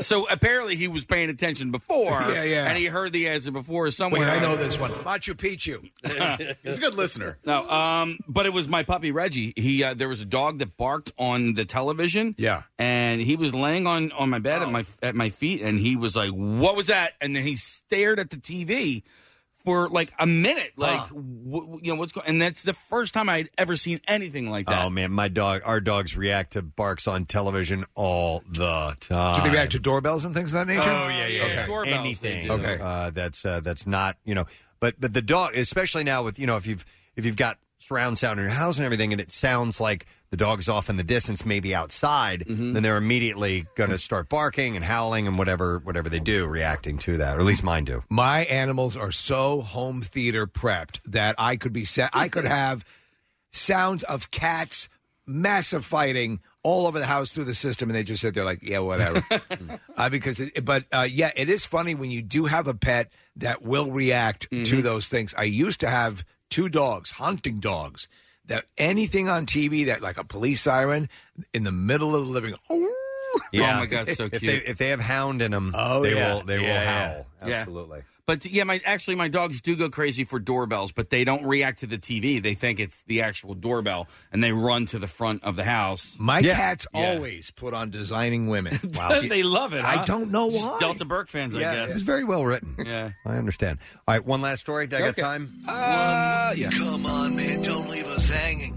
So apparently he was paying attention before. Yeah, yeah. And he heard the answer before somewhere. Wait, I know this one. Machu Picchu. He's a good listener. No, um, but it was my puppy Reggie. He uh, there was a dog that barked on the television. Yeah. and he was laying on on my bed at my at my feet, and he was like, "What was that?" And then he stared at the TV for like a minute, like Huh. wh- wh- you know what's going. And that's the first time I'd ever seen anything like that. Oh man, my dog, our dogs react to barks on television all the time. Do they react to doorbells and things of that nature? Oh yeah, yeah, yeah. Okay. anything. Okay. uh, that's uh, that's not you know, but but the dog, especially now with you know if you've if you've got surround sound in your house and everything, and it sounds like the dog's off in the distance, maybe outside, Mm-hmm. then they're immediately going to start barking and howling and whatever whatever they do, reacting to that, or at least mine do. My animals are so home theater prepped that I could be set. I could have sounds of cats, massive fighting all over the house through the system, and they just sit there like, yeah, whatever. uh, because, it, but uh, yeah, it is funny when you do have a pet that will react Mm-hmm. to those things. I used to have two dogs, hunting dogs, that anything on TV that like a police siren in the middle of the living. room, Oh my god, so cute. If they, if they have hound in them, Oh, they yeah. will they Yeah, yeah. will howl Yeah. absolutely. But yeah, my actually my dogs do go crazy for doorbells, but they don't react to the TV. They think it's the actual doorbell and they run to the front of the house. My cats Yeah. always put on designing women. they love it. I huh? don't know Just why. Delta Burke fans, I This guess. is very well written. Yeah. I understand. All right, one last story. Do I got Okay. Uh, time? Uh, Come on, man. Don't leave us hanging.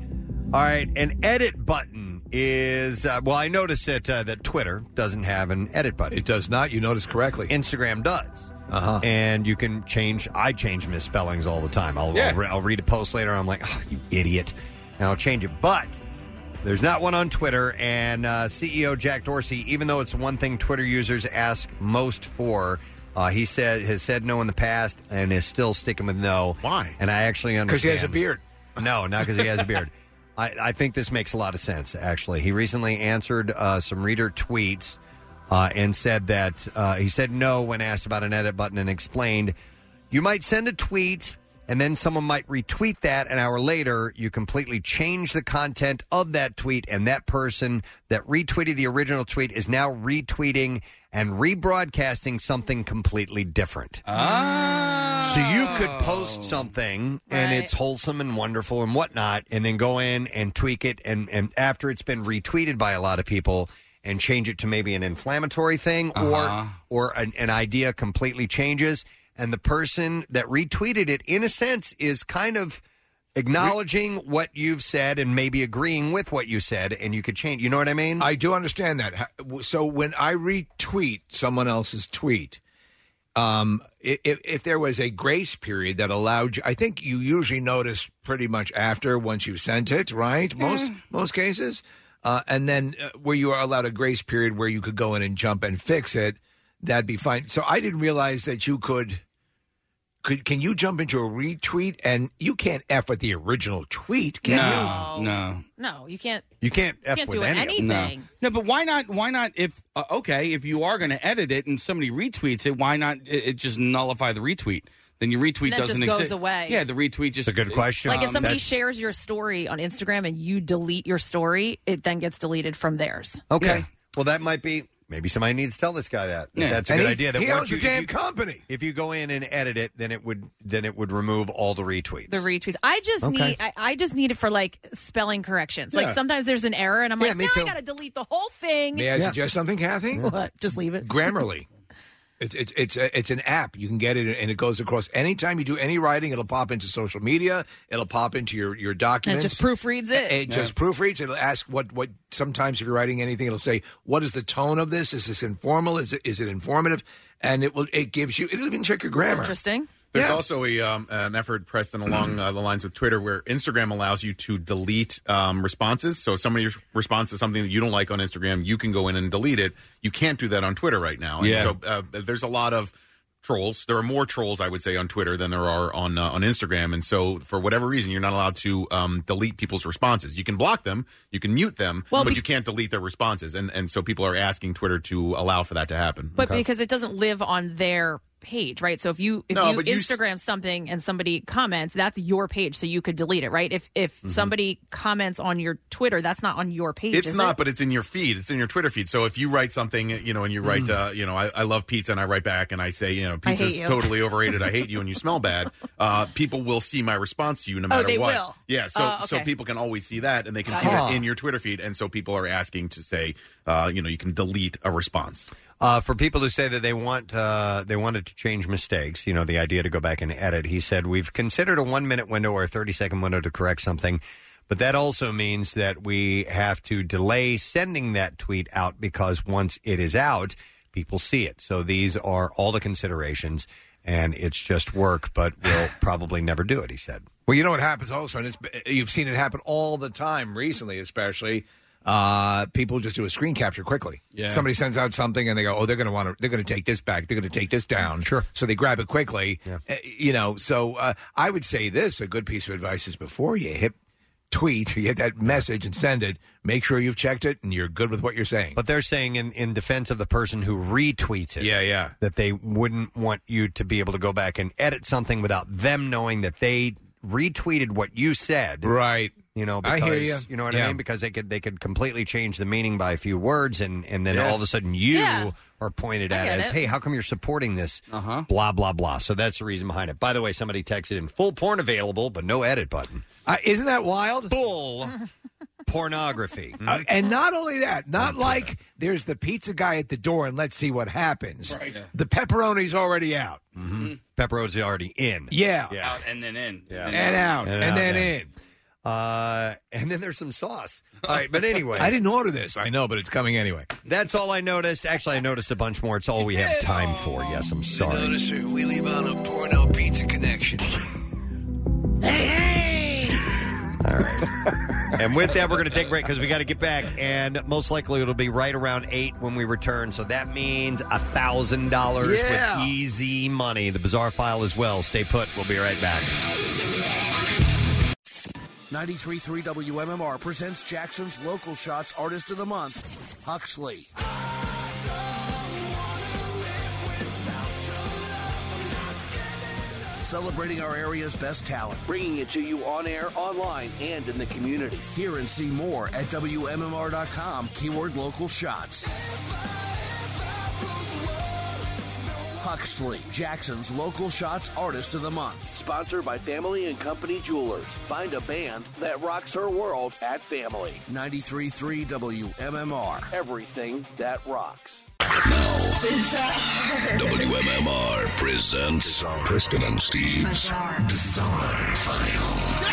All right, an edit button is uh, well. I noticed that uh, that Twitter doesn't have an edit button. It does not. You noticed correctly. Instagram does, uh-huh. and you can change. I change misspellings all the time. I'll Yeah. I'll, re- I'll read a post later. I'm like, oh, you idiot, and I'll change it. But there's not one on Twitter. And uh, CEO Jack Dorsey, even though it's one thing Twitter users ask most for. Uh, he said has said no in the past and is still sticking with no. Why? And I actually understand Because he has a beard. No, not because he has a beard. I, I think this makes a lot of sense, actually. He recently answered uh, some reader tweets uh, and said that uh, he said no when asked about an edit button and explained you might send a tweet and then someone might retweet that an hour later. You completely change the content of that tweet, and that person that retweeted the original tweet is now retweeting and rebroadcasting something completely different. So you could post something and it's wholesome and wonderful and whatnot, and then go in and tweak it, and and after it's been retweeted by a lot of people, and change it to maybe an inflammatory thing or or an, an idea completely changes, and the person that retweeted it, in a sense, is kind of acknowledging what you've said and maybe agreeing with what you said, and you could change. You know what I mean? I do understand that. Ha- w- So when I retweet someone else's tweet, um, i- if, if there was a grace period that allowed you, I think you usually notice pretty much after once you've sent it, right? Most Mm-hmm. most cases, uh, and then uh, where you are allowed a grace period where you could go in and jump and fix it, that'd be fine. So I didn't realize that you could. Could, can you jump into a retweet and you can't f with the original tweet? Can No, you? no, No, you can't. you can't F Can't with do any of them. anything. No. No, but why not? Why not? If uh, okay, if you are going to edit it and somebody retweets it, why not? It, it just nullify the retweet. Then your retweet That just doesn't goes exist. away. Yeah, the retweet just. a good question. Like if somebody shares your story on Instagram and you delete your story, it then gets deleted from theirs. Okay. Well, that might be. Maybe somebody needs to tell this guy that. Yeah. That's a And good he- idea. That he once owns you, the damn if you- company. If you go in and edit it, then it would then it would remove all the retweets. The retweets. I just Okay. need. I, I just need it for like spelling corrections. Yeah. Like sometimes there's an error, and I'm Yeah, like, me now too. I got to delete the whole thing. May I suggest something, Kathy? What? Just leave it. Grammarly. It's it's it's a, it's an app. You can get it, and it goes across. Anytime you do any writing, it'll pop into social media. It'll pop into your your And it documents. just proofreads it. It just proofreads. It'll ask what what. Sometimes if you're writing anything, it'll say, "What is the tone of this? Is this informal? Is it is it informative?" And it will it gives you. It'll even check your grammar. Interesting. There's also a um, an effort, Preston, along uh, the lines of Twitter, where Instagram allows you to delete um, responses. So if somebody res- responds to something that you don't like on Instagram, you can go in and delete it. You can't do that on Twitter right now. And Yeah. so uh, there's a lot of trolls. There are more trolls, I would say, on Twitter than there are on uh, on Instagram. And so for whatever reason, you're not allowed to um, delete people's responses. You can block them, you can mute them, Well, but be- you can't delete their responses. And and so people are asking Twitter to allow for that to happen. But because it doesn't live on their page, right? So if you if No, you but you s- Instagram something and somebody comments, that's your page, so you could delete it, right? If if somebody comments on your Twitter, that's not on your page. It's is not, it? but it's in your feed. It's in your Twitter feed. So if you write something, you know, and you write, uh, you know, I, I love pizza, and I write back and I say, you know, Mm. I hate pizza's you. totally overrated. I hate you, and you smell bad. Uh, people will see my response to you no Oh, matter they what. will. Yeah. So Oh, so okay. people can always see that, and they can Got see it. that Huh. in your Twitter feed, and so people are asking to say, uh, you know, you can delete a response. Uh, for people who say that they want uh, they wanted to change mistakes, you know, the idea to go back and edit, he said we've considered a one minute window or a thirty second window to correct something, but that also means that we have to delay sending that tweet out because once it is out, people see it. So these are all the considerations, and it's just work, but we'll probably never do it. He said. Well, you know what happens also, and it's you've seen it happen all the time recently, especially. Uh, people just do a screen capture quickly. Yeah. Somebody sends out something and they go, "Oh, they're going to want to. They're going to take this back. They're going to take this down." Sure. So they grab it quickly. Uh, you know. So uh, I would say this: a good piece of advice is before you hit tweet, you hit that message and send it. Make sure you've checked it and you're good with what you're saying. But they're saying in, in defense of the person who retweets it. Yeah, yeah. That they wouldn't want you to be able to go back and edit something without them knowing that they retweeted what you said. Right. You know, I because hear you. know what I Yeah. mean? Because they could they could completely change the meaning by a few words and, and then Yeah. all of a sudden you Yeah. are pointed I at get as, it. hey, how come you're supporting this? Uh-huh. Blah, blah, blah. So that's the reason behind it. By the way, somebody texted in full porn available, but no edit button. Uh, isn't that wild? Bull pornography. Uh, and not only that, not like there's the pizza guy at the door and let's see what happens. The pepperoni's already out. Mm-hmm. Pepperoni's already in. Yeah. Out and then in. Yeah. And out. And, then in. Uh, and then there's some sauce. All right, but anyway. I didn't order this. I know, but it's coming anyway. That's all I noticed. Actually, I noticed a bunch more. It's all we have time for. Yes, I'm sorry. Noticer, we leave on a porno pizza connection. and with that, we're going to take a break because we got to get back. And most likely, it'll be right around eight when we return. So that means a thousand dollars Yeah. with easy money. The bizarre file as well. Stay put. We'll be right back. 93.3 WMMR presents Jackson's Local Shots Artist of the Month, Huxley. Celebrating our area's best talent. Bringing it to you on air, online, and in the community. Hear and see more at WMMR.com, keyword local shots. Huxley, Jackson's Local Shots Artist of the Month. Sponsored by Family and Company Jewelers. Find a band that rocks her world at Family. 93.3 WMMR. Everything that rocks. WMMR presents Preston and Steve's Bizarre, File.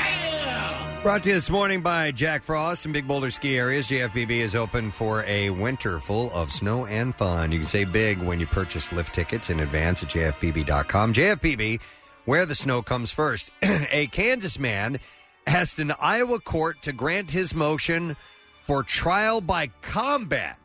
Brought to you this morning by Jack Frost and Big Boulder Ski Areas. JFBB is open for a winter full of snow and fun. You can say big when you purchase lift tickets in advance at jfbb.com. JFBB, where the snow comes first. a Kansas man asked an Iowa court to grant his motion for trial by combat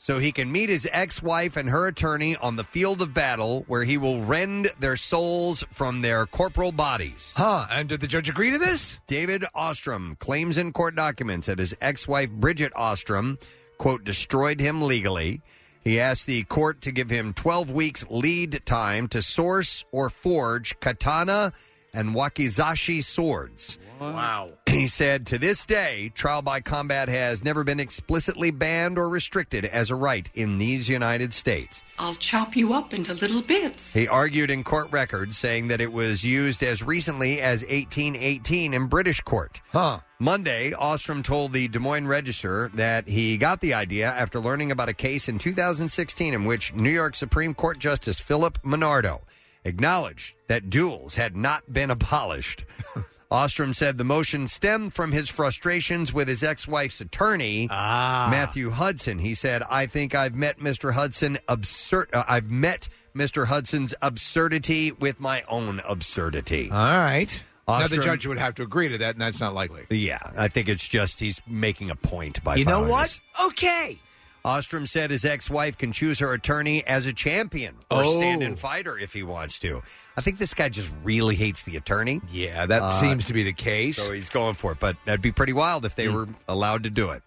so he can meet his ex wife and her attorney on the field of battle where he will rend their souls from their corporal bodies. Huh, and did the judge agree to this? David Ostrom claims in court documents that his ex wife, Bridget Ostrom, quote, destroyed him legally. He asked the court to give him 12 weeks lead time to source or forge katana and wakizashi swords. Wow. He said, to this day, trial by combat has never been explicitly banned or restricted as a right in these United States. I'll chop you up into little bits. He argued in court records, saying that it was used as recently as 1818 in British court. Huh. Monday, Ostrom told the Des Moines Register that he got the idea after learning about a case in 2016 in which New York Supreme Court Justice Philip Minardo acknowledged that duels had not been abolished. Ostrom said the motion stemmed from his frustrations with his ex wife's attorney, Ah. Matthew Hudson. He said, I think I've met Mr. Hudson absurd. Uh, I've met Mr. Hudson's absurdity with my own absurdity. All right. Now the Ostrom- judge would have to agree to that, and that's not likely. Yeah, I think it's just he's making a point by You know filing what? this. Okay. Ostrom said his ex wife can choose her attorney as a champion or Oh. stand in fighter if he wants to. I think this guy just really hates the attorney. Uh, Yeah, that seems to be the case. Mm. So he's going for it, but that'd be pretty wild if they were allowed to do it.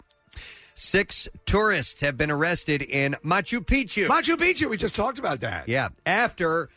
Six tourists have been arrested in Machu Picchu. Machu Picchu, we just talked about that. Yeah, after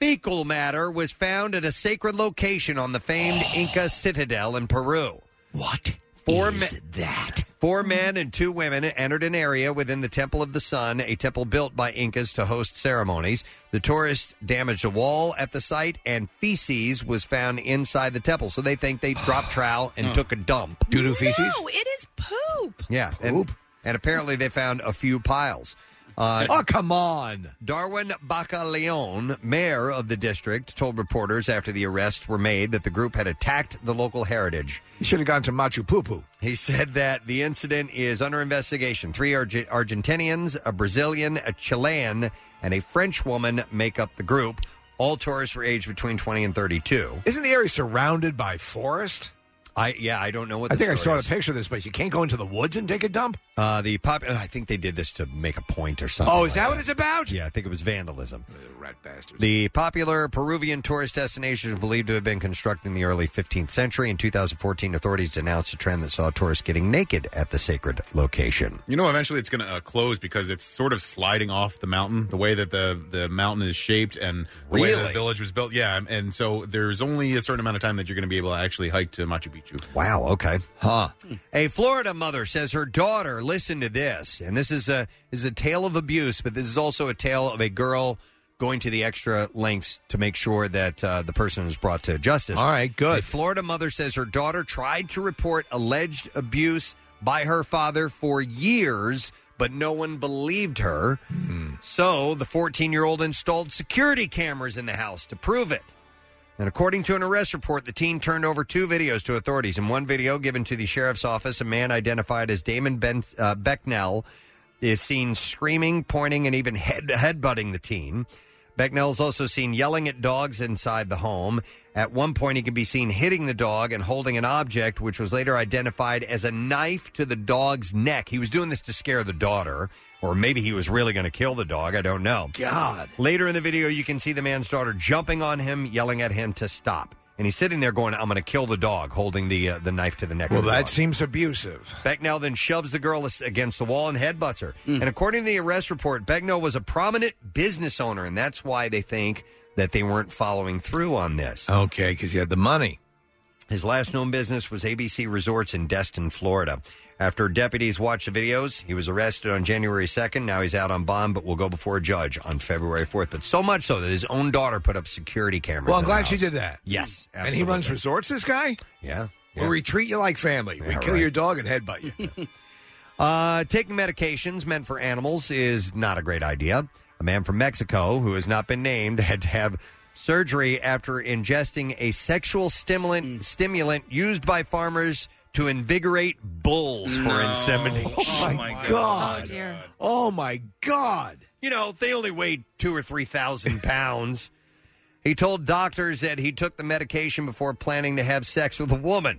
fecal matter was found at a sacred location on the famed Inca citadel in Peru. What? Four men, that? Four men and two women entered an area within the Temple of the Sun, a temple built by Incas to host ceremonies. The tourists damaged a wall at the site, and feces was found inside the temple. So they think they dropped trowel and took a dump. Doo-doo No, it is poop. Yeah. And, and apparently they found a few piles. Uh, oh, come on. Darwin Bacaleon, mayor of the district, told reporters after the arrests were made that the group had attacked the local heritage. He should have gone to Machu Picchu. He said that the incident is under investigation. Three Arge- Argentinians, a Brazilian, a Chilean, and a French woman make up the group. All tourists were aged between 20 and 32. Isn't the area surrounded by forest? I yeah, I don't know what I the think I story saw is. a picture of this, but you can't go into the woods and take a dump. Uh, the pop, and I think they did this to make a point or something. Oh, is like that what it's about? Yeah, I think it was vandalism. Rat bastard. The popular Peruvian tourist destination is believed to have been constructed in the early 15th century. In 2014, authorities denounced a trend that saw tourists getting naked at the sacred location. You know, eventually it's going to uh, close because it's sort of sliding off the mountain. The way that the the mountain is shaped and the way that Really? the village was built, yeah. and- And so there's only a certain amount of time that you're going to be able to actually hike to Machu Picchu. Wow. Okay. Huh. Hmm. A Florida mother says her daughter. Listen to this, and this is a this is a tale of abuse, but this is also a tale of a girl going to the extra lengths to make sure that uh, the person is brought to justice. All right, good. A Florida mother says her daughter tried to report alleged abuse by her father for years, but no one believed her. Hmm. So the 14 year old installed security cameras in the house to prove it. And according to an arrest report, the teen turned over two videos to authorities. In one video given to the sheriff's office, a man identified as Damon ben- uh, Becknell is seen screaming, pointing, and even head headbutting the teen. Becknell is also seen yelling at dogs inside the home. At one point, he can be seen hitting the dog and holding an object, which was later identified as a knife to the dog's neck. He was doing this to scare the daughter, or maybe he was really going to kill the dog. I don't know. God. Later in the video, you can see the man's daughter jumping on him, yelling at him to stop. And he's sitting there going, "I'm going to kill the dog," holding the uh, the knife to the neck. Well, of the that dog. seems abusive. Becknell then shoves the girl as- against the wall and headbutts her. And according to the arrest report, Becknell was a prominent business owner, and that's why they think that they weren't following through on this. Okay, because you had the money. His last known business was ABC Resorts in Destin, Florida. After deputies watched the videos, he was arrested on January 2nd. Now he's out on bond, but will go before a judge on February 4th. But so much so that his own daughter put up security cameras. Well, I'm in the glad she house. did that. Yes, And he runs resorts, this guy? Yeah. We'll retreat you like family. we kill your dog and headbutt you. Uh, taking medications meant for animals is not a great idea. A man from Mexico who has not been named had to have surgery after ingesting a sexual stimulant Mm. stimulant used by farmers to invigorate bulls for insemination. Oh, my God. Oh, my God. You know, they only weighed two or 3,000 pounds. he told doctors that he took the medication before planning to have sex with a woman.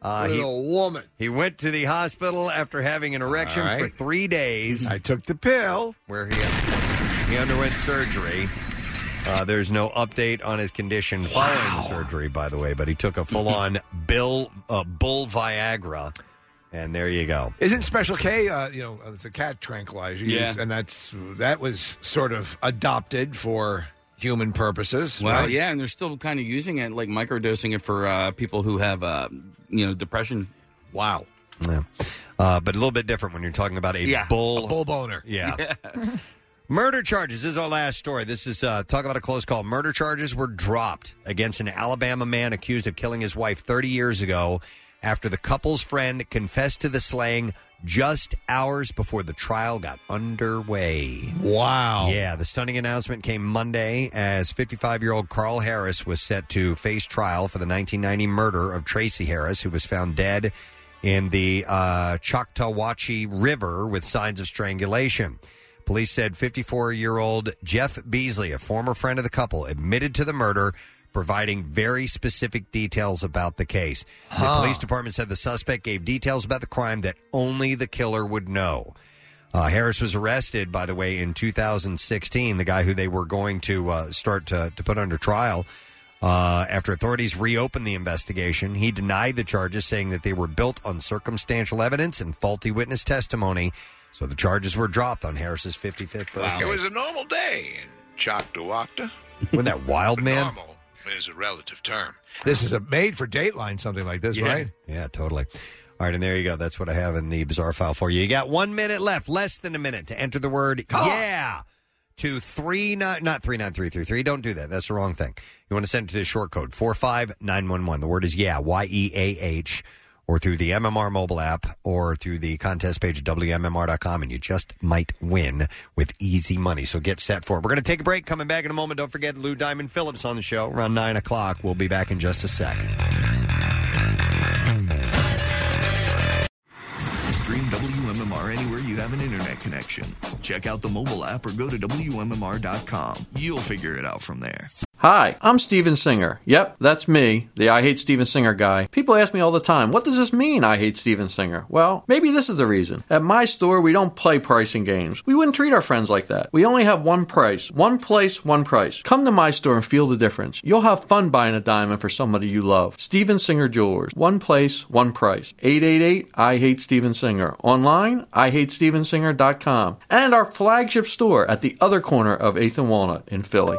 Uh, With he, a woman. He went to the hospital after having an erection All right. for three days. I took the pill. Where he, he underwent surgery. Uh, there's no update on his condition following the surgery, by the way, but he took a full on bill uh, bull Viagra. And there you go. Isn't Special K, uh, you know, it's a cat tranquilizer. Yeah. Used, and that's that was sort of adopted for human purposes. Well, right? yeah, and they're still kind of using it, like microdosing it for uh, people who have, uh, you know, depression. Wow. Yeah. Uh, but a little bit different when you're talking about a Yeah. bull A bull boner. Yeah. Murder charges this is our last story. This is uh, talk about a close call. Murder charges were dropped against an Alabama man accused of killing his wife 30 years ago after the couple's friend confessed to the slaying just hours before the trial got underway. Wow. Yeah, the stunning announcement came Monday as 55 year old Carl Harris was set to face trial for the 1990 murder of Tracy Harris, who was found dead in the uh, Choctawachee River with signs of strangulation. Police said 54 year old Jeff Beasley, a former friend of the couple, admitted to the murder. Providing very specific details about the case. The police department said the suspect gave details about the crime that only the killer would know. Uh, Harris was arrested, by the way, in 2016, the guy who they were going to uh, start to, to put under trial. Uh, after authorities reopened the investigation, he denied the charges, saying that they were built on circumstantial evidence and faulty witness testimony. So the charges were dropped on Harris's 55th birthday. It was a normal day in Choctawacta. Wasn't that wild, man? Normal is a relative term. This is a made for Dateline, something like this, right? Yeah, totally. All right, and there you go. That's what I have in the bizarre file for you. You got one minute left, less than a minute to enter the word yeah to three nine not three nine three three three. Don't do that. That's the wrong thing. You want to send it to the short code four five nine one one. The word is yeah, Y E A H, or through the MMR mobile app or through the contest page at WMMR.com, and you just might win with easy money. So get set for it. We're gonna take a break, coming back in a moment. Don't forget Lou Diamond Phillips on the show around nine o'clock. We'll be back in just a sec. Stream WMMR anywhere you have an internet connection. Check out the mobile app or go to WMMR.com. You'll figure it out from there. Hi, I'm Steven Singer. Yep, that's me, the I Hate Steven Singer guy. People ask me all the time, what does this mean, I Hate Steven Singer? Well, maybe this is the reason. At my store, we don't play pricing games. We wouldn't treat our friends like that. We only have one price, one place, one price. Come to my store and feel the difference. You'll have fun buying a diamond for somebody you love. Steven Singer Jewelers. One place, one price. 888 I Hate Steven Singer. Online, IHateStevenSinger.com. And our flagship store at the other corner of 8th and Walnut in Philly.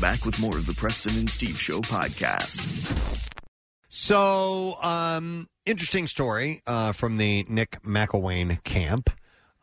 Back with more of the Preston and Steve Show podcast. So, um, interesting story uh, from the Nick McElwain camp.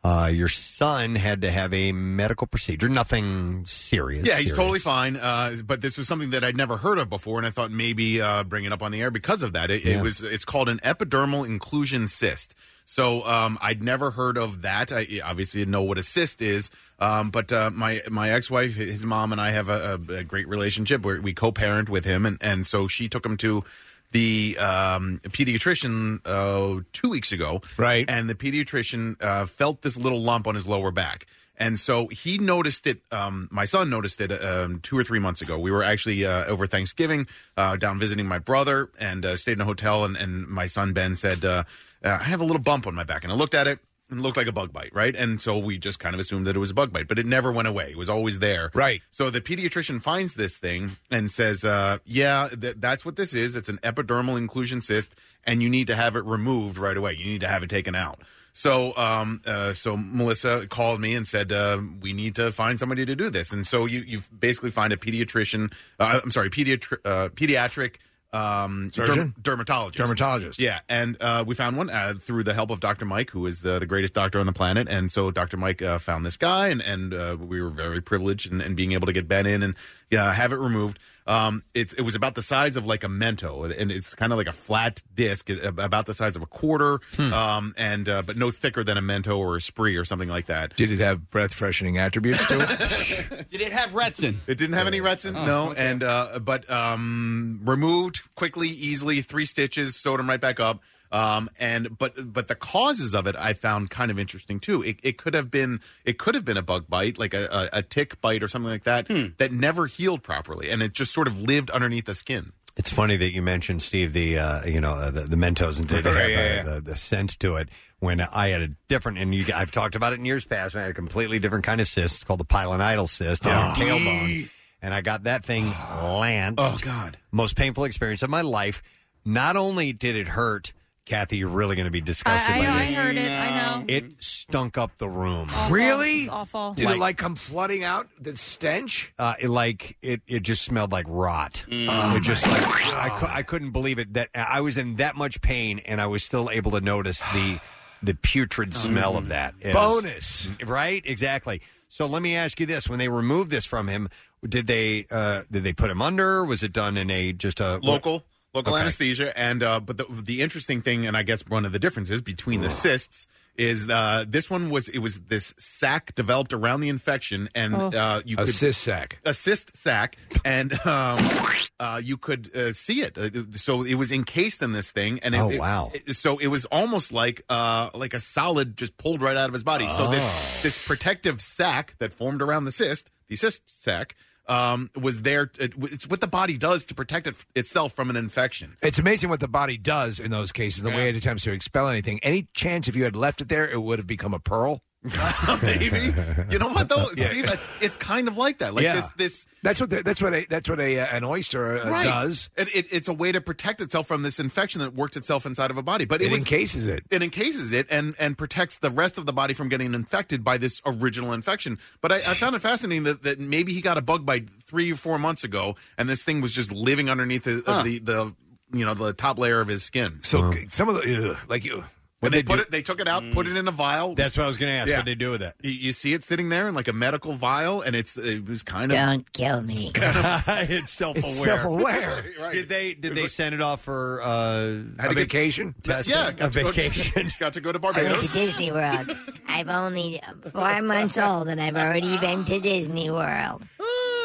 Uh, your son had to have a medical procedure, nothing serious. Yeah, he's serious. totally fine. Uh, but this was something that I'd never heard of before, and I thought maybe uh, bring it up on the air because of that. It, Yeah. it was it's called an epidermal inclusion cyst. So um, I'd never heard of that. I obviously didn't know what a cyst is, um, but uh, my my ex wife, his mom, and I have a, a, a great relationship. We're, we co parent with him, and and so she took him to the um, pediatrician uh, two weeks ago, right? And the pediatrician uh, felt this little lump on his lower back, and so he noticed it. Um, my son noticed it um, two or three months ago. We were actually uh, over Thanksgiving uh, down visiting my brother, and uh, stayed in a hotel. And, and my son Ben said, uh, uh, "I have a little bump on my back," and I looked at it. and It looked like a bug bite, right? And so we just kind of assumed that it was a bug bite, but it never went away. It was always there. Right. So the pediatrician finds this thing and says, uh, yeah, th- that's what this is. It's an epidermal inclusion cyst, and you need to have it removed right away. You need to have it taken out. So, um, uh, so Melissa called me and said uh, we need to find somebody to do this. And so you you basically find a pediatrician. Uh, I'm sorry, pediatri- uh, pediatric um, Surgeon? derm- dermatologist. Dermatologist. Yeah, and uh, we found one uh, through the help of Dr. Mike, who is the, the greatest doctor on the planet. And so Dr. Mike uh, found this guy, and and uh, we were very privileged in, in being able to get Ben in and yeah, have it removed. Um, it's it was about the size of like a mento, and it's kind of like a flat disc, a- about the size of a quarter, Hmm. um, and uh, but no thicker than a mento or a spree or something like that. Did it have breath freshening attributes to it? Did it have Retson? It didn't have any retsin, Oh, no, okay. and uh, but um, removed quickly, easily, three stitches, sewed them right back up. Um, and but but the causes of it I found kind of interesting too. It, it could have been it could have been a bug bite, like a, a, a tick bite or something like that, Hmm. that never healed properly, and it just sort of lived underneath the skin. It's funny that you mentioned Steve the uh, you know uh, the, the Mentos and did Right, have yeah, uh, yeah. The, the scent to it. When I had a different, and you, I've talked about it in years past, when I had a completely different kind of cyst. It's called the pilonidal cyst on your tailbone, and I got that thing lanced. Oh God! Most painful experience of my life. Not only did it hurt, Kathy, you're really going to be disgusted I, by I, I this. heard it. I know. Oh, It stunk up the room. Really? It's awful. Did it like come flooding out? The stench? uh, it, like it, it just smelled like rot. Mm. Oh, it just like I, cou- I couldn't believe it that I was in that much pain and I was still able to notice the the Mm. putrid smell of that. It was- Bonus. right? Exactly. So let me ask you this: When they removed this from him, did they uh, did they put him under? Was it done in a just a local local Okay. anesthesia and uh, but the, the interesting thing and i guess one of the differences between the cysts Is uh, this one was it was this sac developed around the infection, and Oh. uh, you A could, cyst sac. a cyst sac, and um, uh, you could uh, see it. Uh, So it was encased in this thing, and it, Oh, it- wow. it- so it was almost like uh, like a solid just pulled right out of his body. So Oh. this this protective sac that formed around the cyst, the cyst sac. Um, was there? It, it's what the body does to protect it, itself from an infection. It's amazing what the body does in those cases. The way it attempts to expel anything. Any chance if you had left it there, it would have become a pearl. Maybe you know what though, Yeah. Steve? It's, it's kind of like that. Like Yeah. this, this That's what the, that's what a, that's what a uh, an oyster uh, Right. does. It, it, it's a way to protect itself from this infection that worked itself inside of a body, but it, It was- encases it. It encases it and and protects the rest of the body from getting infected by this original infection. But I, I found it fascinating that, that maybe he got a bug by three or four months ago, and this thing was just living underneath the Huh. the, the you know the top layer of his skin. So c- some of the ugh, like you. When they, put it, they took it out, put it in a vial. That's what I was gonna ask. Yeah. What'd they do with it? You, you see it sitting there in like a medical vial, and it's it was kind of Don't kill me. it's self aware. self-aware. Did they did they send it off for uh, Had a vacation? Testing? Yeah, a got to go to- vacation. got to go to I went to Barbados. Disney World. I'm only four months old, and I've already been to Disney World.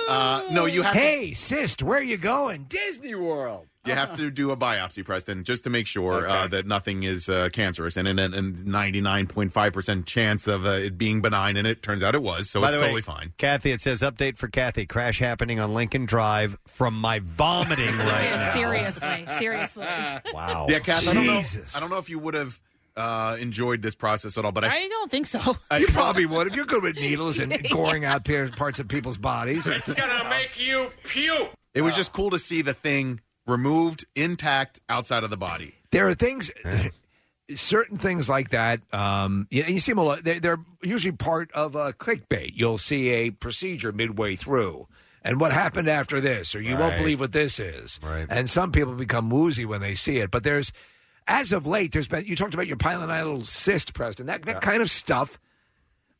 Uh, no, you have. to, Hey, cyst, where are you going? Disney World. You have to do a biopsy, Preston, just to make sure uh, that nothing is uh, cancerous, and in a ninety nine point five percent chance of uh, it being benign, and it turns out it was, so By it's the way, totally fine. Kathy, it says update for Kathy: crash happening on Lincoln Drive from my vomiting right now. seriously, seriously. Wow. Yeah, Kath, I don't know. I don't know if you would have uh, enjoyed this process at all, but I, I don't think so. I- You probably would if you're good with needles and goring out pe- parts of people's bodies. gonna make you puke. it was just cool to see the thing removed, intact, outside of the body. There are things, certain things like that. Um, you, you see them a lot. They're, they're usually part of a clickbait. You'll see a procedure midway through. And what happened after this, or you won't Right. believe what this is. Right. And some people become woozy when they see it. But there's, as of late, there's been, you talked about your pilonidal cyst, Preston. That, that kind of stuff,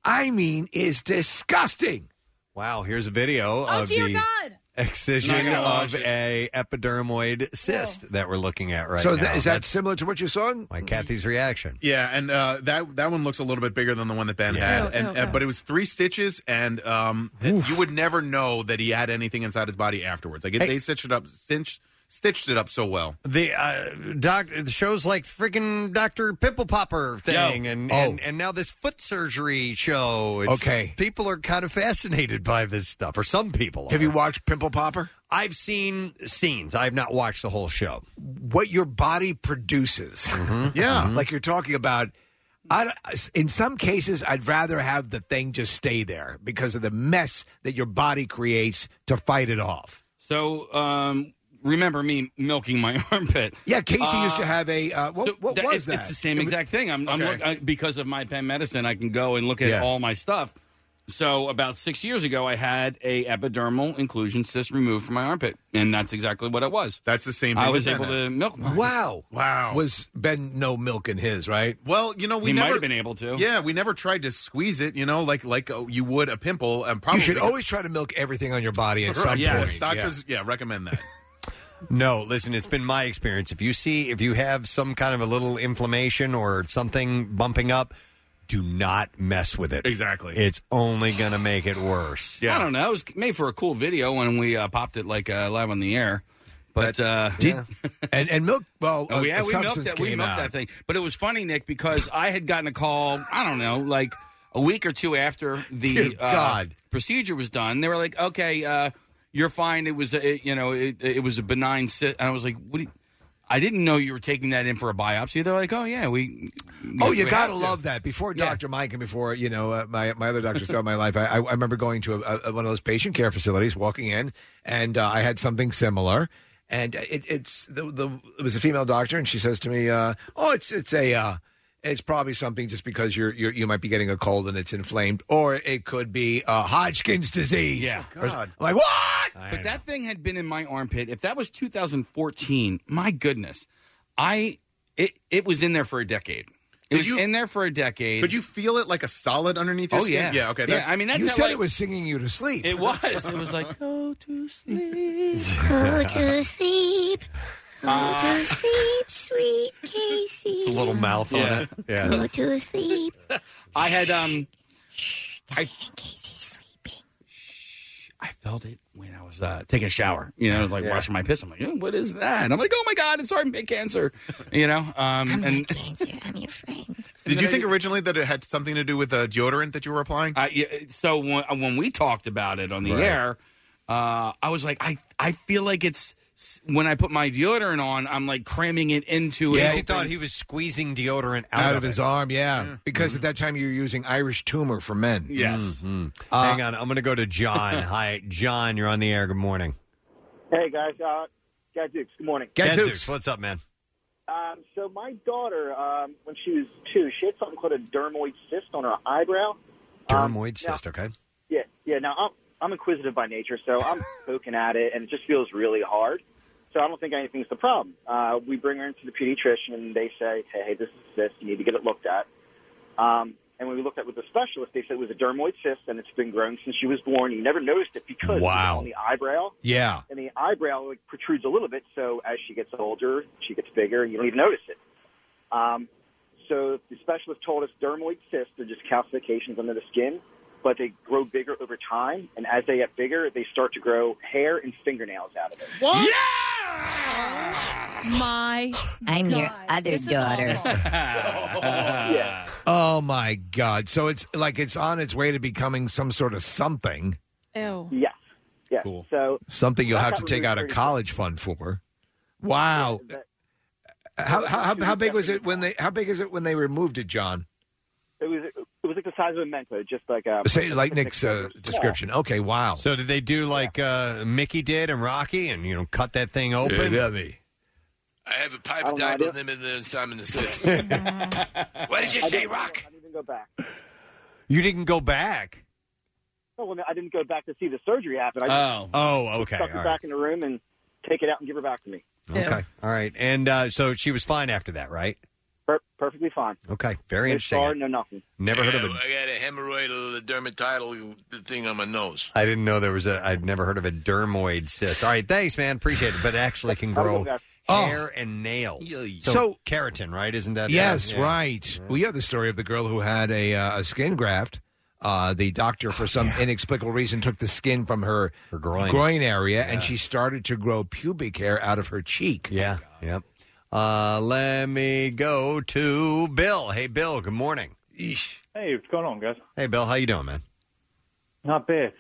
I mean, is disgusting. Wow, here's a video Oh, of dear the God. excision Not gonna of watch it. a epidermoid cyst that we're looking at right so now. that, is that That's similar to what you saw? In, my Kathy's reaction. Yeah, and uh, that that one looks a little bit bigger than the one that Ben Yeah. had, Ew, and ew, uh, but it was three stitches, and um, you would never know that he had anything inside his body afterwards. Like it, Hey. they stitched it up, cinched, stitched it up so well. The uh, doc, the show's like freaking Doctor Pimple Popper thing, and, Oh. and and now this foot surgery show. Okay. people are kind of fascinated by this stuff, or some people. Have you watched Pimple Popper? I've seen scenes. I have not watched the whole show. What your body produces. Mm-hmm. Yeah. Like you're talking about. I, don't- in some cases, I'd rather have the thing just stay there because of the mess that your body creates to fight it off. So um, remember me milking my armpit. Yeah, Casey Uh, used to have a. Uh, what so what that- was it's, that? It's the same It was- exact thing. I'm, I'm Okay. look, I, because of my pen medicine, I can go and look at Yeah. all my stuff. So about six years ago, I had a epidermal inclusion cyst removed from my armpit, and that's exactly what it was. That's the same. I thing was with able Ben. to milk. mine. Wow. Wow. Was Ben no milk in his, right? Well, you know, we He might never, have been able to. Yeah, we never tried to squeeze it. You know, like like uh, you would a pimple. And probably you should always try to milk everything on your body at some yes, point. doctors. Yeah. recommend that. No, listen, it's been my experience. If you see, if you have some kind of a little inflammation or something bumping up, do not mess with it. Exactly. It's only going to make it worse. I don't know. It was made for a cool video when we uh, popped it like uh, live on the air. But uh, and and milk. Well, oh, a- yeah, a we milked substance that. We came milked out. that thing. But it was funny, Nick, because I had gotten a call. I don't know, like a week or two after the Dear uh, God. procedure was done. They were like, "Okay, uh, you're fine. It was, a, it, you know, it, it was a benign cyst." And I was like, "What?" Do you, I didn't know you were taking that in for a biopsy. They're like, "Oh yeah, we." Oh, we- you we gotta have love that. Before Doctor Mike and before you know uh, my my other doctors throughout my life, I, I I remember going to a, a, one of those patient care facilities, walking in, and uh, I had something similar. And uh, it, it's the, the it was a female doctor, and she says to me, uh, "Oh, it's it's a uh, it's probably something just because you're, you're you might be getting a cold and it's inflamed, or it could be uh, Hodgkin's disease." Yeah. Or- Oh, God. I'm like what? but that thing had been in my armpit. If that was 2014, my goodness, I it it was in there for a decade. It was in there for a decade. Could you feel it like a solid underneath? Your Oh skin? yeah, Yeah. Okay. That's, I mean, that's you how said I- it was singing you to sleep. oh, It was. It was like go to sleep. Go to sleep. Go to sleep, sweet Casey. It's a little mouth on Yeah. it. Yeah. Go to sleep. I had um, I I felt it when I was uh, taking a shower. You know, like Yeah. washing my piss. I'm like, "Eh, what is that? And I'm like, oh my god, it's hard pit cancer. You know, um, and I'm your friend. Did you think originally that it had something to do with uh, deodorant that you were applying? I, Uh, yeah, so when, uh, when we talked about it on the Right. air, uh, I was like, I, I feel like it's when I put my deodorant on, I'm like cramming it into Yeah, it. he thought he was squeezing deodorant out, of, his arm. Yeah, because Mm-hmm. at that time you were using Irish tumor for men. Mm-hmm. Mhm. Uh, Hang on. I'm going to go to John. Hi, John. You're on the air. Good morning. Hey guys, uh, Gadzooks. Good morning. Gadzooks, What's up, man? Um, so my daughter, um, when she was two, she had something called a dermoid cyst on her eyebrow. Um, Dermoid cyst, okay? Yeah, yeah. Now I'm I'm inquisitive by nature, so I'm poking at it, and it just feels really hard. So I don't think anything's the problem. Uh, we bring her into the pediatrician, and they say, "Hey, this is cyst. You need to get it looked at." Um, and when we looked at it with the specialist, they said it was a dermoid cyst, and it's been growing since she was born. You never noticed it because Wow. it's on the eyebrow. Yeah. and the eyebrow like, protrudes a little bit. So as she gets older, she gets bigger, and you don't even notice it. Um, so the specialist told us dermoid cysts are just calcifications under the skin, but they grow bigger over time, and as they get bigger, they start to grow hair and fingernails out of it. What? My. I'm your God. other This is daughter. yeah. Oh my God! So it's like it's on its way to becoming some sort of something, Ew. Yes. Yeah. So something you'll that's have how to we take out a referred to it. college fund for. Wow. Uh, How, how, how, how big was it when they? How big is it when they removed it, John? It was it was like the size of a memento, just like um, a Say, like Nick's uh, description. Okay, wow. So did they do like uh, Mickey did and Rocky and, you know, cut that thing open? Yeah, me. I have a I pipe have a dive in them and then Simon the Sixth. Why did you I say didn't- rock? I didn't even go back. You didn't go back. No, Oh, well, no, I didn't go back to see the surgery happen. I just Oh. Oh, okay, Stuck it all right. back in the room and take it out and give her back to me. Okay. All right. And uh, so she was fine after that, right? Per- perfectly fine. Okay. Very no interesting. scar, no nothing. Never heard of it. I got a hemorrhoidal dermatitis thing on my nose. I didn't know there was a. I'd never heard of a dermoid cyst. All right, thanks, man. Appreciate it. But it actually can grow Oh. hair and nails. So, So- keratin, right? Isn't that Yes, yeah. right. Well, you have the story of the girl who had a, uh, a skin graft. Uh, the doctor, for some inexplicable reason, took the skin from her, groin. area, Yeah. and she started to grow pubic hair out of her cheek. Yeah. Yep. Uh, let me go to Bill. Hey, Bill. Good morning. Hey, what's going on, guys? Hey, Bill. How you doing, man? Not bad.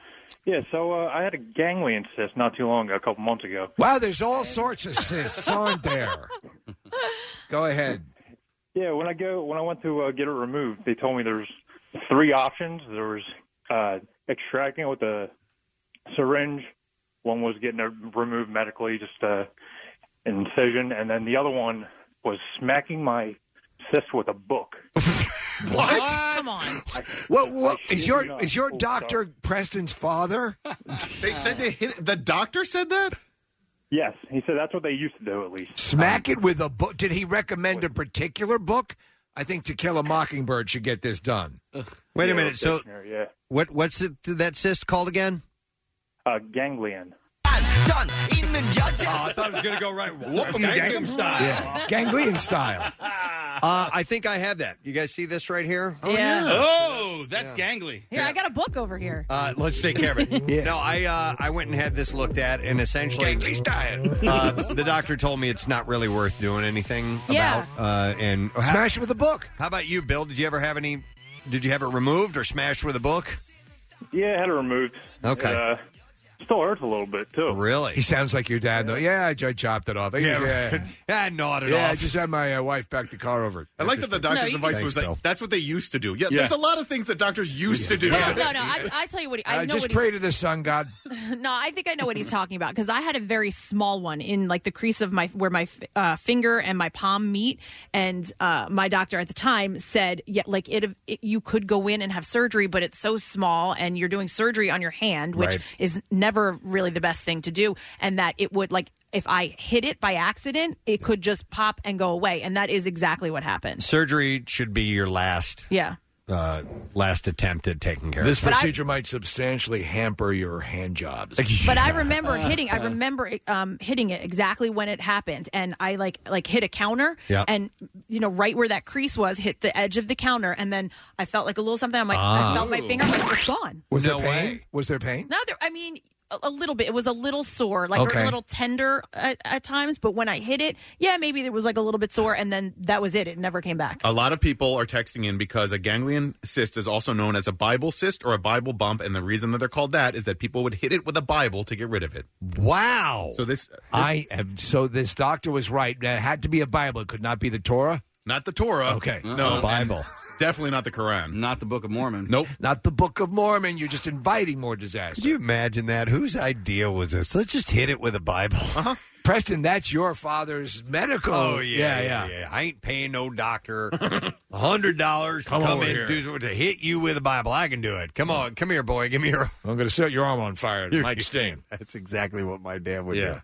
Yeah, so uh, I had a ganglion cyst not too long ago, a couple months ago. Wow, there's all sorts of cysts, aren't there? Go ahead. Yeah, when I go when I went to uh, get it removed, they told me there was three options. There was uh, extracting it with a syringe. One was getting it removed medically, just uh, an incision, and then the other one was smacking my cyst with a book. What? Come on. What? What I is shit you your not. is your Oh, doctor Preston's father? They said they hit. The doctor said that. Yes, he said that's what they used to do at least. Um, Smack it with a book. Did he recommend a particular book? I think To Kill a Mockingbird should get this done. Wait a minute. So, yeah. what what's it, that cyst called again? Uh, ganglion. Oh, I thought it was going to go right. Whoop 'em, Gangnam Style. Yeah. Ganglion style. Uh, I think I have that. You guys see this right here? Oh, Yeah. Oh, that's gangly. Here, I got a book over here. Uh, let's take care of it. No, I uh, I went and had this looked at, and essentially, uh, the doctor told me it's not really worth doing anything Yeah. about. Uh, and smash it with a book. How about you, Bill? Did you ever have any? Did you have it removed or smashed with a book? Yeah, I had it removed. Okay. Uh, still hurts a little bit too. Really? He sounds like your dad, though. Yeah, I j- chopped it off. Yeah, right. I gnawed it yeah, off. I just had my uh, wife back the car over. I like that the doctor's No, you- advice was Thanks, like Bill. that's what they used to do. Yeah, Yeah. there's a lot of things that doctors used to do. Well, no, no. I, I tell you what. I Uh, know just what pray to the sun god. he's, No, I think I know what he's talking about because I had a very small one in like the crease of my where my uh, finger and my palm meet, and uh, my doctor at the time said, "Yeah, like it, it, you could go in and have surgery, but it's so small, and you're doing surgery on your hand, which Right. is never really the best thing to do, and that it would like." If I hit it by accident, it could just pop and go away. And that is exactly what happened. Surgery should be your last Yeah. uh, last attempt at taking care This of it. procedure might substantially hamper your hand jobs. Uh, But I remember hitting. I remember um, hitting it exactly when it happened, and I like like hit a counter, Yeah. and you know right where that crease was, hit the edge of the counter, and then I felt like a little something. I'm like, Ah. I felt my finger, I'm like it's gone. Was there pain? Was there pain? No, there, I mean a, a little bit. It was a little sore, like or Okay. a little tender at, at times. But when I hit it, yeah, maybe there was like a little bit sore, and then that was it. It never came back. A lot of people are texting in because a ganglion cyst is also known as a Bible cyst or a Bible bump, and the reason that they're called that is that people would hit it with a Bible to get rid of it. Wow. So this, this I am. So this doctor was right. That had to be a Bible. It could not be the Torah. Not the Torah. Okay. No. The Bible. Definitely not the Quran. Not the Book of Mormon. Nope. Not the Book of Mormon. You're just inviting more disaster. Could you imagine that? Whose idea was this? Let's just hit it with a Bible. Uh-huh. Preston, that's your father's medical. Oh yeah, yeah, yeah. I ain't paying no doctor a hundred dollars to Come come, over in here. and do something to hit you with a Bible. I can do it. Come on, come here, boy. Give me your. I'm going to set your arm on fire. It might sting. That's exactly what my dad would Yeah.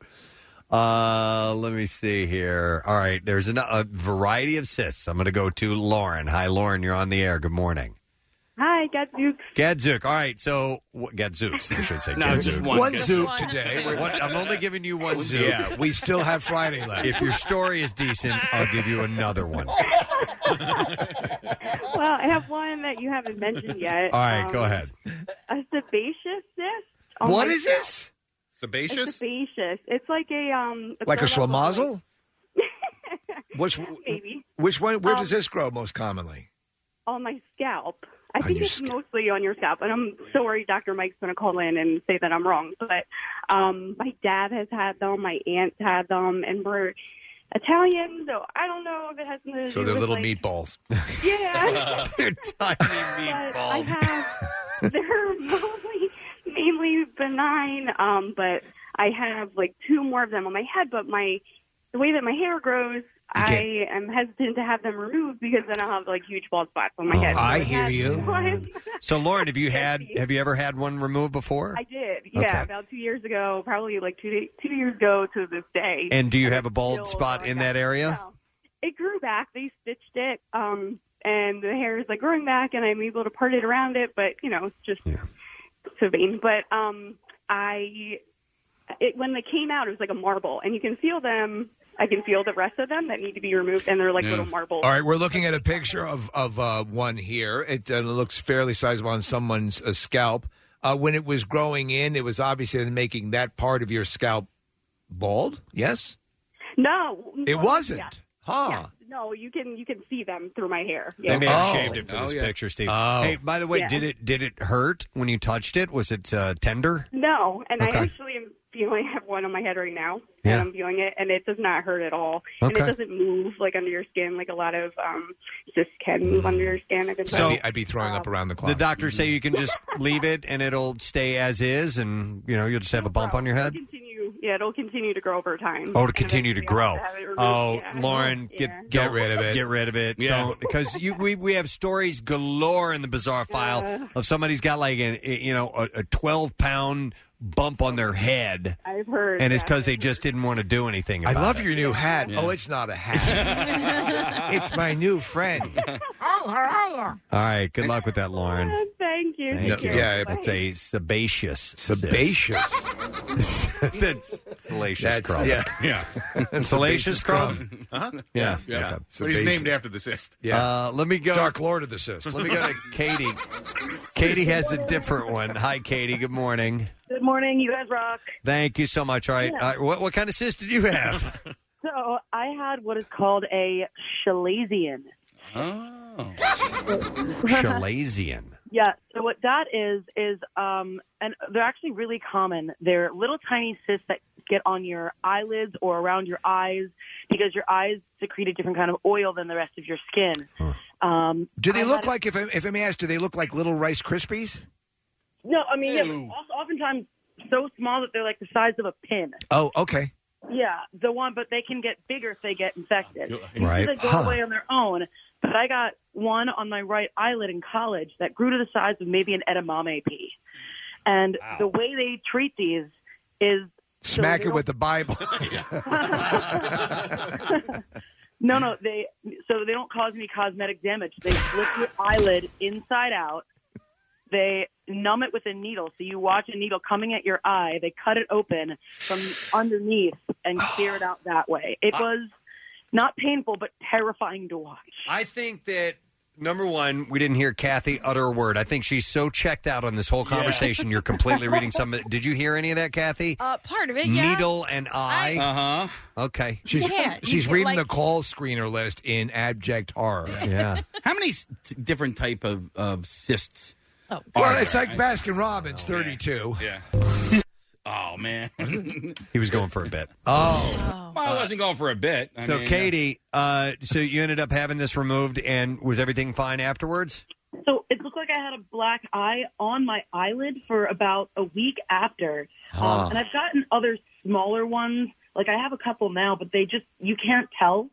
do. Uh, let me see here. All right, there's an, a variety of cysts. I'm going to go to Lauren. Hi, Lauren. You're on the air. Good morning. Hi, Gadzooks. Gadzook. All right, so what, Gadzooks, I should say. No, Gadzooks. just one. One Just zook one. today. One- I'm only giving you one zook. Yeah, we still have Friday left. If your story is decent, I'll give you another one. All Well, I have one that you haven't mentioned yet. right, Um, go ahead. A sebaceous cyst. What What is is this? A sebaceous. It's like a um. Like a buildup of, schlamazel? which like, Maybe which one? Where does Um, this grow most commonly? on my scalp. I On think your it's mostly on your scalp, and I'm sorry, Dr. Mike's going to call in and say that I'm wrong. But um, my dad has had them, my aunt's had them, and we're Italian, so I don't know if it has something to So do they're with little like, meatballs. Yeah. They're tiny But I have. They're mostly mainly benign, um, but I have like two more of them on my head. But my the way that my hair grows, I am hesitant to have them removed because then I'll have like huge bald spots on my head. So Oh, I hear had you. one- So, Lauren, have you had have you ever had one removed before? I did, yeah, Okay. about two years ago, probably like two day, two years ago to this day. And do you have a bald still spot in that area? it grew back. They stitched it, um, and the hair is like growing back, and I'm able to part it around it. But you know, it's just so vain. But um, I, it, when they came out, it was like a marble, and you can feel them. I can feel the rest of them that need to be removed, and they're like little marbles. All right, we're looking at a picture of of uh, one here. It uh, looks fairly sizable on someone's uh, scalp. Uh, when it was growing in, it was obviously then making that part of your scalp bald. Yes, No, it no, wasn't. yes, Huh? yes. No, you can you can see them through my hair. They Yeah. may have shaved it for this picture, Steve. Oh. Hey, by the way, Yeah. did it did it hurt when you touched it? Was it uh, tender? No, and Okay. I actually am feeling. I have one on my head right now, Yeah. and I'm feeling it, and it does not hurt at all, and Okay. it doesn't move like under your skin like a lot of um, cysts can move under your skin. I could So- tell. I'd be throwing Um, up around the clock. The doctors say you can just leave it and it'll stay as is, and you know you'll just have a bump on your head. continue, yeah, it'll continue to grow over time. Oh, to And continue to eventually I'll grow. have to have it removed. Oh, Yeah. Lauren, get Get don't- rid of it. Get rid of it. Yeah. Don't because you we we have stories galore in the bizarre file of somebody's got like an you know a, a twelve pound bump on their head, I've heard, and it's yeah. because they just didn't want to do anything. I About love it. your new hat. Oh, it's not a hat. it's my new friend. All right, good luck with that, Lauren. Oh, Thank you. Thank you. Yeah, that's a sebaceous. Sebaceous. that's salacious That's- crumb. yeah. Yeah. salacious crumb. Huh? Yeah. Uh-huh. Yeah. Yeah. But he's named after the cyst. Uh, let me go. Dark Lord of the Cyst. Let me go to Katie. Katie has a different one. Hi, Katie. Good morning. Good morning. You guys rock. Thank you so much. All right. Yeah. All right, what, what kind of cyst did you have? So I had what is called a chalazion. Oh. Chalazion. Yeah. So what that is is um, and they're actually really common. They're little tiny cysts that get on your eyelids or around your eyes because your eyes secrete a different kind of oil than the rest of your skin. Um, Do they I look had- like, if I, if I may ask, do they look like little Rice Krispies? No, I mean, Ew. yeah, also, oftentimes so small that they're like the size of a pin. Oh, okay. Yeah, the one, but they can get bigger if they get infected. Right. They go Huh. away on their own. But I got one on my right eyelid in college that grew to the size of maybe an edamame pea. And the way they treat these is Smack it so with the Bible. they don't- No, no, they so they don't cause any cosmetic damage. They flip your eyelid inside out. They numb it with a needle, so you watch a needle coming at your eye. They cut it open from underneath and clear it out that way. It was not painful, but terrifying to watch. I think that Number one, we didn't hear Kathy utter a word. I think she's so checked out on this whole conversation. You're completely reading some. of it. Did you hear any of that, Kathy? Uh, part of it, yeah. Needle and eye. Uh huh. Okay. She's Yeah, you she's get, reading like- the call screener list in abject horror. Yeah. How many s- t- different type of, of cysts? Oh, Well, it's like Baskin Robbins, thirty-two. Oh, Yeah. Oh man. he was going for a bit. Oh. Well, I wasn't going for a bit. I so, mean, Katie, uh, so you ended up having this removed, and was everything fine afterwards? So it looked like I had a black eye on my eyelid for about a week after. Huh. Um, and I've gotten other smaller ones. Like I have a couple now, but they just, you can't tell.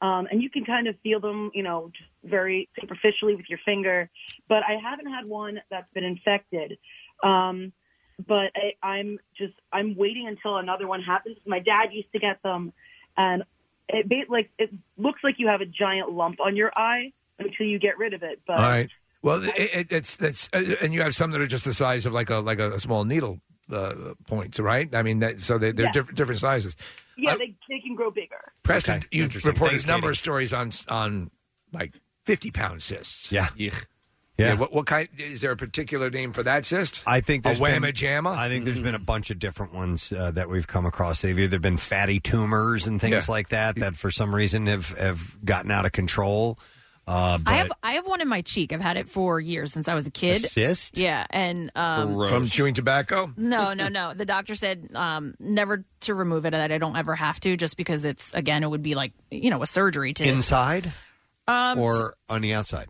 Um, and you can kind of feel them, you know, just very superficially with your finger. But I haven't had one that's been infected. Um, but I, I'm just, I'm waiting until another one happens. My dad used to get them. And it, ba- like, it looks like you have a giant lump on your eye until you get rid of it. But All right. Well, it, it, it's that's uh, and you have some that are just the size of like a like a, small needle uh, points, right? I mean, that, so they, they're Yeah. different different sizes. Yeah, they, they can grow bigger. Preston, you Interesting. reported Thanks, a number Katie. of stories on on like fifty pound cysts. Yeah. Yeah. what, what kind? Is there a particular name for that cyst? I think a there's been- whamma jamma. I think there's been a Mm-hmm. bunch of different ones uh, that we've come across. They've either been fatty tumors and things Yeah. like that that for some reason have, have gotten out of control. Uh, but I have I have one in my cheek. I've had it for years since I was a kid. cyst? Yeah, and um, from chewing tobacco. No, no, no. The doctor said um, never to remove it. That I don't ever have to, just because it's again, it would be like you know a surgery to inside Um, or on the outside?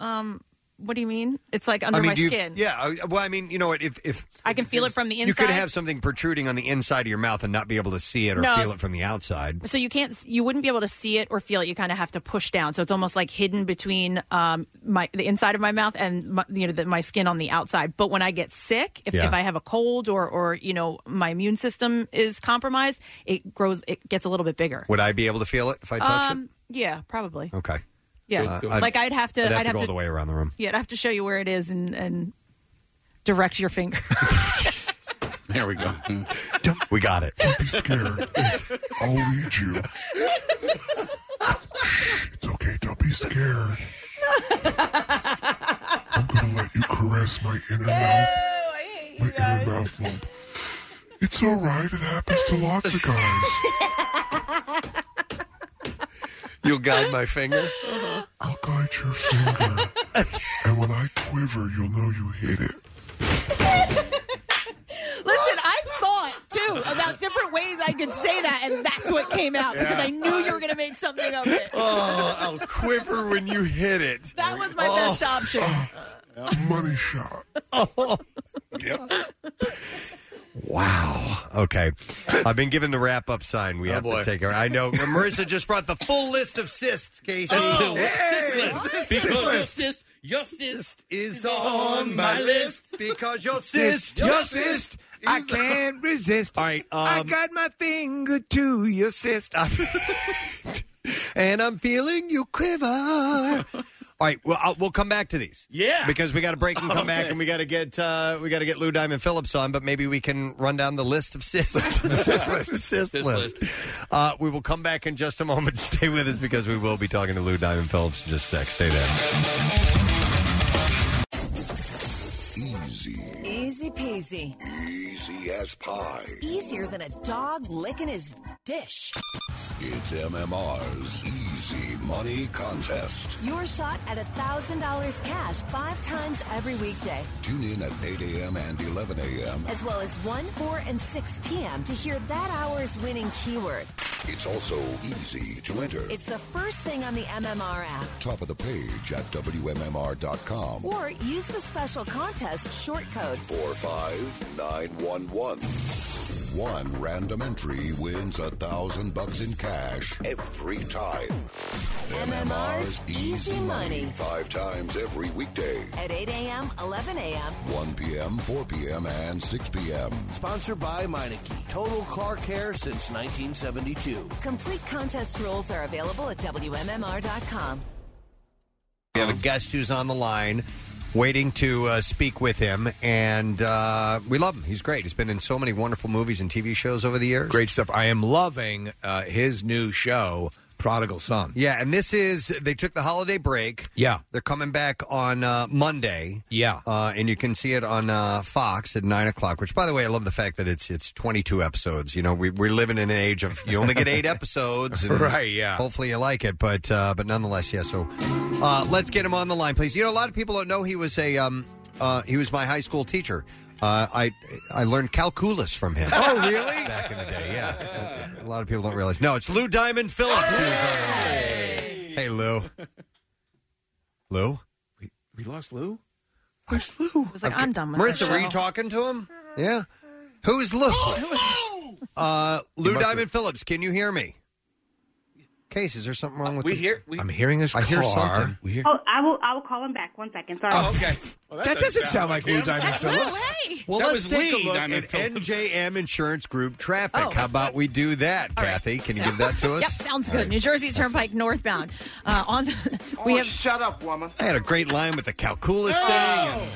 um, what do you mean? It's like under I mean, my do you- skin. Yeah. uh, Well, I mean, you know what? If if I can feel it from the inside. you could have something protruding on the inside of your mouth and not be able to see it or No. feel it from the outside. so you can't you wouldn't be able to see it or feel it you kind of have to push down so it's almost like hidden between um, my the inside of my mouth and my, you know the, my skin on the outside but when i get sick if, Yeah. if i have a cold or or you know my immune system is compromised it grows it gets a little bit bigger Would I be able to feel it if I touched um, yeah probably it? Okay. yeah Uh, like i'd have to I'd have to have go all to the way around the room. yeah i'd have to show you where it is and and direct your finger There we go. we got it. Don't be scared. I'll lead you. it's okay, don't be scared. I'm gonna let you caress my inner mouth. My inner mouth lump. It's alright, it happens to lots of guys. You'll guide my finger. I'll guide your finger. and when I quiver, you'll know you hit it. Listen, I thought too about different ways I could say that, and that's what came out because Yeah. I knew you were going to make something of it. Oh, I'll quiver when you hit it. That was Oh. my best option. Money shot. Wow. Okay. I've been given the wrap up sign. We have boy. to take her. I know. Marissa just brought the Oh, full list of cysts, Casey. Oh, Because your cyst, your cyst is on my list. because your Cyst, your cyst. I can't resist. All right, um, I got my finger to your cyst. and I'm feeling you quiver. All right, well, I'll, Uh, we'll come back to these. Yeah. because we got to break and come back, Okay. and we got to get uh, we got to get Lou Diamond Phillips on. But maybe we can run down the list of cysts. the cyst list. list. Uh, we will come back in just a moment. Stay with us because we will be talking to Lou Diamond Phillips in just a sec. Stay there. Easy peasy. Easy as pie. Easier than a dog licking his dish. It's MMR's Easy Money Contest. Your shot at $1,000 cash five times every weekday, Tune in at 8 a.m. and 11 a.m. as well as 1, 4, and 6 p.m. to hear that hour's winning keyword. It's also easy to enter. It's the first thing on the MMR app. Top of the page at WMMR.com. Or use the special contest short code. 45911. One random entry wins a thousand bucks in cash every time. MMR's Easy Money. Five times every weekday. At 8 a.m., 11 a.m., 1 p.m., 4 p.m., and 6 p.m. Sponsored by Meineke. Total car care since 1972. complete contest rules are available at WMMR.com. We have a guest who's on the line waiting to uh, speak with him, and uh, we love him. He's great. He's been in so many wonderful movies and TV shows over the years. Great stuff. I am loving uh, his new show, Prodigal Son. Yeah, and this is, they took the holiday break. Yeah. They're coming back on uh, Monday. Yeah. Uh, and you can see it on uh, Fox at 9 o'clock, which, by the way, I love the fact that it's it's 22 episodes. You know, we, we're living in an age of you only get eight episodes. and Right, yeah. Hopefully you like it, but uh, but nonetheless, yeah. So uh, let's get him on the line, please. You know, a lot of people don't know he was a um, uh, he was my high school teacher. Uh, I I learned calculus from him. Oh, really? Back in the day, yeah. A lot of people don't realize. No, it's Lou Diamond Phillips. who's on the line. Hey, Lou. Lou? We lost Lou? Where's Lou? was like, I'm done with this Marissa, were you show. talking to him? Yeah. Who's Lou? Uh, Lou must Diamond Phillips, can you hear me? Case, is there something wrong with we the- hear- we- I'm hearing this I hear car. something. We hear- Oh, I will. I will call him back. One second. Sorry. Oh, Oh, okay. that, doesn't sound like Lou Diamond Phillips. Well, That let's was take Lee a look Diamond at Phillips. NJM Insurance Group traffic. Oh. How about we do that, Kathy? Can you give that to us? Yep, sounds All good. right. Oh, New Jersey Turnpike northbound. Uh, on the, we have shut up, woman. I had a great line with the calculus thing.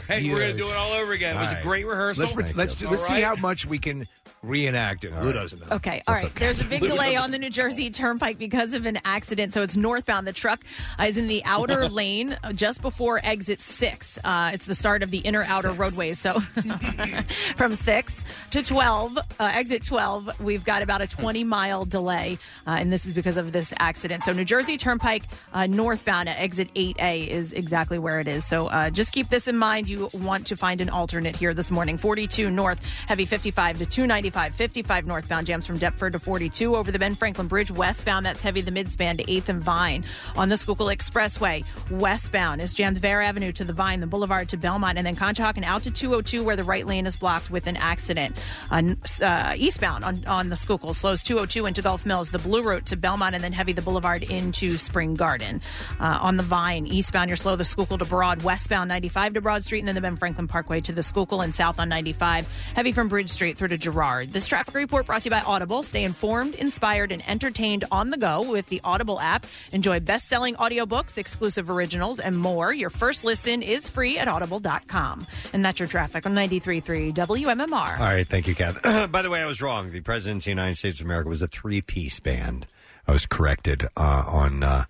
Hey, we're gonna do it all over again. It was a great rehearsal. Let's, pre- let's, do, let's see how much we can reenact it. Lou doesn't know. Okay, all right. There's a big delay on the New Jersey Turnpike because of an accident. So it's northbound. The truck uh, is in the outer lane uh, just before exit six. Uh, it's the start of the inner outer roadways. So from six to 12, uh, exit 12, we've got about a 20 mile delay. Uh, and this is because of this accident. So New Jersey Turnpike uh, northbound at exit 8A is exactly where it is. So uh, just keep this in mind. You want to find an alternate here this morning. 42 north, heavy 55 to 295, 55 northbound jams from Deptford to 42 over the Ben Franklin Bridge westbound. That's heavy the midspan to 8th and Vine. On the Schuylkill Expressway westbound is jammed Vera Avenue to the Vine, the Boulevard to Belmont, and then Conshohocken out to 202 where the right lane is blocked with an accident. On, uh, eastbound on, on the Schuylkill slows 202 into Gulf Mills, the Blue Route to Belmont, and then heavy the Boulevard into Spring Garden. Uh, on the Vine, eastbound you're slow the Schuylkill to Broad, westbound 95 to Broad Street, and then the Ben Franklin Parkway to the Schuylkill and south on 95, heavy from Bridge Street through to Girard. This traffic report brought to you by Audible. Stay informed, inspired, and entertained on the go with the Audible app. Enjoy best-selling audiobooks, exclusive originals, and more. Your first listen is free at audible.com. And that's your traffic on 93.3 WMMR. All right, thank you, Kath. By the way, I was wrong. The presidency of the United States of America was a three-piece band. I was corrected uh, on uh,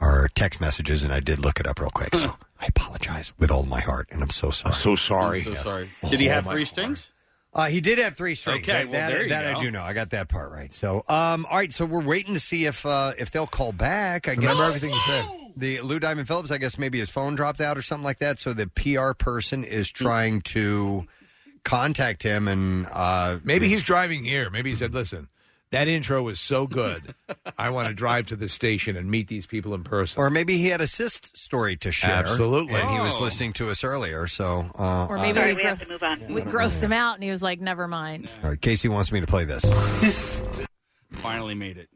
our text messages, and I did look it up real quick. So I apologize with all my heart, and I'm so sorry. so sorry. I'm so sorry. Did he Oh, have my three strings? Uh, he did have three strings. Okay, that, well, that- there you that go. I do know. I got that part right. So, um, all right. So we're waiting to see if uh, if they'll call back. I guess. Remember everything you said. The Lou Diamond Phillips. I guess maybe his phone dropped out or something like that. So the PR person is trying to contact him, and uh, Maybe he's driving here. Maybe he said, "Listen, that intro was so good. I want to drive to the station and meet these people in person." or maybe he had a cyst story to share. Absolutely. and he was Oh. listening to us earlier. So, uh, Or uh, maybe all we, gro- we grossed him out, and he was like, "Never mind." right, Casey wants me to play this. Finally made it.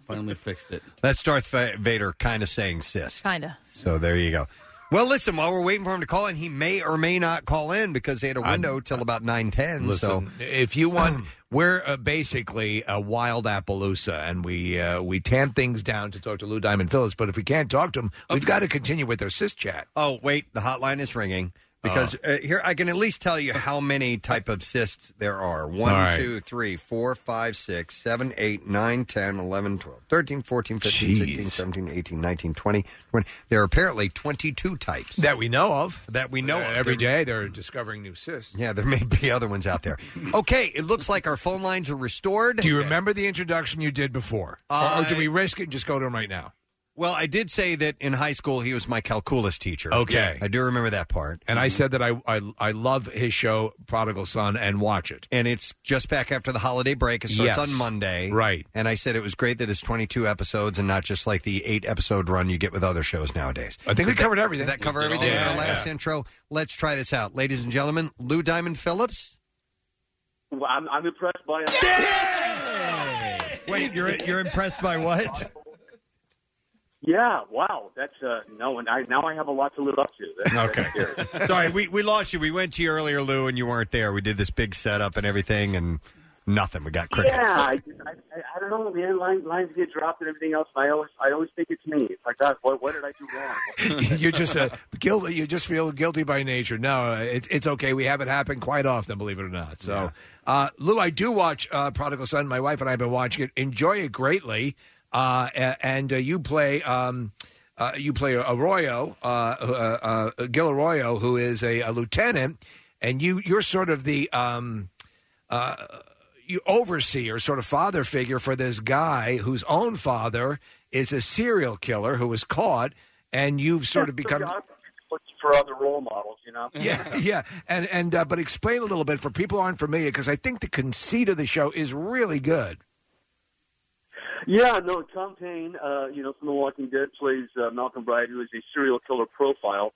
Finally fixed it. That's Darth Va- Vader kind of saying cyst. Kinda. So there you go. Well, listen. While we're waiting for him to call in, he may or may not call in because they had a window till about nine ten. So Listen, if you want, we're uh, basically a wild Appaloosa, and we uh, we tan things down to talk to Lou Diamond Phillips. But if we can't talk to him, we've got to continue with our sis chat. Oh wait, the hotline is ringing because uh, here I can at least tell you how many type of cysts there are. All One, right. two, three, four, five, six, seven, eight, nine, ten, eleven, twelve, thirteen, fourteen, fifteen, sixteen, seventeen, eighteen, nineteen, twenty, twenty. There are apparently 22 types. that we know of. That we know uh, of. every There- day they're discovering new cysts. Yeah, there may be other ones out there. Okay, it looks like our phone lines are restored. Do you remember the introduction you did before, or, or do Uh, we risk it and just go to him right now? Well, I did say that in high school he was my calculus teacher. Okay. I do remember that part. And I said that I, I I love his show Prodigal Son and watch it. And it's just back after the holiday break. It starts Yes. on Monday. Right. And I said it was great that it's 22 episodes and not just like the eight episode run you get with other shows nowadays. I think we Did that- covered everything. Did that cover We did all everything in that, our last yeah. intro? Let's try this out. Ladies and gentlemen, Lou Diamond Phillips. Well, I'm, I'm impressed by it. Wait, you're you're impressed by what? Yeah, wow. That's uh, no, and I now I have a lot to live up to. That's, Okay. Sorry, we, we lost you. We went to you earlier, Lou, and you weren't there. We did this big setup and everything, and nothing. We got crickets. Yeah, I, I, I don't know, man. Lines, lines get dropped and everything else. And I always, I always think it's me. It's like, God, what, what did I do wrong? you're just uh, guilty. You just feel guilty by nature. No, it's it's okay. We have it happen quite often, believe it or not. So, uh, Lou, I do watch uh, Prodigal Son. My wife and I have been watching it. Enjoy it greatly. Uh, a- and uh, you play um, uh, you play Arroyo, uh, uh, uh, Gil Arroyo, who is a, a lieutenant, and you you're sort of the um, uh, you overseer, sort of father figure for this guy whose own father is a serial killer who was caught, and you've sort of become for other role models, you know? yeah, yeah, and and uh, but explain a little bit for people who aren't familiar because I think the conceit of the show is really good. Yeah, no, Tom Payne, uh, you know, from The Walking Dead, plays uh, Malcolm Bride, who is a serial killer profile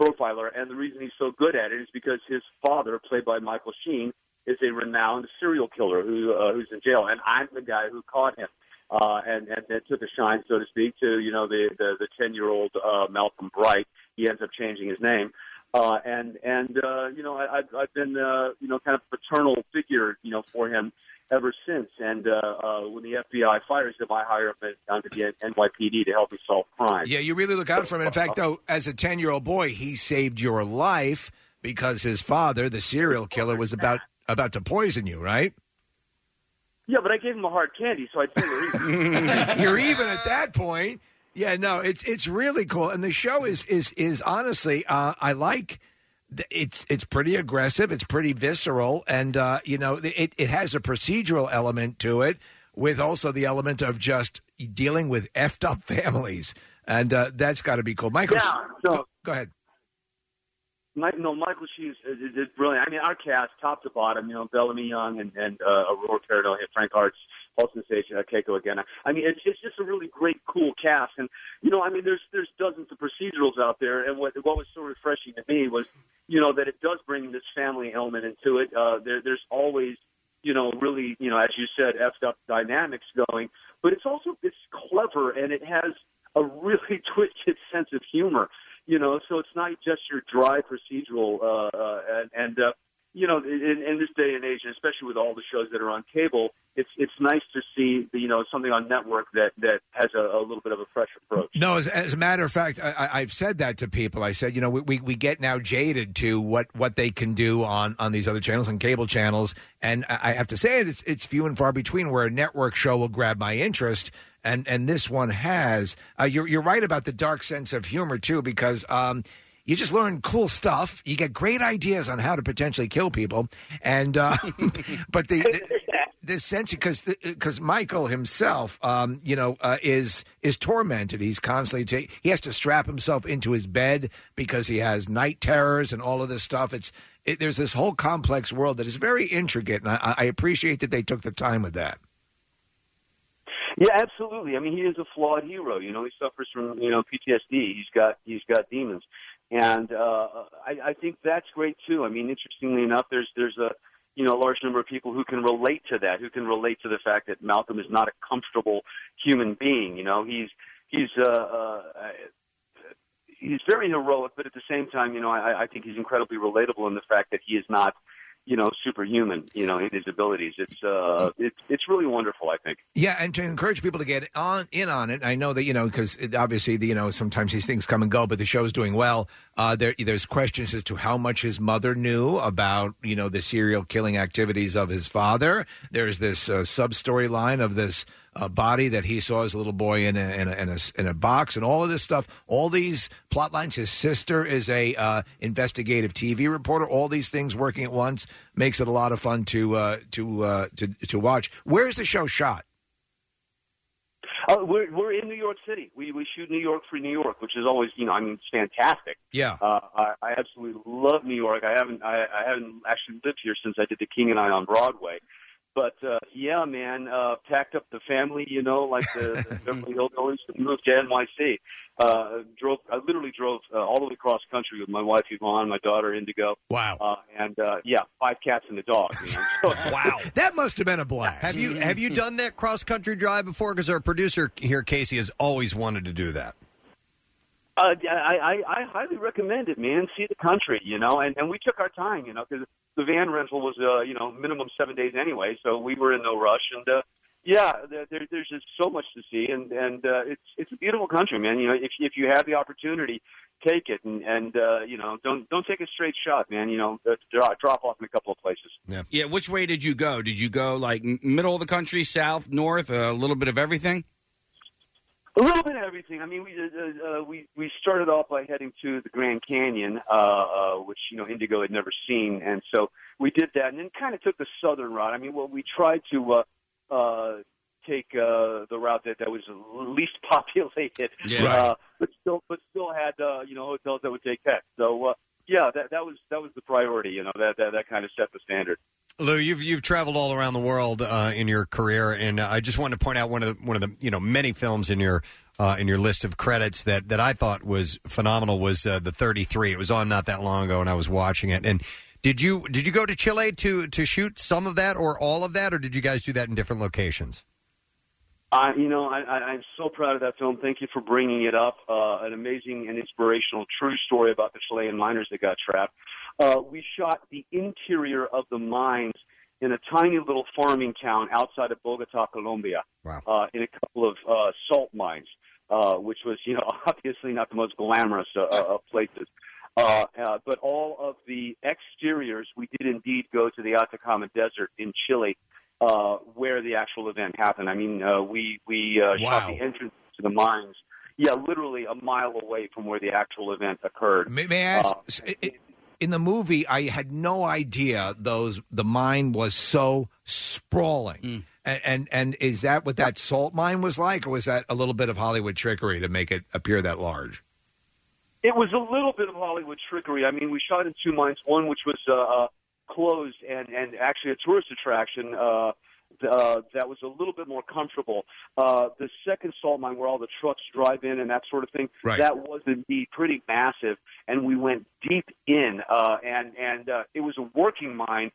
profiler, and the reason he's so good at it is because his father, played by Michael Sheen, is a renowned serial killer who uh, who's in jail, and I'm the guy who caught him. Uh, and, and and took a shine, so to speak, to you know the the the ten year old uh, Malcolm Bright. He ends up changing his name, uh, and and uh, you know I, I've, I've been uh, you know kind of paternal figure you know for him ever since. And uh, uh, when the FBI fires him, I hire him down to the NYPD to help me solve crime. Yeah, you really look out for him. In fact, though, as a ten year old boy, he saved your life because his father, the serial killer, was about about to poison you, right? Yeah, but I gave him a hard candy, so I think You're even at that point. Yeah, no, it's it's really cool, and the show is is is honestly, uh, I like. th- It's it's pretty aggressive. It's pretty visceral, and uh, you know it, it has a procedural element to it, with also the element of just dealing with effed up families, and uh, that's got to be cool. Michael, Yeah, go, go ahead. Mike, no, Michael Sheen is, is, is brilliant. I mean, our cast, top to bottom, you know, Bellamy Young and, and uh, Aurora Perino, Frank Arts, Paul Sensation, uh, Keiko again. I mean, it's, it's just a really great, cool cast. And, you know, I mean, there's there's dozens of procedurals out there. And what, what was so refreshing to me was, you know, that it does bring this family element into it. Uh, there, there's always, you know, really, you know, as you said, effed up dynamics going. But it's also, it's clever and it has a really twisted sense of humor you know so it's not just your dry procedural uh, uh and, and uh you know in, in this day and age and especially with all the shows that are on cable it's it's nice to see you know something on network that that has a, a little bit of a fresh approach No, as, as a matter of fact, I, I- I've said that to people. I said, you know, we, we, we get now jaded to what, what they can do on, on these other channels and cable channels, and I I have to say it, it's it's few and far between where a network show will grab my interest, and and this one has. Uh, you're you're right about the dark sense of humor too, because. Um, you just learn cool stuff. You get great ideas on how to potentially kill people, and uh, but the, the this sense because because Michael himself, um, you know, uh, is is tormented. He's constantly ta- he has to strap himself into his bed because he has night terrors and all of this stuff. It's it, there's this whole complex world that is very intricate, and I, I appreciate that they took the time with that. Yeah, absolutely. I mean, he is a flawed hero. You know, he suffers from you know PTSD. He's got he's got demons, and uh, I, I think that's great too. I mean, interestingly enough, there's there's a you know a large number of people who can relate to that, who can relate to the fact that Malcolm is not a comfortable human being. You know, he's he's uh, uh, he's very heroic, but at the same time, you know, I, I think he's incredibly relatable in the fact that he is not. You know, superhuman. You know, in his abilities, it's uh, it's it's really wonderful. I think. Yeah, and to encourage people to get on in on it. I know that you know because obviously the, you know sometimes these things come and go, but the show's doing well. Uh, there, there's questions as to how much his mother knew about you know the serial killing activities of his father. There's this uh, sub storyline of this uh, body that he saw as a little boy in a, in a in a in a box, and all of this stuff. All these plot lines. His sister is a uh, investigative TV reporter. All these things working at once makes it a lot of fun to uh, to uh, to to watch. Where is the show shot? Uh, we're we're in New York City. We we shoot New York for New York, which is always you know I mean it's fantastic. Yeah. Uh, I, I absolutely love New York. I haven't I, I haven't actually lived here since I did the King and I on Broadway, But uh, yeah, man, uh, packed up the family, you know, like the, the Beverly Hillbillies, and moved to NYC. Uh, drove, I literally drove uh, all the way across country with my wife Yvonne, my daughter Indigo. Wow. Uh, and uh, yeah, five cats and a dog. Man. wow, that must have been a blast. Have you have you done that cross country drive before? Because our producer here, Casey, has always wanted to do that. Uh, I, I, I highly recommend it, man. See the country, you know, and, and we took our time, you know, because the van rental was, uh, you know, minimum seven days anyway, so we were in no rush. And uh, yeah, there, there, there's just so much to see, and and uh, it's it's a beautiful country, man. You know, if if you have the opportunity, take it, and and uh, you know, don't don't take a straight shot, man. You know, uh, drop, drop off in a couple of places. Yeah. Yeah. Which way did you go? Did you go like m- middle of the country, south, north, a little bit of everything? A little bit of everything. I mean, we uh, uh, we we started off by heading to the Grand Canyon, uh, uh, which you know Indigo had never seen, and so we did that, and then kind of took the southern route. I mean, well, we tried to uh, uh, take uh, the route that that was least populated, Yeah. uh, but still but still had uh, you know hotels that would take that. So uh, yeah, that that was that was the priority. You know, that that that kind of set the standard. Lou, you've you've traveled all around the world uh, in your career, and I just wanted to point out one of the, one of the you know many films in your uh, in your list of credits that that I thought was phenomenal was uh, the Thirty Three. It was on not that long ago, and I was watching it. And did you did you go to Chile to to shoot some of that or all of that, or did you guys do that in different locations? I, you know, I, I, I'm so proud of that film. Thank you for bringing it up. Uh, an amazing and inspirational true story about the Chilean miners that got trapped. Uh, we shot the interior of the mines in a tiny little farming town outside of Bogota, Colombia, uh, in a couple of uh, salt mines, uh, which was, you know, obviously not the most glamorous uh, uh, of places. Uh, uh, but all of the exteriors, we did indeed go to the Atacama Desert in Chile, uh, where the actual event happened. I mean, uh, we we uh, shot the entrance to the mines. Yeah, literally a mile away from where the actual event occurred. May, may I ask? Uh, s- i- i- in the movie, I had no idea those the mine was so sprawling. Hmm. And, and and is that what that salt mine was like, or was that a little bit of Hollywood trickery to make it appear that large? It was a little bit of Hollywood trickery. I mean, we shot in two mines, one which was uh, uh, closed and, and actually a tourist attraction uh, th- uh, that was a little bit more comfortable. Uh, the second salt mine, where all the trucks drive in and that sort of thing, Right. that was indeed pretty massive, and we went deep in, uh, and and uh, it was a working mine.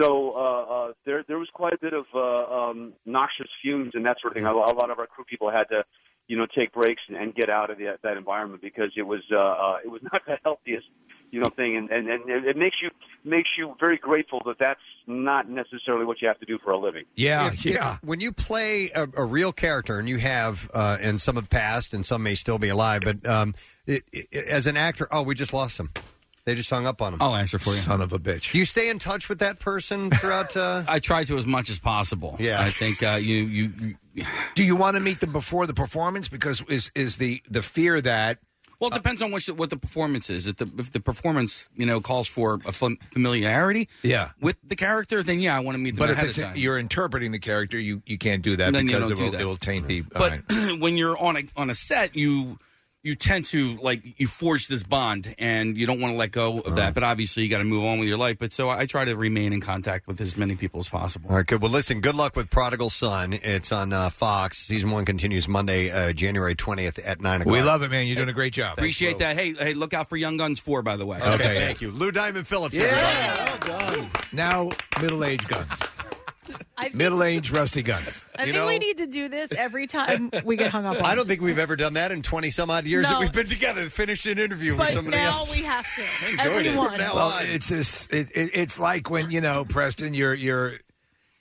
So uh, uh, there, there was quite a bit of uh, um, noxious fumes and that sort of thing. A, lo- a lot of our crew people had to you know take breaks and, and get out of the, that environment because it was uh, uh, it was not the healthiest you know thing and, and and it makes you makes you very grateful that that's not necessarily what you have to do for a living. Yeah, yeah. when you play a, a real character, and you have, uh, and some have passed, and some may still be alive, but um, it, it, as an actor, oh, we just lost him. They just hung up on him. I'll answer for you. Son of a bitch. Do you stay in touch with that person throughout? Uh... I try to as much as possible. Yeah. I think uh, you, you you. Do you want to meet them before the performance? Because is is the the fear that Well, it depends on which what the performance is. If the, if the performance you know calls for a fam- familiarity, Yeah. with the character, then yeah, I want to meet them But if ahead it's of time. you're interpreting the character, you, you can't do that Then you because don't it, do will, that. it will taint the. uh, all right. but when you're on a on a set, you you tend to like you forge this bond, and you don't want to let go of Uh-huh. that. But obviously, you got to move on with your life. But so I, I try to remain in contact with as many people as possible. All right, good. Well, listen, good luck with Prodigal Son. It's on uh, Fox. Season one continues Monday, uh, January 20th at 9 o'clock. we love it, man. You're doing a great job. Appreciate that. Hey, hey, look out for Young Guns four, by the way. Okay, thank you. Lou Diamond Phillips, everybody. Now middle aged guns, I think, middle aged rusty guns. I think we need to do this every time we get hung up on. I don't think we've ever done that in 20 some odd years No. that we've been together. Finished an interview with But somebody now else. we have to. enjoyed it. Everyone. From now well, on. it's this. It, it, it's like when you know, Preston, you're you're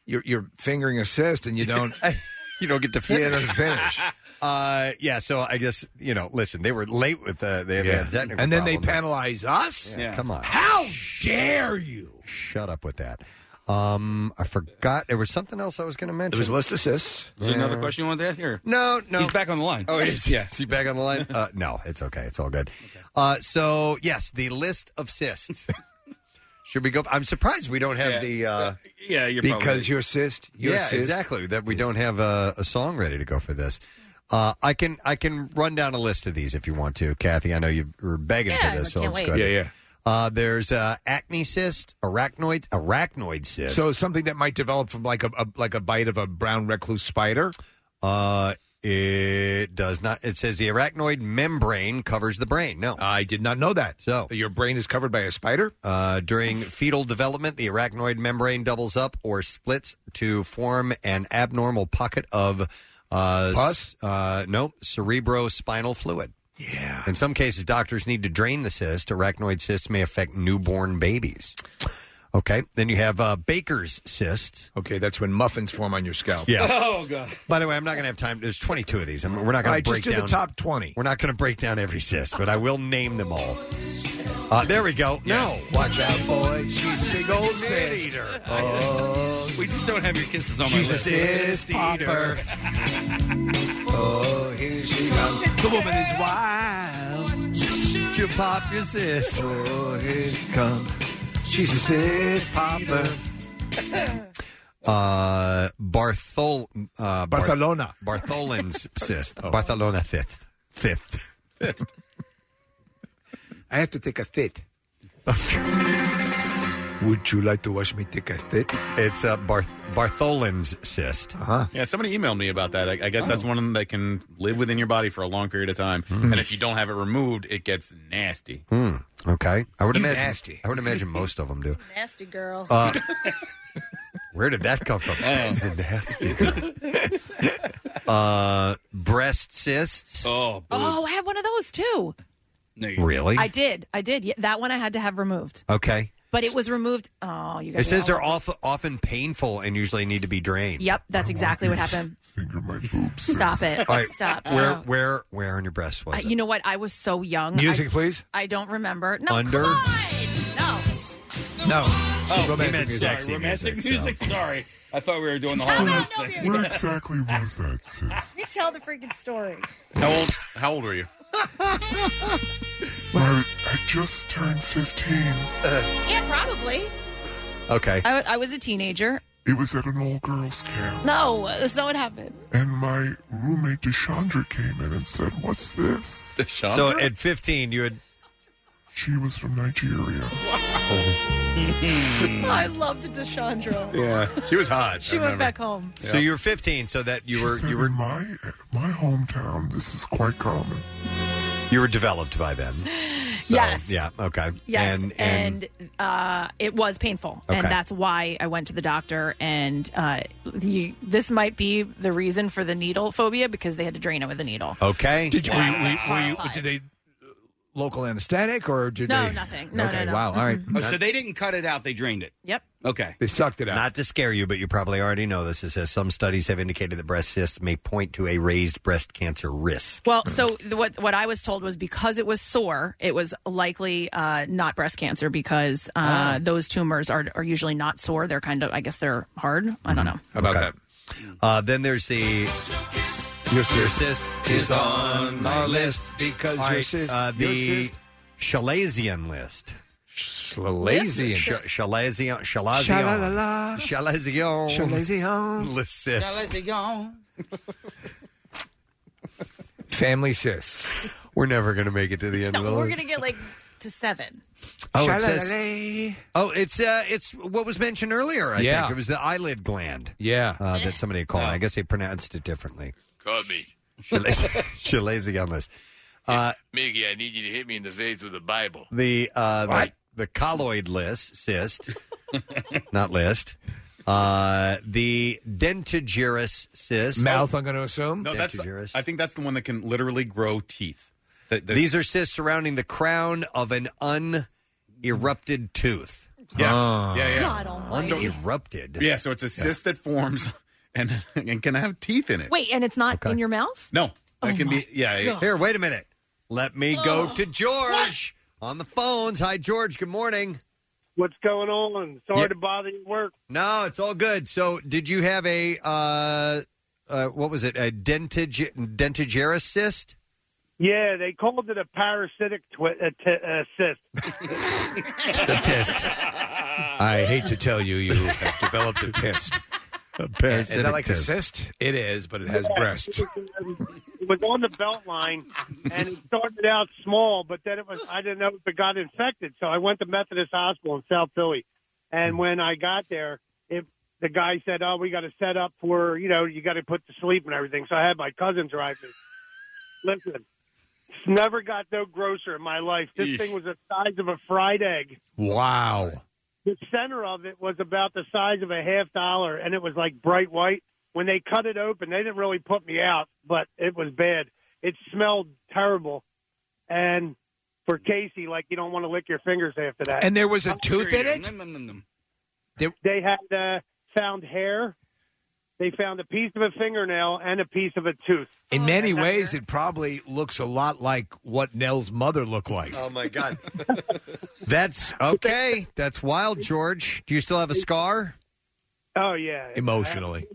you're, you're fingering a cyst and you don't you don't get to don't finish. Uh, yeah, so I guess, you know, listen, they were late with the, they, they had a technical and then they problem. penalize us. Yeah, Come on. How dare you? Shut up with that. Um, I forgot. There was something else I was going to mention. There was list assists. Is there another question you want to ask? Here. No, no. He's back on the line. Oh, is, yeah. Is he back on the line? Uh, no, it's okay. It's all good. Uh, so, yes, the list of cysts. Should we go? I'm surprised we don't have Yeah. the. Uh, Yeah, you're because probably- you're cyst. You're yeah, cyst. exactly. That we don't have a, a song ready to go for this. Uh, I can I can run down a list of these if you want to, Kathy. I know you were begging for this, so can't it's wait. good. Yeah, yeah. Uh, there's uh, acne cyst, arachnoid, arachnoid cyst. So something that might develop from like a, a like a bite of a brown recluse spider. Uh, it does not. It says the arachnoid membrane covers the brain. No, I did not know that. So your brain is covered by a spider. Uh, during fetal development, the arachnoid membrane doubles up or splits to form an abnormal pocket of uh, Pus? s- Uh, no, cerebrospinal fluid. Yeah. In some cases, doctors need to drain the cyst. Arachnoid cysts may affect newborn babies. Okay. Then you have uh, Baker's cyst. Okay, that's when muffins form on your scalp. Yeah. Oh, God. By the way, I'm not going to have time. There's 22 of these. I'm, we're not going All right, to just break do the down top 20. We're not going to break down every cyst, but I will name them all. Uh, there we go. No, watch out, boy. She's a big old cyst. Oh. we just don't have your kisses on She's my a list. cyst popper. oh, here she comes. The woman is wild. She'll pop your cyst. Oh, here she comes. She's a cyst popper. Uh, Barthol, uh, Barth- Barcelona. Oh. Bartholin's cyst. Barcelona fifth. Fifth. I have to take a fit. Would you like to watch me take a fit? It's uh, Barth- Bartholin's cyst. Uh-huh. Yeah, somebody emailed me about that. I, I guess that's one of them that can live within your body for a long period of time, and if you don't have it removed, it gets nasty. Hmm. Okay. I would You imagine. nasty. I would imagine most of them do. Nasty girl. Uh, where did that come from? Oh. Nasty. uh, breast cysts. Oh, oh, I had one of those too. really? I did. I did. Yeah, that one I had to have removed. okay. But it was removed. Oh, you It guys. says they're often often painful and usually need to be drained. Yep, that's exactly what happened. Stop it. All right. Stop. Where No. where where on your breast was I- it? you know what? I was so young. Music, I- please. I don't remember. No, Under? come on. No. No. Oh, romantic he meant music. sorry, Sexy romantic music, music. Sorry, I thought we were doing the Shut whole up, thing. Where exactly was that, sis? You tell the freaking story. How old? How old are you? Right, I just turned 15. Yeah, probably. Uh, Okay. I, wa- I was a teenager. It was at an all girls camp. No, that's not what happened. And my roommate Deshandra came in and said, What's this? So at 15, you had. She was from Nigeria. I loved Deshandra. Yeah, she was hot. She went back home. So you were 15. So that you were you were in my my hometown. This is quite common. you were developed by then. So, Yes. Yeah. Okay. Yes, And, and, and, uh, it was painful, and Okay. that's why I went to the doctor. And uh, you, this might be the reason for the needle phobia because they had to drain it with a needle. okay. Did you? Were you, Yeah, were it's you- were you- did they local anesthetic or did No, they? nothing. No, okay. no, no. Wow. All right. Oh, so they didn't cut it out; they drained it. Yep. Okay. They sucked it out. Not to scare you, but you probably already know this. It says some studies have indicated that breast cysts may point to a raised breast cancer risk. Well, so the, what what I was told was because it was sore, it was likely uh, not breast cancer because Ah. uh, those tumors are are usually not sore. They're kind of, I guess, they're hard. I don't know. How about that? Uh, then there's the. Your cyst, is on my list because All your right, cyst- Uh, your the cyst- Chalazian list. Schlazian. Sh- Chalazion. Shalalala. Chalazion. Chalazion. Chalazion. List cyst. Family cysts. We're never going to make it to the end of the No, we're list. gonna get like to seven. Oh, it says. Oh, it's uh, it's what was mentioned earlier. I Yeah. think it was the eyelid gland. Yeah, uh, that somebody had called. I guess they pronounced it differently. Call me. Chalazion on this. Uh, Mickey, I need you to hit me in the face with a Bible. the uh, the, the colloid list cyst, not list. Uh, the dentigerous cyst. Mouth, I'm going to assume. No, that's. I think that's the one that can literally grow teeth. That- that's- These are cysts surrounding the crown of an unerupted tooth. Yeah. Ah. Yeah, yeah. God almighty. Unerupted. Yeah, so it's a cyst that forms and and can have teeth in it. Wait, and it's not in your mouth? No, Oh that can my be. Yeah, God. Oh, Here, wait a minute. Let me go to George on the phones. Hi, George. Good morning. What's going on? Sorry Yeah. to bother your work. No, it's all good. So, did you have a uh, uh what was it? A dentig- dentigerous cyst? Yeah, they called it a parasitic twi- uh, t- uh, cyst. The test. I hate to tell you, you have developed a test. A Oh, Is that like a cyst? It is, but it has breasts. It was on the belt line, and it started out small, but then it was I didn't know if it got infected, so I went to Methodist Hospital in South Philly, and when I got there, it the guy said, "Oh, we got to set up for you know you got to put to sleep and everything." So I had my cousin drive me. Listen, it's never got no grosser in my life. This Eesh. thing was the size of a fried egg. Wow. the center of it was about the size of a half dollar and it was like bright white when they cut it open they didn't really put me out but it was bad it smelled terrible and for casey like you don't want to lick your fingers after that And there was a tooth in it? they, had uh, found hair they found a piece of a fingernail and a piece of a tooth In many ways, it probably looks a lot like what Nell's mother looked like. Oh my God, that's okay. That's wild, George. Do you still have a scar? oh yeah Emotionally,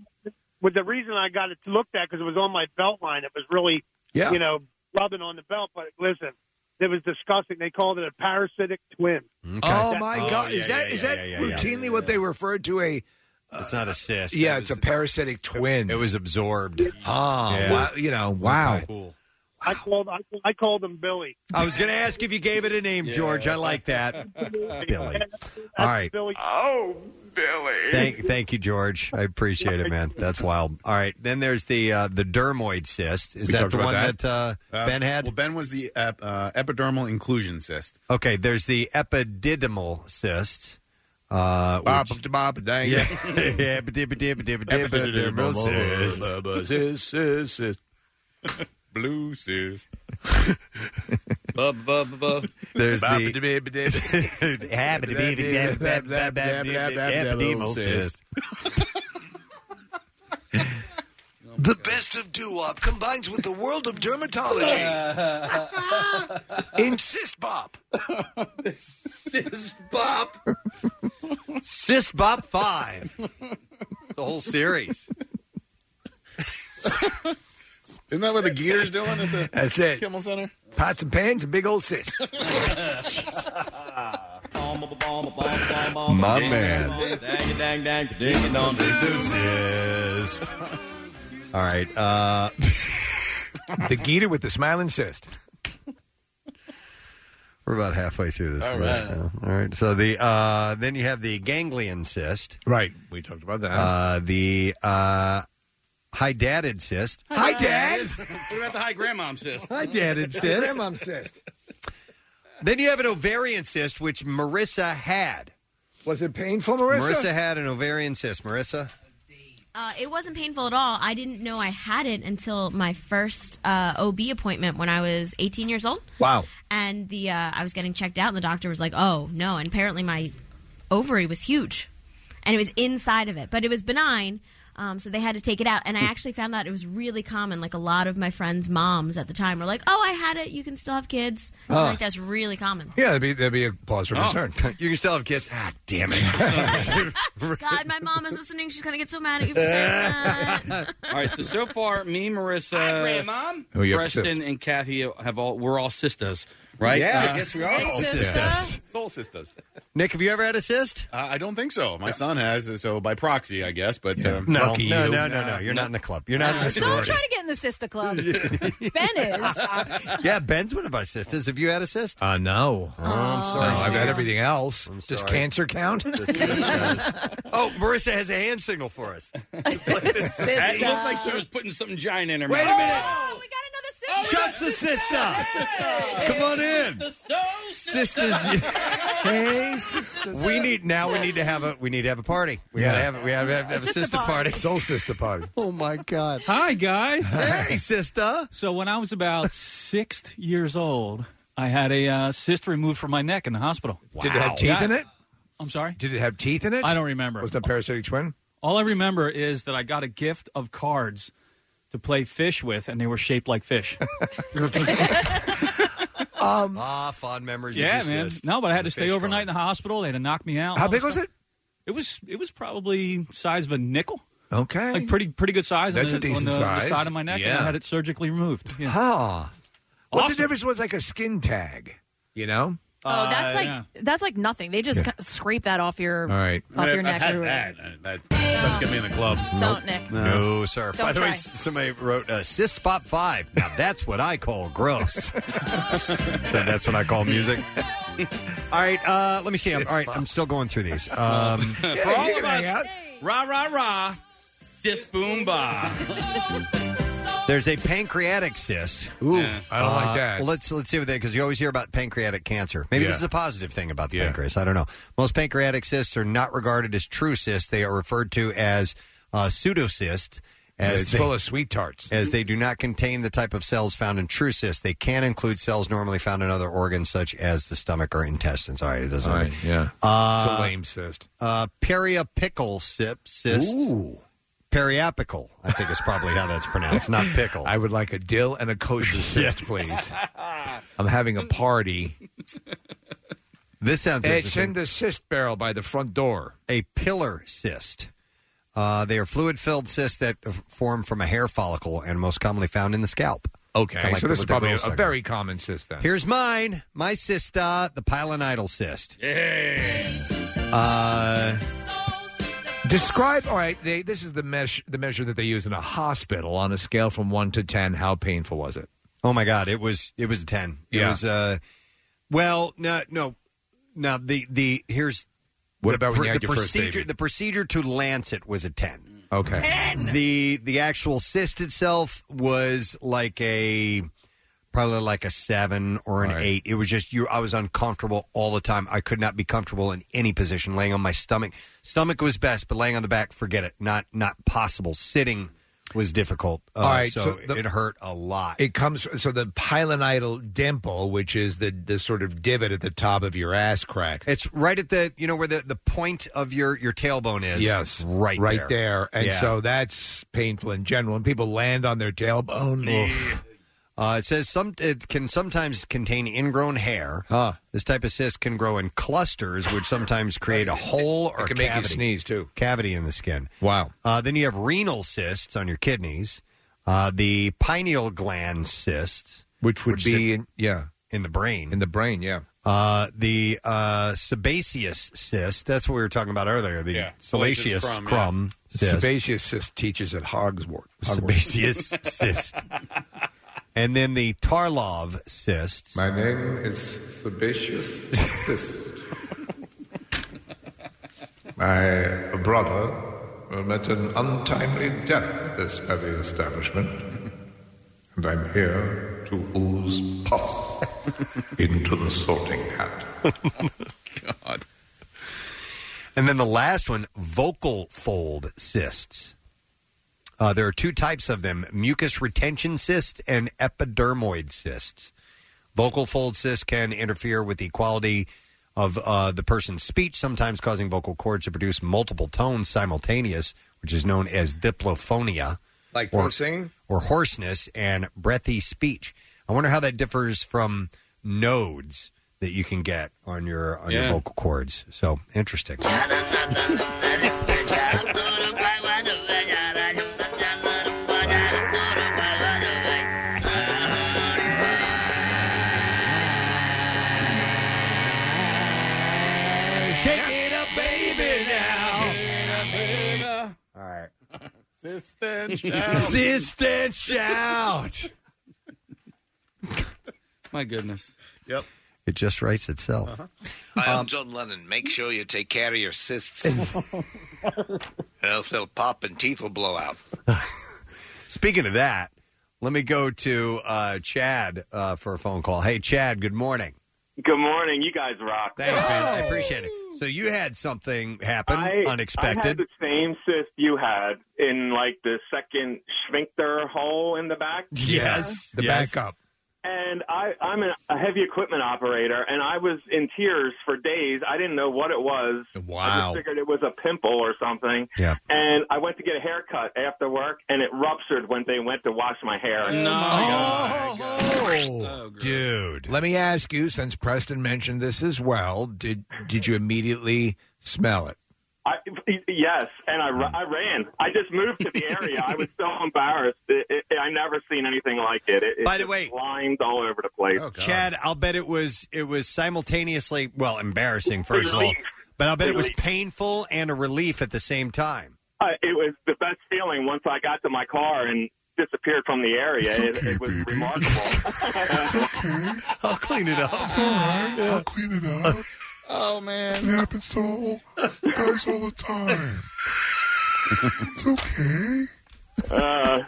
But the reason I got it looked at because it was on my belt line. It was really, Yeah. you know, rubbing on the belt. But listen, it was disgusting. They called it a parasitic twin. Oh my God! is that is that routinely what they refer to a? uh, It's not a cyst. Yeah, it's a parasitic twin. It was absorbed. Ah, Yeah. wow, you know, wow. I called I, I called him Billy. I was going to ask if you gave it a name, George. I like that, Billy. All right. Billy. Oh, Billy. Thank, thank you, George. I appreciate it, man. That's wild. All right, then there's the uh, the dermoid cyst. Is We that talked the about one that, uh, Ben had? Well, Ben was the ep- uh, epidermal inclusion cyst. uh, Okay, there's the epididymal cyst. Uh, Bop, which- bop, dang. Yeah. Epididymal cyst. Sis, sis, sis. Blue cyst. There's the- Epididymal epididymal cyst. The best of doo-wop combines with the world of dermatology. In Sis Bop. Sis Bop. Sis Bop 5. It's a whole series. Isn't that what the Geeter's doing at the That's it. Kimmel Center? Pots and pans and big old sis. My man. Deuces. All right. Uh, the Geeter with the smiling cyst. We're about halfway through this. All right. All right. So the uh, then you have the ganglion cyst. Right. We talked about that. Uh, the uh, hydatid cyst. Hi, Dad. what about the high grandmom cyst? Hi, Dad and sis. Grandmom cyst. Then you have an ovarian cyst, which Marissa had. Was it painful, Marissa? Marissa? had an ovarian cyst. Marissa, Uh, it wasn't painful at all. I didn't know I had it until my first uh, OB appointment when I was 18 years old. Wow. And the uh, I was getting checked out, and the doctor was like, "Oh no!" And apparently my ovary was huge, and it was inside of it, but it was benign. Um, so they had to take it out, Hmm. and I actually found out it was really common. Like a lot of my friends' moms at the time were like, "Oh, I had it. You can still have kids." I'm Ah. Like that's really common. Yeah, there'd be, there'd be a pause for Oh. concern. you can still have kids. Ah, damn it. God, my mom is listening. She's gonna get so mad at you for saying that. All right, so so far, me, Marissa, Mom, Oh, you have a Preston, and Kathy have all. We're all sisters, right? Uh, Yeah, I guess we are Hey, all sister. sisters. Soul sisters. Nick, have you ever had a cyst? Uh, I don't think so. My son has, so by proxy, I guess. But um, No, no, no, no, no. You're not in the club. You're not in the Don't sorority. try to get in the sister club. ben is. Yeah, Ben's one of our sisters. Have you had a cyst? Uh, no. Oh, I'm sorry. No, I've Steve. had everything else. Does sorry. cancer count? Oh, Marissa has a hand signal for us. It looked like she was putting something giant in her Wait a mouth. minute. Shuts the sister. sister. Come on in. Sisters. hey, We need now we need to have a we need to have a party. We gotta Yeah. have we have, have, have a sister party. Soul sister party. Oh my god. Hi guys. Hey sister. So when I was about six years old, I had a uh, cyst removed from my neck in the hospital. Did it have teeth in it? I'm sorry. Did it have teeth in it? I don't remember. Was it a parasitic twin? All I remember is that I got a gift of cards to play fish with, and they were shaped like fish. Um, ah, fond memories. of yeah, your man. cyst. No, but I had to The stay fish overnight in the hospital. They had to knock me out. How all big this was stuff. it? It was it was probably size of a nickel. Okay. Like pretty pretty good size. That's on a the, decent on the, size. The side of my neck, and Yeah. I had it surgically removed. Yeah. Huh. What's the Awesome. difference was like a skin tag, you know? oh, that's Uh, like that's like nothing. They just ca- scrape that off your All right. off I- your I've neck. had or whatever. that. That- That's gonna be in the club. Don't, Nick. No, sir. Don't By the way, try. s- somebody wrote uh, "Cyst Pop 5. Now that's what I call gross. So that's what I call music. All right, uh, let me see. I'm, all right, I'm still going through these. Um, For all of us, rah rah rah, sis boom bah. There's a pancreatic cyst. Ooh. Yeah, I don't like Uh, that. Well, let's let's see what they because you always hear about pancreatic cancer. Maybe Yeah. this is a positive thing about the pancreas. I don't know. Most pancreatic cysts are not regarded as true cysts. They are referred to as uh, pseudocyst. Yeah, As it's they- full of sweet tarts. As they do not contain the type of cells found in true cysts, they can include cells normally found in other organs such as the stomach or intestines. All right, it doesn't. All right, yeah. Uh, it's a lame cyst. uh, periapical cyst. cyst. Ooh. Periapical, I think is probably how that's pronounced, not pickle. I would like a dill and a kosher cyst, please. I'm having a party. This sounds It's interesting. in the cyst barrel by the front door. A pillar cyst. Uh, they are fluid filled cysts that f- form from a hair follicle and most commonly found in the scalp. Okay, Kinda like so this what is the probably a, girls talk very common cyst then. about. Here's mine, my cysta, the pilonidal cyst. Uh, Describe. All right, they, this is the mesh, the measure that they use in a hospital on a scale from one to ten. How painful was it? Oh my God, it was it was a ten. It Yeah. was uh well, no no now the the here's What the about when you had the your first procedure baby? the procedure to lance it was a ten. Okay. The the actual cyst itself was like a probably like a seven or an eight. It was just you I was uncomfortable all the time. I could not be comfortable in any position. Laying on my stomach. Stomach was best, but laying on the back, forget it. Not not possible. Sitting was difficult. Uh, All right, so, so the- it hurt a lot. It comes so the pilonidal dimple, which is the the sort of divot at the top of your ass crack. It's right at the you know where the, the point of your your tailbone is. yes, right right there, and Yeah. so that's painful in general. When people land on their tailbone, Oof. Uh, it says some it can sometimes contain ingrown hair. This type of cyst can grow in clusters, which sometimes create a hole or it can cavity. make you sneeze too. Cavity in the skin. Wow. Uh, then you have renal cysts on your kidneys. Uh, the pineal gland cysts, which would be in, yeah in the brain. In the brain, yeah. Uh, the uh, sebaceous cyst. That's what we were talking about earlier. The siliceous crumb. cyst. Sebaceous cyst teaches at Hogsworth. Sebaceous cyst. And then the Tarlov cysts. My name is Sebaceous Cyst. My brother met an untimely death at this very establishment, and I'm here to ooze pus into the sorting hat. God. And then the last one, vocal fold cysts. Uh, there are two types of them mucus retention cysts and epidermoid cysts. Vocal fold cysts can interfere with the quality of uh, the person's speech, sometimes causing vocal cords to produce multiple tones simultaneous, which is known as diplophonia. Like Or- throat singing? or hoarseness and breathy speech. I wonder how that differs from nodes that you can get on your on your Yeah. vocal cords. So interesting. Shake it up, baby, now. All right. Sister Sister shout. My goodness. Yep. It just writes itself. Hi, I'm John Lennon. Make sure you take care of your cysts, or else they'll pop and teeth will blow out. Speaking of that, let me go to uh, Chad uh, for a phone call. Hey, Chad. Good morning. Good morning. You guys rock. Thanks, man. I appreciate it. So you had something happen I- I had unexpected. the same cyst you had in like the second sphincter hole in the back. Yes, The yes. backup. And I, I'm an, a heavy equipment operator, and I was in tears for days. I didn't know what it was. I Wow. just figured it was a pimple or something. Yeah. And I went to get a haircut after work, and it ruptured when they went to wash my hair. Oh, dude. Let me ask you, since Preston mentioned this as well, did did you immediately smell it? I, Yes, and I, ra- I ran. I just moved to the area. I was so embarrassed. It, it, I never seen anything like it. it, it By the just way- Oh, lines all over the place. Chad, I'll bet it was it was simultaneously well embarrassing first of all, but I'll bet it was painful and a relief at the same time. Uh, it was the best feeling once I got to my car and disappeared from the area. it, it was remarkable. I'll clean it up. It's all right. I'll clean it up. Oh man, it happens to all guys all the time. It's okay. Uh,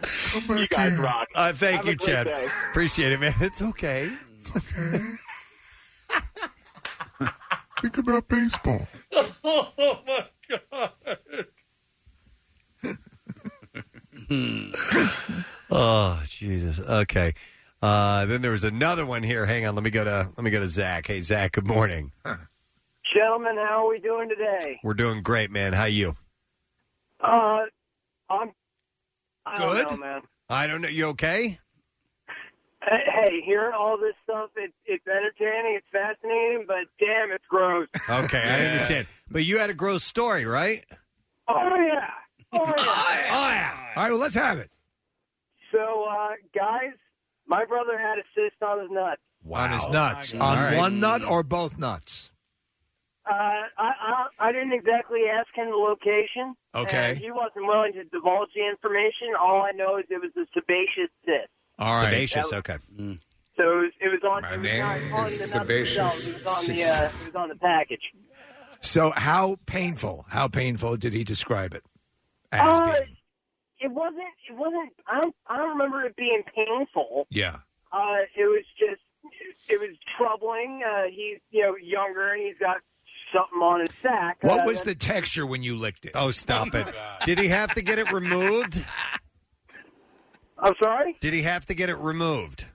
you guys rock. Uh, thank Have a you, great Chad. day. Appreciate it, man. It's okay. Think about baseball. oh my god. Oh Jesus. Okay. Uh, then there was another one here. Hang on. Let me go to let me go to Zach. Hey Zach. Good morning. Gentlemen, how are we doing today? We're doing great, man. How you? Uh, I'm. I Good. Don't know, man. I don't know. You okay? Hey, hey, hearing all this stuff, it, it's entertaining, it's fascinating, but damn, it's gross. Okay, I understand. But you had a gross story, right? Oh yeah. Oh yeah. All right, well, let's have it. So, uh, guys, my brother had a cyst on his nuts. On his nuts. On All right. one nut or both nuts? Uh, I, I I didn't exactly ask him the location. Okay. and he wasn't willing to divulge the information. All I know is it was a sebaceous cyst. All right. Sebaceous, okay. So it was, it was on. My it was name not on is the nuts itself, It was on the uh, sebaceous. it was on the package. So, how painful? How painful did he describe it? As Uh, being? it wasn't. It wasn't. I don't. I don't remember it being painful. Yeah. Uh, it was just. It was troubling. Uh, he's you know younger and he's got something on his sack. What Uh, was the texture when you licked it? Oh, stop it. Did he have to get it removed? I'm sorry. Did he have to get it removed?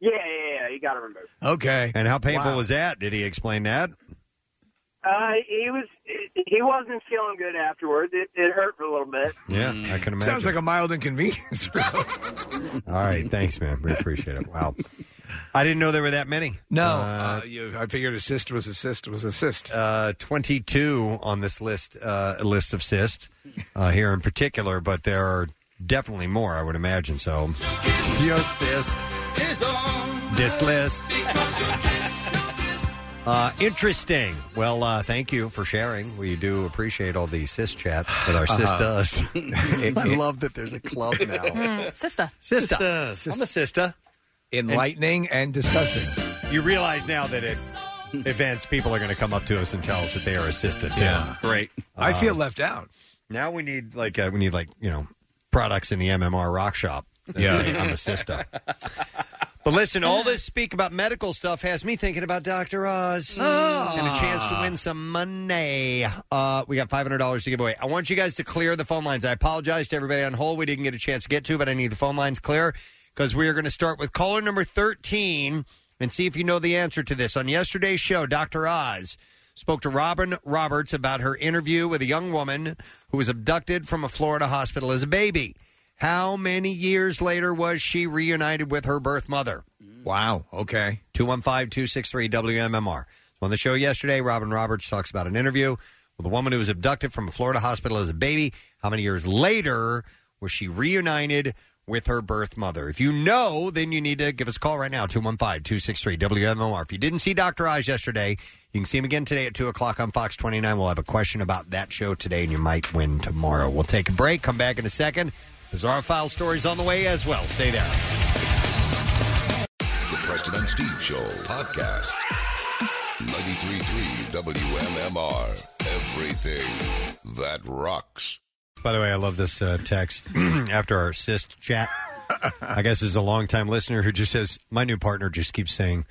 Yeah, yeah, yeah. You got to remove. Okay. And how painful Wow. was that? Did he explain that? Uh, he was. He wasn't feeling good afterwards. It, it hurt for a little bit. Yeah, I can imagine. Mm. Sounds like a mild inconvenience. All right, thanks, man. We appreciate it. Wow. I didn't know there were that many. No, uh, you, I figured a cyst was a cyst was a cyst. Uh, 22 on this list uh, list of cysts uh, here in particular, but there are definitely more, I would imagine. So, your cyst, this list. Uh, interesting. Well, uh, thank you for sharing. We do appreciate all the cyst chat with our Uh-huh. sisters. I love that there's a club now. Sister. Sister. I'm a sister. Enlightening and disgusting. You realize now that at events, people are going to come up to us and tell us that they are a sister, too. Yeah. Great. I feel left out. Now we need like uh, we need like you know products in the MMR Rock Shop. that Yeah. say, I'm a sister. But listen, all this speak about medical stuff has me thinking about Dr. Oz and a chance to win some money. Uh, we got $500 to give away. I want you guys to clear the phone lines. I apologize to everybody on hold. We didn't get a chance to get to, but I need the phone lines clear because we are going to start with caller number 13 and see if you know the answer to this. On yesterday's show, Dr. Oz spoke to Robin Roberts about her interview with a young woman who was abducted from a Florida hospital as a baby. How many years later was she reunited with her birth mother? Wow. Okay. 215 263 WMMR. On the show yesterday, Robin Roberts talks about an interview with a woman who was abducted from a Florida hospital as a baby. How many years later was she reunited with her birth mother? If you know, then you need to give us a call right now, 215 263 WMMR. If you didn't see Dr. Oz yesterday, you can see him again today at 2 o'clock on Fox 29. We'll have a question about that show today, and you might win tomorrow. We'll take a break, come back in a second. Bizarre file stories on the way as well. Stay there. The Preston and Steve Show podcast. 93.3 WMMR. Everything that rocks. By the way, I love this uh, text after our assist chat. I guess this is a longtime listener who just says, My new partner just keeps saying,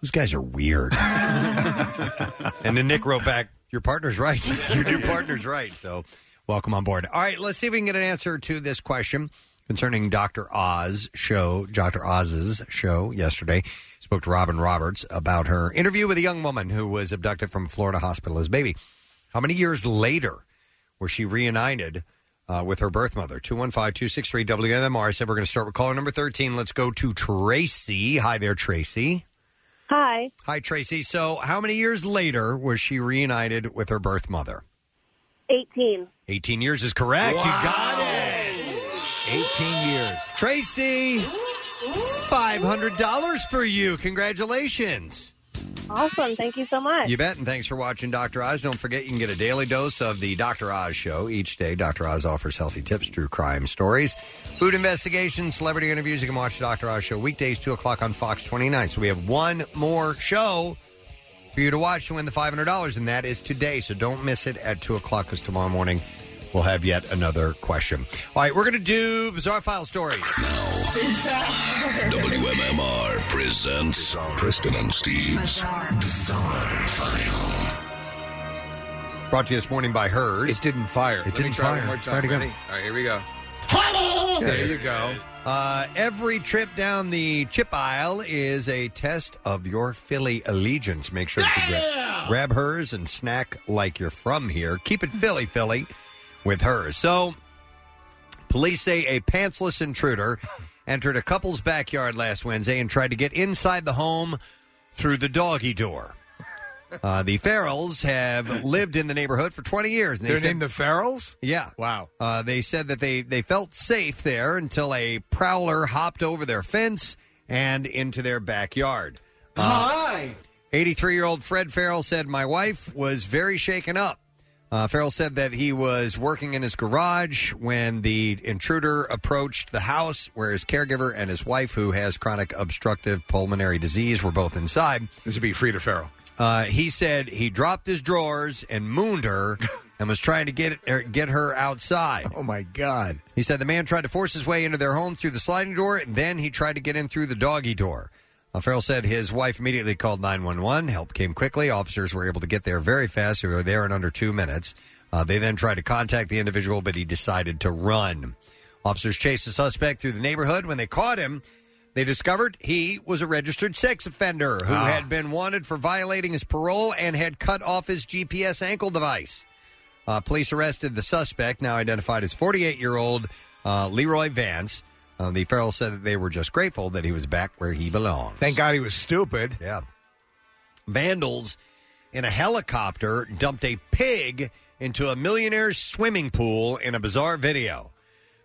Those guys are weird. and then Nick wrote back, Your partner's right. Your new partner's right. So welcome on board. All right, let's see if we can get an answer to this question concerning Dr. Oz show, Dr. Oz's show yesterday. Spoke to Robin Roberts about her interview with a young woman who was abducted from a Florida hospital as a baby. How many years later where she reunited uh, with her birth mother. 215 263 WMMR said we're going to start with caller number 13. Let's go to Tracy. Hi there, Tracy. Hi. Hi, Tracy. So, how many years later was she reunited with her birth mother? 18. 18 years is correct. You got it. 18 years. Tracy, $500 for you. Congratulations. Awesome. Thank you so much. You bet, and thanks for watching Dr. Oz. Don't forget, you can get a daily dose of the Dr. Oz Show each day. Dr. Oz offers healthy tips, true crime stories, food investigations, celebrity interviews. You can watch the Dr. Oz Show weekdays, 2 o'clock on Fox 29. So we have one more show for you to watch to win the $500, and that is today. So don't miss it at 2 o'clock because tomorrow morning we'll have yet another question. All right, we're going to do Bizarre File Stories. WMMR presents Preston and Steve's Bizarre, File. Brought to you this morning by hers. It didn't fire. It Let didn't me try fire. One more Try time. it again. Ready? All right, here we go. There There it you is. go. Uh, every trip down the chip aisle is a test of your Philly allegiance. Make sure to grab, grab hers and snack like you're from here. Keep it Philly, Philly, with hers. So, police say a pantsless intruder entered a couple's backyard last Wednesday and tried to get inside the home through the doggy door. Uh, the Farrells have lived in the neighborhood for 20 years. and they They're said- named the Farrells? yeah. Wow. Uh, they said that they, they felt safe there until a prowler hopped over their fence and into their backyard. Hi. 83 year old Fred Farrell said, My wife was very shaken up. Uh, Farrell said that he was working in his garage when the intruder approached the house where his caregiver and his wife, who has chronic obstructive pulmonary disease, were both inside. This would be Frida Farrell. Uh, he said he dropped his drawers and mooned her and was trying to get er, get her outside. Oh my God! He said the man tried to force his way into their home through the sliding door, and then he tried to get in through the doggy door. Uh, Farrell said his wife immediately called 911. Help came quickly. Officers were able to get there very fast. They were there in under two minutes. Uh, they then tried to contact the individual, but he decided to run. Officers chased the suspect through the neighborhood. When they caught him, they discovered he was a registered sex offender who Ah. had been wanted for violating his parole and had cut off his GPS ankle device. Uh, police arrested the suspect, now identified as 48 year old uh, Leroy Vance. Uh, the Farrell said that they were just grateful that he was back where he belonged. Thank God he was stupid. Yeah. Vandals in a helicopter dumped a pig into a millionaire's swimming pool in a bizarre video.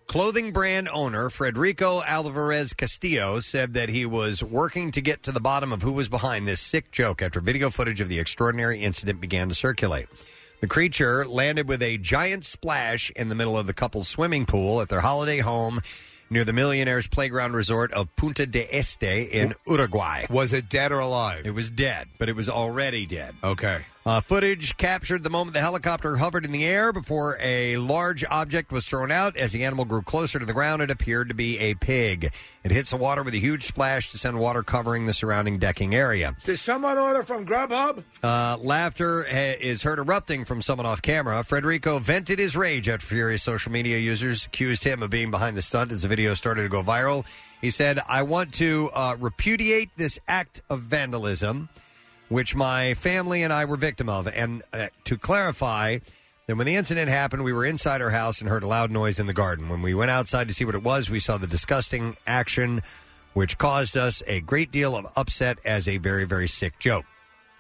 Clothing brand owner Frederico Alvarez Castillo said that he was working to get to the bottom of who was behind this sick joke after video footage of the extraordinary incident began to circulate. The creature landed with a giant splash in the middle of the couple's swimming pool at their holiday home near the millionaire's playground resort of Punta de Este in Uruguay. Was it dead or alive? It was dead, but it was already dead. Okay. Uh, footage captured the moment the helicopter hovered in the air before a large object was thrown out. As the animal grew closer to the ground, it appeared to be a pig. It hits the water with a huge splash to send water covering the surrounding decking area. Did someone order from Grubhub? Uh, laughter ha- is heard erupting from someone off camera. Federico vented his rage after furious social media users accused him of being behind the stunt as the video started to go viral. He said, I want to uh, repudiate this act of vandalism, which my family and I were victim of. And uh, to clarify, then when the incident happened, we were inside our house and heard a loud noise in the garden. When we went outside to see what it was, we saw the disgusting action, which caused us a great deal of upset as a very, very sick joke.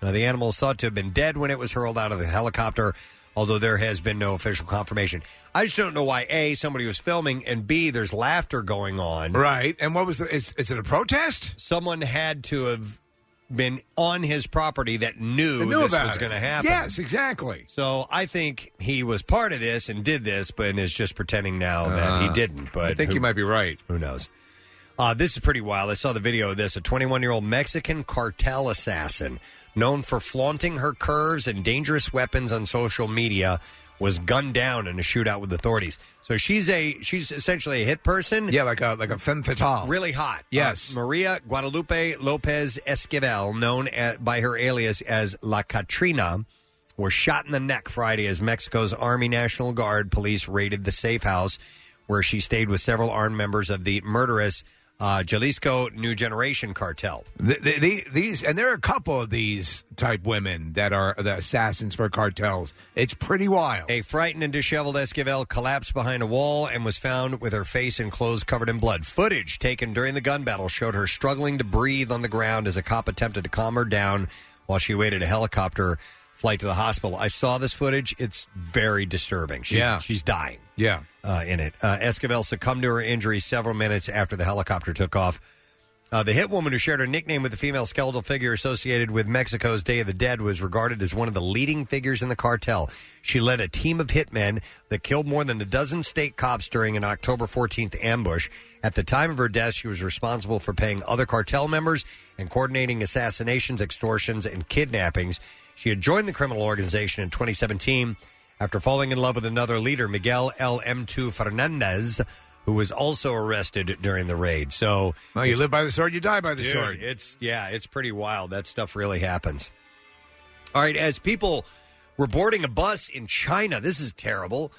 Now, the animal is thought to have been dead when it was hurled out of the helicopter, although there has been no official confirmation. I just don't know why A, somebody was filming, and B, there's laughter going on. Right. And what was the? Is, is it a protest? Someone had to have been on his property that knew, I knew this about was it. going to happen. Yes, exactly. So I think he was part of this and did this, but is just pretending now that he Uh, didn't. But I think who- you might be right. Who knows? Uh, this is pretty wild. I saw the video of this. A 21 year old Mexican cartel assassin, known for flaunting her curves and dangerous weapons on social media, was gunned down in a shootout with authorities. So she's a she's essentially a hit person. Yeah, like a like a femme fatale. Really hot. Yes. Uh, Maria Guadalupe Lopez Esquivel, known at, by her alias as La Katrina, was shot in the neck Friday as Mexico's Army National Guard police raided the safe house where she stayed with several armed members of the murderous uh, Jalisco New Generation cartel. Th th the, these and there are a couple of these type women that are the assassins for cartels. It's pretty wild. A frightened and disheveled Esquivel collapsed behind a wall and was found with her face and clothes covered in blood. Footage taken during the gun battle showed her struggling to breathe on the ground as a cop attempted to calm her down while she waited a helicopter flight to the hospital. I saw this footage. It's very disturbing. She's, Yeah. she's dying Yeah. uh, in it. Uh, Esquivel succumbed to her injuries several minutes after the helicopter took off. Uh, the hit woman who shared her nickname with the female skeletal figure associated with Mexico's Day of the Dead was regarded as one of the leading figures in the cartel. She led a team of hitmen that killed more than a dozen state cops during an October 14th ambush. At the time of her death, she was responsible for paying other cartel members and coordinating assassinations, extortions, and kidnappings. She had joined the criminal organization in 2017 after falling in love with another leader, Miguel L. M2 Fernandez, who was also arrested during the raid. So, Well, you live by the sword, you die by the Dude, sword. It's yeah, it's pretty wild. That stuff really happens. All right, as people were boarding a bus in China, this is terrible.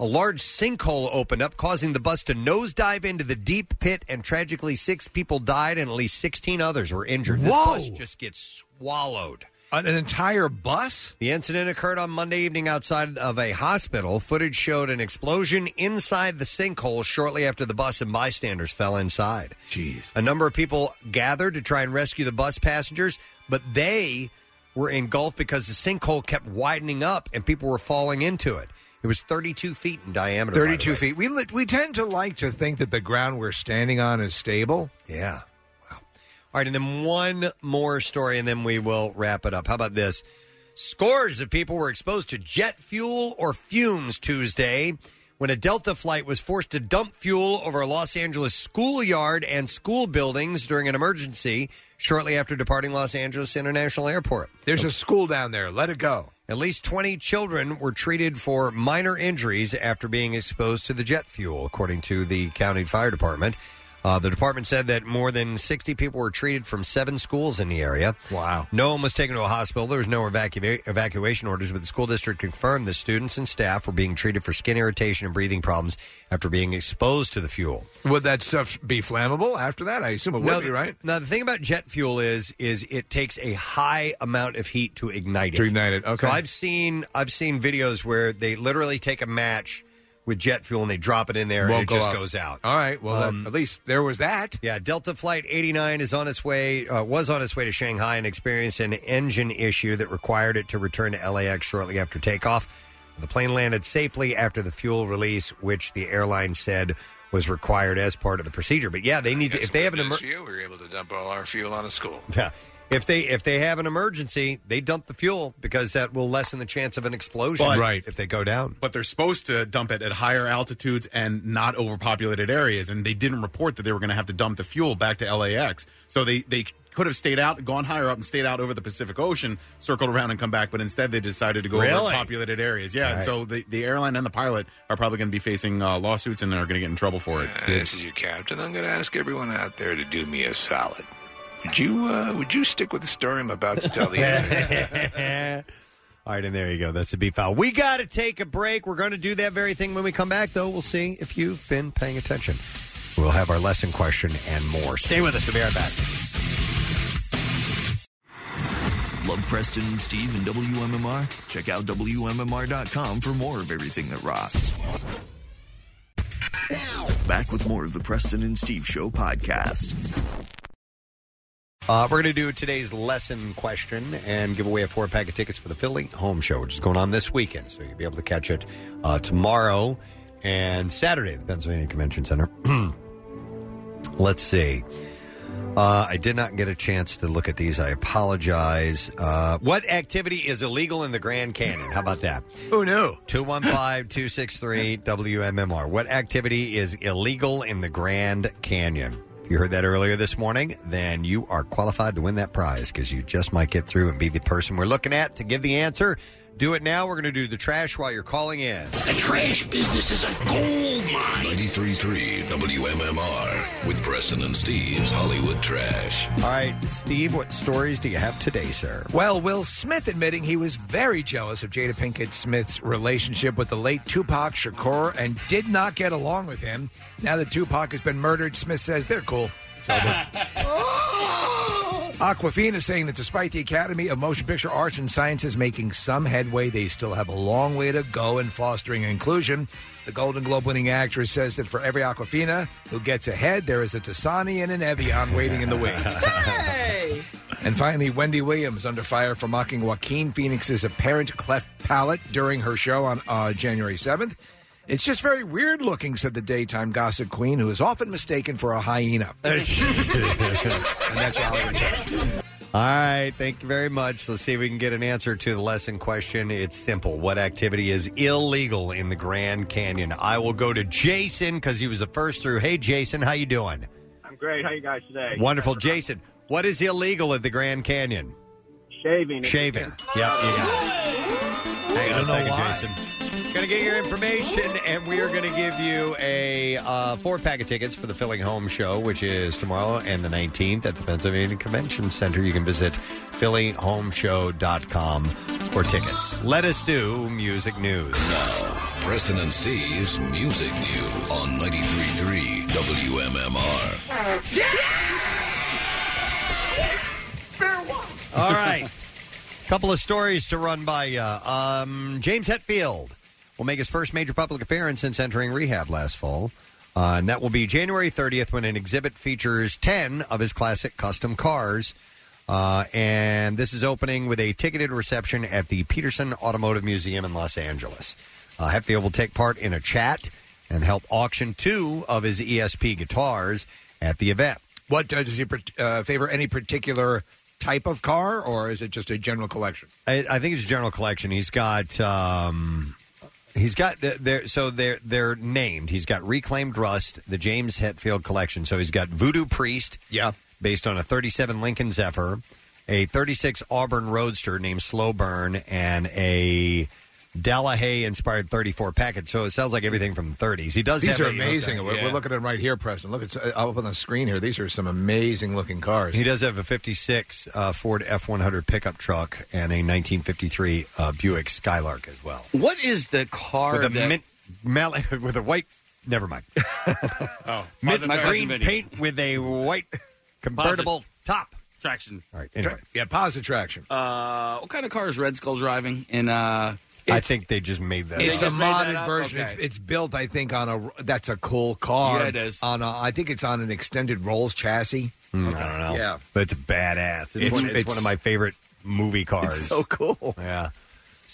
A large sinkhole opened up, causing the bus to nosedive into the deep pit, and tragically, six people died and at least 16 others were injured. This Whoa! bus just gets swallowed. An, an entire bus? The incident occurred on Monday evening outside of a hospital. Footage showed an explosion inside the sinkhole shortly after the bus and bystanders fell inside. Jeez. A number of people gathered to try and rescue the bus passengers, but they were engulfed because the sinkhole kept widening up and people were falling into it. It was 32 feet in diameter. by the 32 way. feet. We li- we tend to like to think that the ground we're standing on is stable. Yeah. All right, and then one more story, and then we will wrap it up. How about this? Scores of people were exposed to jet fuel or fumes Tuesday when a Delta flight was forced to dump fuel over a Los Angeles schoolyard and school buildings during an emergency shortly after departing Los Angeles International Airport. There's a school down there. Let it go. At least 20 children were treated for minor injuries after being exposed to the jet fuel, according to the county fire department. Uh, the department said that more than 60 people were treated from seven schools in the area. Wow. No one was taken to a hospital. There was no evacu- evacuation orders, but the school district confirmed the students and staff were being treated for skin irritation and breathing problems after being exposed to the fuel. Would that stuff be flammable after that? I assume it Now- would be, right? Now the thing about jet fuel is is it takes a high amount of heat to ignite it. To ignite it, okay. So I've seen I've seen videos where they literally take a match with jet fuel and they drop it in there Won't and it go just out. goes out. All right. Well, Um, then at least there was that. Yeah, Delta Flight 89 is on its way uh, was on its way to Shanghai and experienced an engine issue that required it to return to LAX shortly after takeoff. The plane landed safely after the fuel release, which the airline said was required as part of the procedure. But yeah, they need to if they have an emer- emergency, we were able to dump all our fuel on a school. Yeah. If they if they have an emergency, they dump the fuel because that will lessen the chance of an explosion. But- Right. If they go down. But they're supposed to dump it at higher altitudes and not overpopulated areas. And they didn't report that they were going to have to dump the fuel back to LAX. So they, they could have stayed out, gone higher up, and stayed out over the Pacific Ocean, circled around, and come back. But instead, they decided to go Really? over populated areas. Yeah. Right. and So the, the airline and the pilot are probably going to be facing uh, lawsuits and are going to get in trouble for it. Uh, This is your captain. I'm going to ask everyone out there to do me a solid. Would you uh, would you stick with the story I'm about to tell you? All right, and there you go. That's a beef file. We got to take a break. We're going to do that very thing when we come back, though. We'll see if you've been paying attention. We'll have our lesson question and more. Stay with us. We'll be right back. Love Preston and Steve and WMMR? Check out WMMR.com for more of everything that rocks. Back with more of the Preston and Steve Show podcast. Uh, we're going to do today's lesson question and give away a four pack of tickets for the Philly Home Show, which is going on this weekend. So you'll be able to catch it uh, tomorrow and Saturday at the Pennsylvania Convention Center. Let's see. Uh, I did not get a chance to look at these. I apologize. Uh, what activity is illegal in the Grand Canyon? How about that? Who knew? 215 263 WMMR. What activity is illegal in the Grand Canyon? If you heard that earlier this morning, then you are qualified to win that prize because you just might get through and be the person we're looking at to give the answer. Do it now. We're going to do the trash while you're calling in. The trash business is a gold mine. 93.3 WMMR with Preston and Steve's Hollywood Trash. All right, Steve, what stories do you have today, sir? Well, Will Smith admitting he was very jealous of Jada Pinkett Smith's relationship with the late Tupac Shakur and did not get along with him. Now that Tupac has been murdered, Smith says they're cool. It's over. Aquafina saying that despite the Academy of Motion Picture Arts and Sciences making some headway, they still have a long way to go in fostering inclusion. The Golden Globe winning actress says that for every Aquafina who gets ahead, there is a Dasani and an Evian waiting in the wings. And finally, Wendy Williams under fire for mocking Joaquin Phoenix's apparent cleft palate during her show on uh, January 7th. It's just very weird looking, said the daytime gossip queen, who is often mistaken for a hyena. and that's Oliver All right, thank you very much. Let's see if we can get an answer to the lesson question. It's simple. What activity is illegal in the Grand Canyon? I will go to Jason because he was the first through. Hey, Jason, how you doing? I'm great. How you guys today? Wonderful, Jason. What is illegal at the Grand Canyon? Shaving. Shaving. Yep, you got it. Hang on a second, Jason. Going to get your information, and we are going to give you a uh, four pack of tickets for the Filling Home Show, which is tomorrow and the 19th at the Pennsylvania Convention Center. You can visit phillyhomeshow.com for tickets. Let us do music news. Preston and Steve's Music News on 93.3 WMMR. All right. Couple of stories to run by you. Um, James Hetfield will make his first major public appearance since entering rehab last fall. Uh, and that will be January 30th when an exhibit features 10 of his classic custom cars. Uh, and this is opening with a ticketed reception at the Peterson Automotive Museum in Los Angeles. Uh, Hetfield will take part in a chat and help auction two of his ESP guitars at the event. What uh, does he par- uh, favor any particular type of car, or is it just a general collection? I, I think it's a general collection. He's got um, he's got the, they're, so they're they're named. He's got reclaimed rust, the James Hetfield collection. So he's got Voodoo Priest, yeah, based on a '37 Lincoln Zephyr, a '36 Auburn Roadster named Slow Burn, and a Delahaye inspired 34 package. So it sounds like everything from the 30s. He does. These have are a- amazing. We're, we're looking at them right here, Preston. Look, it's uh, up on the screen here. These are some amazing looking cars. He does have a 56 uh, Ford F100 pickup truck and a 1953 uh, Buick Skylark as well. What is the car with a that- mint mal- with a white? Never mind. Oh, mint green paint with a white convertible top. Traction. All right. Anyway, yeah, positive traction. Uh, what kind of car is Red Skull driving? In uh, I think they just made that. It's a They just made that modded up? version. Okay. It's, it's built, I think, on a. That's a cool car. Yeah, it is. On a, I think it's on an extended Rolls chassis. Mm, I don't know. Yeah. But it's badass. It's, It's- one, it's, it's- one of my favorite movie cars. It's so cool. Yeah.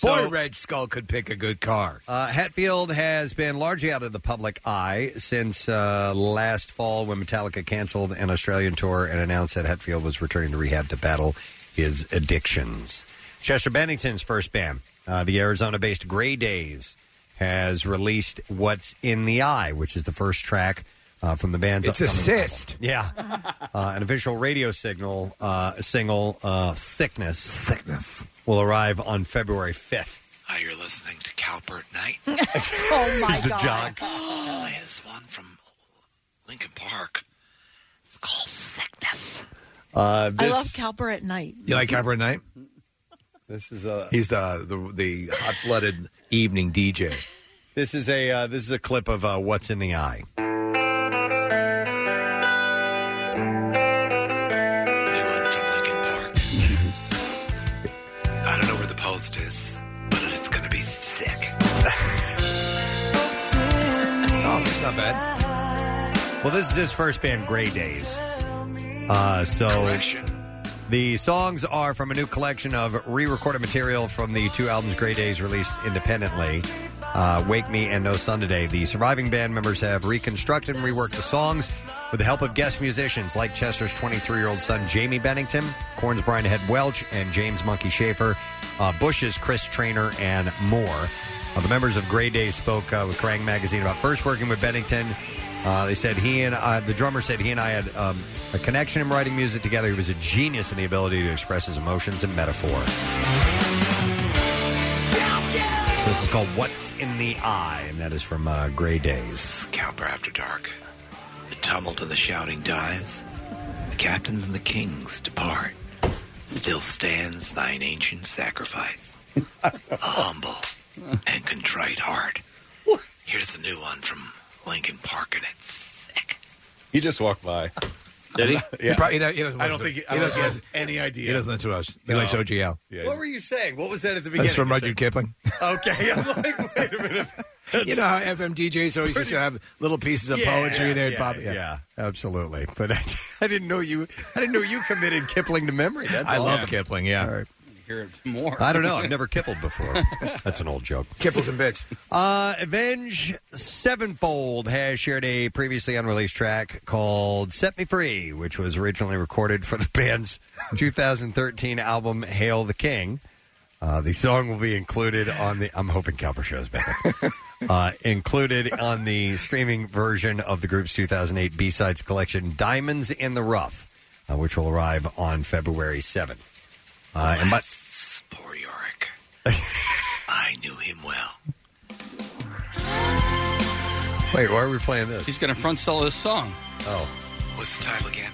Boy, Red Skull could pick a good car. Uh, Hatfield has been largely out of the public eye since uh, last fall when Metallica canceled an Australian tour and announced that Hatfield was returning to rehab to battle his addictions. Chester Bennington's first band, uh, the Arizona based Grey Days, has released What's in the Eye, which is the first track uh, from the band's It's a upcoming album. cyst. Oh Yeah. Uh, an official radio signal uh, single, uh, Sickness. Sickness. Will arrive on February 5th. Hi, Ah, you're listening to Calbert Knight. Oh, my He's a God. jock. It's the latest one from Lincoln Park. It's called Sickness. Uh, I love Cowper at night. You like Cabaret Night? This is uh, a he's the the, the hot blooded evening DJ. This is a uh, this is a clip of uh, what's in the eye. I don't know where the post is, but it's gonna be sick. oh, it's not bad. Well, this is his first band, Gray Days. Uh, so the songs are from a new collection of re-recorded material from the two albums Gray Days released independently. Uh, Wake Me and No Sun Today. The surviving band members have reconstructed and reworked the songs with the help of guest musicians like Chester's 23 year old son Jamie Bennington, Corn's Brian Head Welch, and James Monkey Schaefer, uh, Bush's Chris Trainer, and more. Uh, the members of Gray Days spoke uh, with Kerrang! magazine about first working with Bennington uh, they said he and uh, the drummer said he and I had um, a connection in writing music together. He was a genius in the ability to express his emotions and metaphor. So this is called "What's in the Eye," and that is from uh, Gray Days. Cowper After Dark. The tumult of the shouting dies. The captains and the kings depart. Still stands thine ancient sacrifice. A humble and contrite heart. Here's the new one from Lincoln Park, and it's He just walked by. Did he? He probably- he don't- he doesn't I don't listen think he, I don't to- he doesn't think he has listen- any idea. He doesn't listen to us. He likes OGL. what were you saying? What was that at the beginning? That's from Rudyard Kipling. Okay, I'm like, wait a minute. you know how FM DJs always used to have little pieces of Yeah, poetry there. yeah, Bob? yeah. Absolutely, but I, I didn't know you. I didn't know you committed Kipling to memory. That's I love awesome. Kipling. Yeah. All right. Hear it more. I don't know. I've never kippled before. That's an old joke. Kipples and bits. Uh, Avenge Sevenfold has shared a previously unreleased track called Set Me Free, which was originally recorded for the band's 2013 album Hail the King. Uh, the song will be included on the. I'm hoping Cowper shows back. uh, included on the streaming version of the group's 2008 B sides collection, Diamonds in the Rough, uh, which will arrive on February 7th. Uh, and by, I knew him well. wait, why are we playing this? He's going to front sell this song. Oh. What's the title again?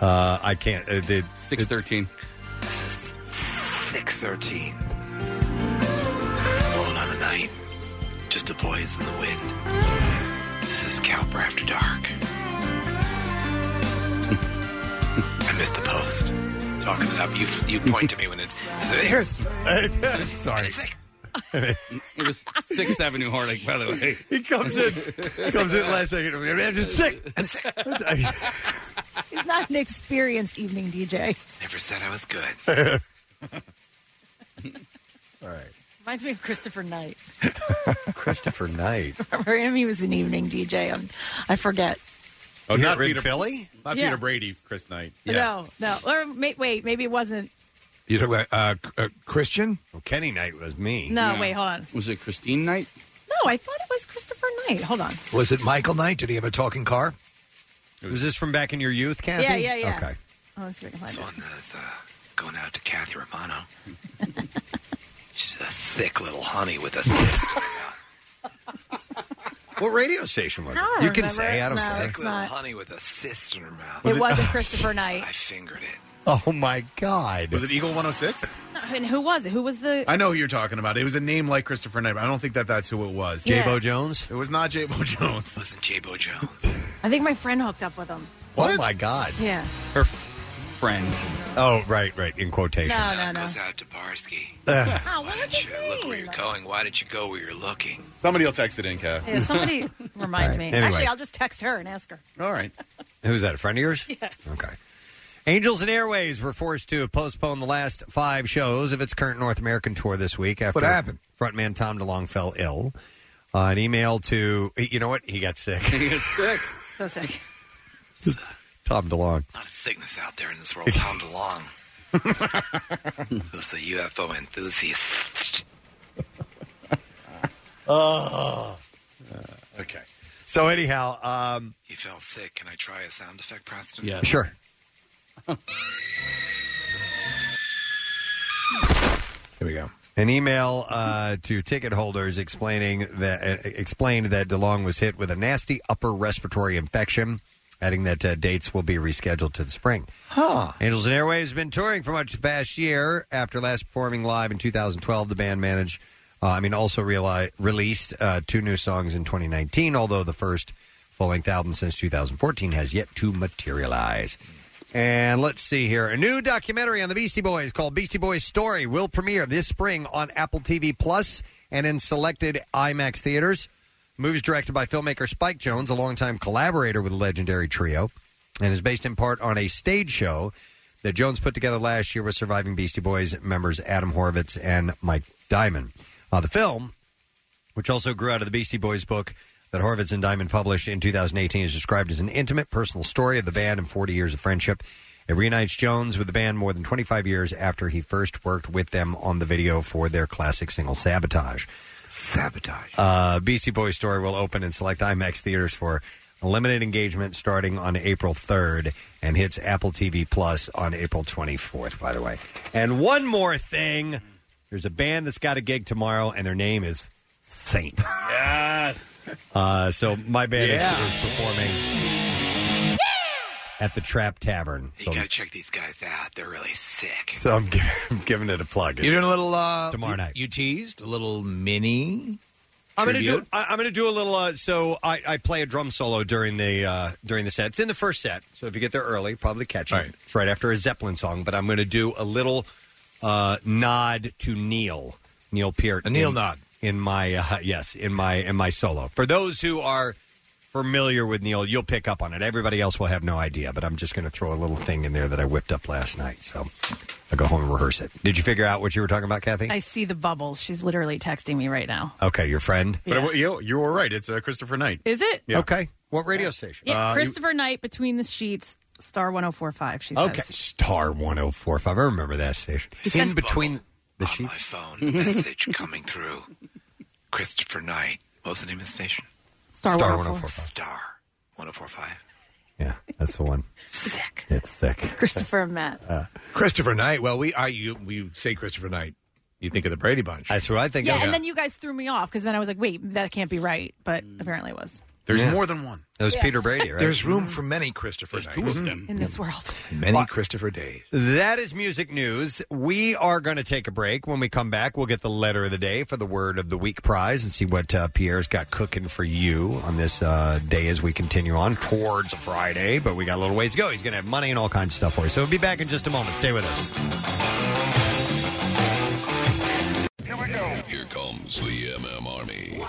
Uh, I can't. Uh, did six thirteen? This is six thirteen. Alone on the night, just a voice in the wind. This is Cowper after dark. I missed the post. Talking it up. You you point to me when it's here's. Sorry. it was Sixth Avenue Heartache, by the way. He comes in, comes in last second. I'm just sick. I'm sick. He's not an experienced evening DJ. Never said I was good. All right. Reminds me of Christopher Knight. Christopher Knight. Remember him? He was an evening DJ. On, I forget. Oh, You not got rid of Peter Philly? Not Yeah. Peter Brady, Chris Knight. No, no. Or may, wait, maybe it wasn't. You talking about uh, C- uh, Christian? Well, Kenny Knight was me. No, wait, hold on. Was it Christine Knight? No, I thought it was Christopher Knight. Hold on. Was it Michael Knight? Did he have a talking car? Was this from back in your youth, Kathy? Yeah, yeah, yeah. Okay. Oh, let's see if I can find This it. one is uh, going out to Kathy Romano. She's a thick little honey with a cyst. What radio station was I it? don't You can remember. say. I don't Oh No, care. it's not. honey with a cyst in her mouth. it Oh, wasn't Christopher Knight. I fingered it. Oh my God! Was it Eagle 106? And who was it? Who was the? I know who you're talking about. It was a name like Christopher Knight. But I don't think that that's who it was. Yeah. J-Bo Jones. It was not J-Bo Jones. Listen, J-Bo Jones. I think my friend hooked up with him. Oh my God! Yeah. Her friend. Oh right, right. In quotation. No, Ah, no, no. Goes out to Barsky. Ugh. Why didn't you look where you're going? Why didn't you go where you're looking? Somebody will text it in, Kat. Yeah, somebody remind All right, me. anyway. Actually, I'll just text her and ask her. All right. Who's that? A friend of yours? Yeah. Okay. Angels and Airways were forced to postpone the last five shows of its current North American tour this week after happened? frontman Tom DeLong fell ill. Uh, an email to you know what he got sick. sick. So sick. Tom DeLong. A lot of sickness out there in this world. Tom DeLong. Who's the UFO enthusiast? Oh. okay. So anyhow, um, You felt sick. Can I try a sound effect, Preston? sure. Here we go. An email uh, to ticket holders explaining that uh, explained that DeLong was hit with a nasty upper respiratory infection, adding that uh, dates will be rescheduled to the spring. Huh. Angels and Airways has been touring for much of the past year. After last performing live in 2012, the band managed, uh, I mean, also reali released uh, two new songs in 2019, although the first full length album since 2014 has yet to materialize. And let's see here. A new documentary on the Beastie Boys called Beastie Boys Story will premiere this spring on Apple TV Plus and in selected IMAX theaters. The movie is directed by filmmaker Spike Jones, a longtime collaborator with the legendary trio, and is based in part on a stage show that Jones put together last year with surviving Beastie Boys members Adam Horowitz and Mike Diamond. Uh, the film, which also grew out of the Beastie Boys book that Horvitz and Diamond published in 2018, is described as an intimate personal story of the band and 40 years of friendship. It reunites Jones with the band more than 25 years after he first worked with them on the video for their classic single Sabotage. Sabotage. Uh, Beastie Boys Story will open in select IMAX theaters for limited engagement starting on April 3rd and hits Apple TV Plus on April 24th, by the way. And one more thing there's a band that's got a gig tomorrow, and their name is Saint. Yes. Uh, so my band is- Yeah. is, performing at the Trap Tavern. You So, gotta check these guys out. They're really sick. so I'm, giving, I'm giving it a plug. You're doing a little uh, tomorrow night. You teased a little mini I'm gonna tribute. do. I, I'm gonna do a little. Uh, so I, I play a drum solo during the uh, during the set. It's in the first set, so if you get there early, probably catch it. It's right after a Zeppelin song, but I'm gonna do a little uh, nod to Neil Neil Peart. A Neil in- nod. in my uh, yes in my in my solo. For those who are familiar with Neil, you'll pick up on it. Everybody else will have no idea, but I'm just gonna throw a little thing in there that I whipped up last night. So I'll go home and rehearse it. Did you figure out what you were talking about, Kathy? I see the bubble. She's literally texting me right now. Okay, your friend. But Yeah. it- you, you were right. It's uh, Christopher Knight. Uh, Is it? Okay. What radio station? Yeah, Christopher Knight between the sheets, star 1045. She says. Okay, Star 1045. I remember that station. In between the sheets. phone message coming through. Christopher Knight. What was the name of the station? Star oh Star 104.5. Star 1045. Yeah, that's the one. Sick. It's Uh, thick. Christopher and Matt. Christopher Knight. Well, we I you we say Christopher Knight. You think of the Brady Bunch. That's what I yeah, and then you guys threw me off because then I was like, wait, that can't be right. But Mm. apparently it was. There's more than one. That was Yeah. Peter Brady, right? Mm-hmm. There's room for many Christopher There's Knights. Mm-hmm. two of them. In this world. Many Christopher days. That is music news. We are going to take a break. When we come back, we'll get the letter of the day for the word of the week prize and see what uh, Pierre's got cooking for you on this uh, day as we continue on towards a Friday. But we got a little ways to go. He's going to have money and all kinds of stuff for you. So we'll be back in just a moment. Stay with us. Here comes the MM Army.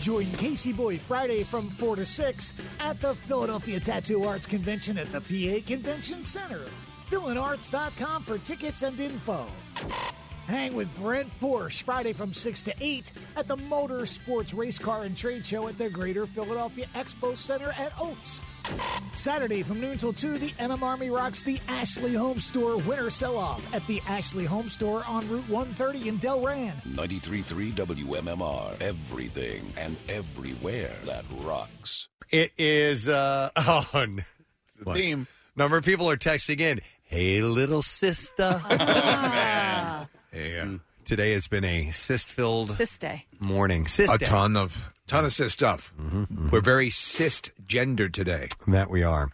Join Casey Boy Friday from 4 to 6 at the Philadelphia Tattoo Arts Convention at the PA Convention Center. PhilanArts.com for tickets and info. Hang with Brent Porsche Friday from 6 to 8 at the Motor Sports Race Car and Trade Show at the Greater Philadelphia Expo Center at Oaks. Saturday from noon till 2, the MM Army rocks the Ashley Home Store winter sell off at the Ashley Home Store on Route 130 in Delran. 93.3 WMMR. Everything and everywhere that rocks. It is uh, on the theme. Number of people are texting in. Hey, little sister. Yeah. Today has been a cyst-filled This day. morning. Mm-hmm. Cyst a day. ton of ton of cis stuff. We're very cis gendered today. That we are.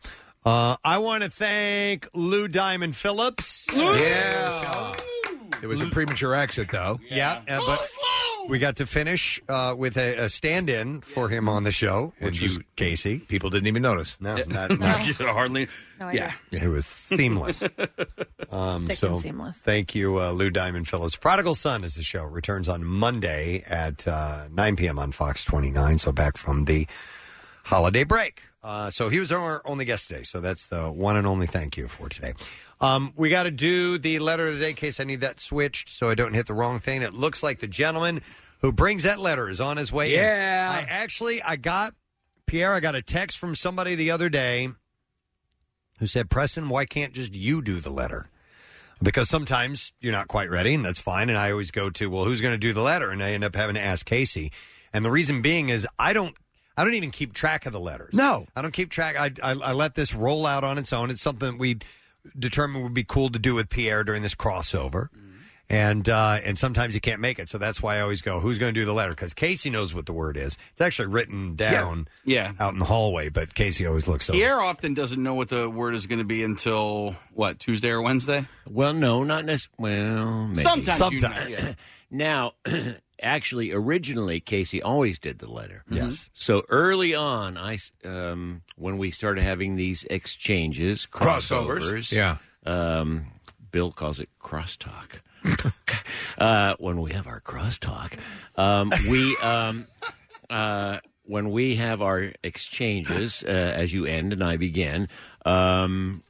Uh, I want to thank Lou Diamond Phillips. Yeah. There was a premature exit though. Yeah, uh, but we got to finish uh, with a, a stand-in for him on the show, which was Casey. People didn't even notice. No, not, not- Hardly. No idea. yeah. it was seamless. Um, Thick so and seamless. thank you, uh, Lou Diamond Phillips. Prodigal Son is the show. It returns on Monday at uh, 9 p.m. on Fox 29. So back from the holiday break. Uh, so he was our only guest today. So that's the one and only thank you for today. Um, we got to do the letter of the day in case I need that switched so I don't hit the wrong thing. It looks like the gentleman who brings that letter is on his way. in. Yeah. I actually, I got, Pierre, I got a text from somebody the other day who said, Preston, why can't just you do the letter? Because sometimes you're not quite ready, and that's fine. And I always go to, well, who's going to do the letter? And I end up having to ask Casey. And the reason being is I don't, I don't even keep track of the letters. No, I don't keep track. I, I, I let this roll out on its own. It's something that we determined would be cool to do with Pierre during this crossover. Mm-hmm. And uh, and sometimes you can't make it, so that's why I always go, who's going to do the letter? Because Casey knows what the word is. It's actually written down, Yeah. out in the hallway. But Casey always looks over. Pierre often doesn't know what the word is going to be until what Tuesday or Wednesday. Well, no, not necessarily. Well, maybe. Sometimes you know, Sometimes. yeah. now, actually, originally Casey always did the letter. Yes. So early on, I s- um, when we started having these exchanges, Crossovers, crossovers. yeah. Um, Bill calls it crosstalk. uh, when we have our crosstalk, um, we. Um, uh, when we have our exchanges, uh, as you end and I begin, um,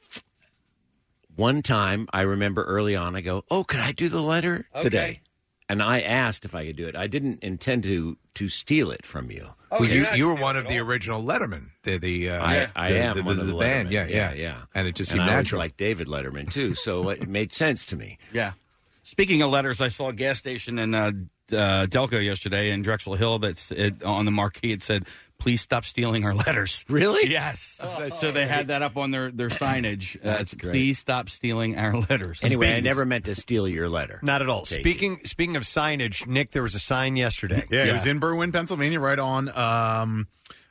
one time I remember early on, I go, "Oh, could I do the letter today?" And I asked if I could do it. I didn't intend to to steal it from you. Oh, Well, you, you were one of the original Letterman. The the uh, I, I the, am the, one the, of the, band. Letterman. Yeah, yeah, yeah, yeah. And it just and seemed I always natural. liked David Letterman too, so it made sense to me. Yeah. Speaking of letters, I saw a gas station in uh, uh, Delco yesterday in Drexel Hill. That's it, on the marquee. It said, "Please stop stealing our letters." Really? Yes. so they had that up on their their signage. Uh, it's, That's great. Please stop stealing our letters. Anyway, I never meant to steal your letter. Not at all. Casey. Speaking speaking of signage, Nick, there was a sign yesterday. Yeah, it was in Berwyn, Pennsylvania, right on um,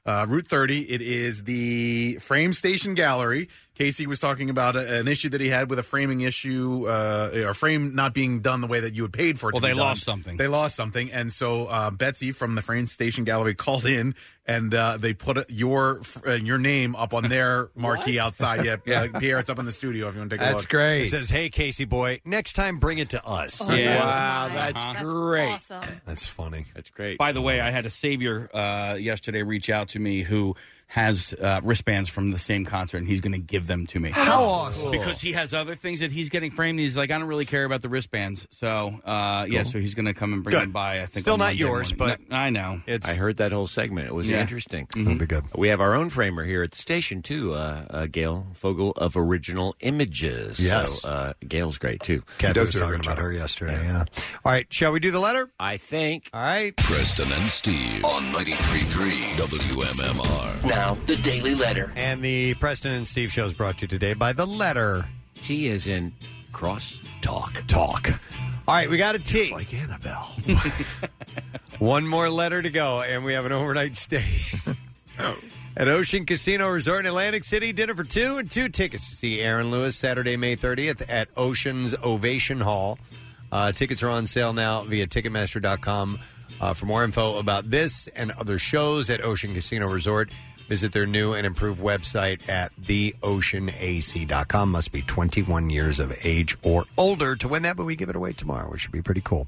uh, Route 30. It is the Frame Station Gallery. Casey was talking about a, an issue that he had with a framing issue, uh, or frame not being done the way that you had paid for it. to Well, be they done. lost something. They lost something, and so uh, Betsy from the Frame Station Gallery called in, and uh, they put uh, your uh, your name up on their marquee outside. Yeah, Yeah. uh, Pierre, it's up in the studio if you want to take a look. It says, "Hey, Casey boy, next time bring it to us." Wow, that's great. That's funny. That's great. By the way, I had a savior uh, yesterday reach out to me who has uh, wristbands from the same concert, and he's going to give them to me. How awesome. Because he has other things that he's getting framed. He's like, I don't really care about the wristbands. So, uh, yeah, Cool. so he's going to come and bring Good. them by. I think Still on not Monday yours, morning. No, I know. I heard that whole segment. It was Yeah. Mm-hmm. interesting. That'll be good. We have our own framer here at the station too, uh, uh, Gail Fogel of Original Images. Yes. so, uh, Gail's great too. Kathy was talking about her yesterday. Yeah. All right, shall we do the letter? I think. All right. Preston and Steve on 93.3 WMMR. Now, the Daily Letter. And the Preston and Steve show is brought to you today by The Letter. T is in cross talk. Talk. All right, we got a T. like Annabelle. One more letter to go, and we have an overnight stay Oh. at Ocean Casino Resort in Atlantic City. Dinner for two and two tickets to see Aaron Lewis Saturday, May 30th at Ocean's Ovation Hall. Uh, tickets are on sale now via Ticketmaster.com. Uh, for more info about this and other shows at Ocean Casino Resort, visit their new and improved website at theoceanac.com. Must be 21 years of age or older to win that, but we give it away tomorrow, which should be pretty cool.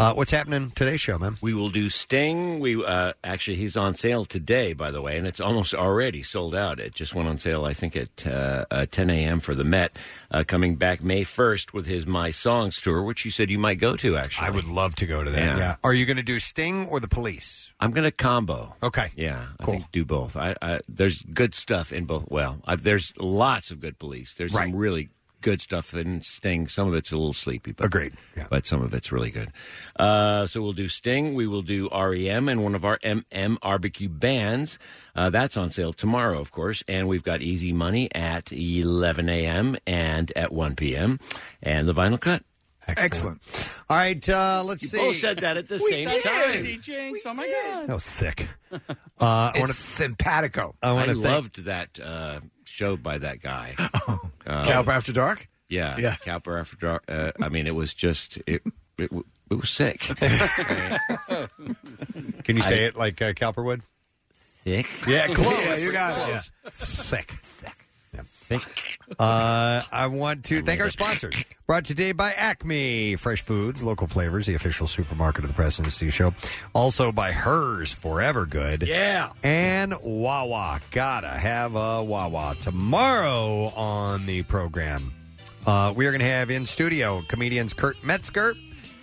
Uh, what's happening today's show, man? We will do Sting. We uh, actually he's on sale today, by the way, and it's almost already sold out. It just went on sale, I think, at uh, uh, 10 a.m. for the Met. Uh, coming back May 1st with his My Songs tour, which you said you might go to. Actually, I would love to go to that. Yeah. Are you going to do Sting or the Police? I'm going to combo. Okay. Yeah, I think do both. I, I there's good stuff in both. Well, I, there's lots of good police. There's some really good stuff in Sting. Some of it's a little sleepy, but agreed. But some of it's really good. Uh, so we'll do Sting. We will do REM and one of our MM barbecue bands. Uh, that's on sale tomorrow, of course. And we've got Easy Money at 11 a.m. and at 1 p.m. and the vinyl cut. Excellent. All right, uh, let's You see. both said that at the We same did. time. Crazy jinx. Oh, my God. That was sick. Uh, I It's wanna, simpatico. I wanna thank- loved that uh, show by that guy. Oh. Cowper Uh, After Dark? Yeah, Yeah. Cowper After Dark. Uh, I mean, it was just it. It, w- it was sick. Can you say I- it like uh, Cowperwood? Thick. Yeah, close. Yeah, you got it, close. Sick. Thick. Uh, I want to thank our sponsors. Brought today by Acme Fresh Foods, local flavors, the official supermarket of the President Steve Show. Also by Hers Forever Good. Yeah. And Wawa. Gotta have a Wawa. Tomorrow on the program, uh, we are going to have in studio comedians Kurt Metzger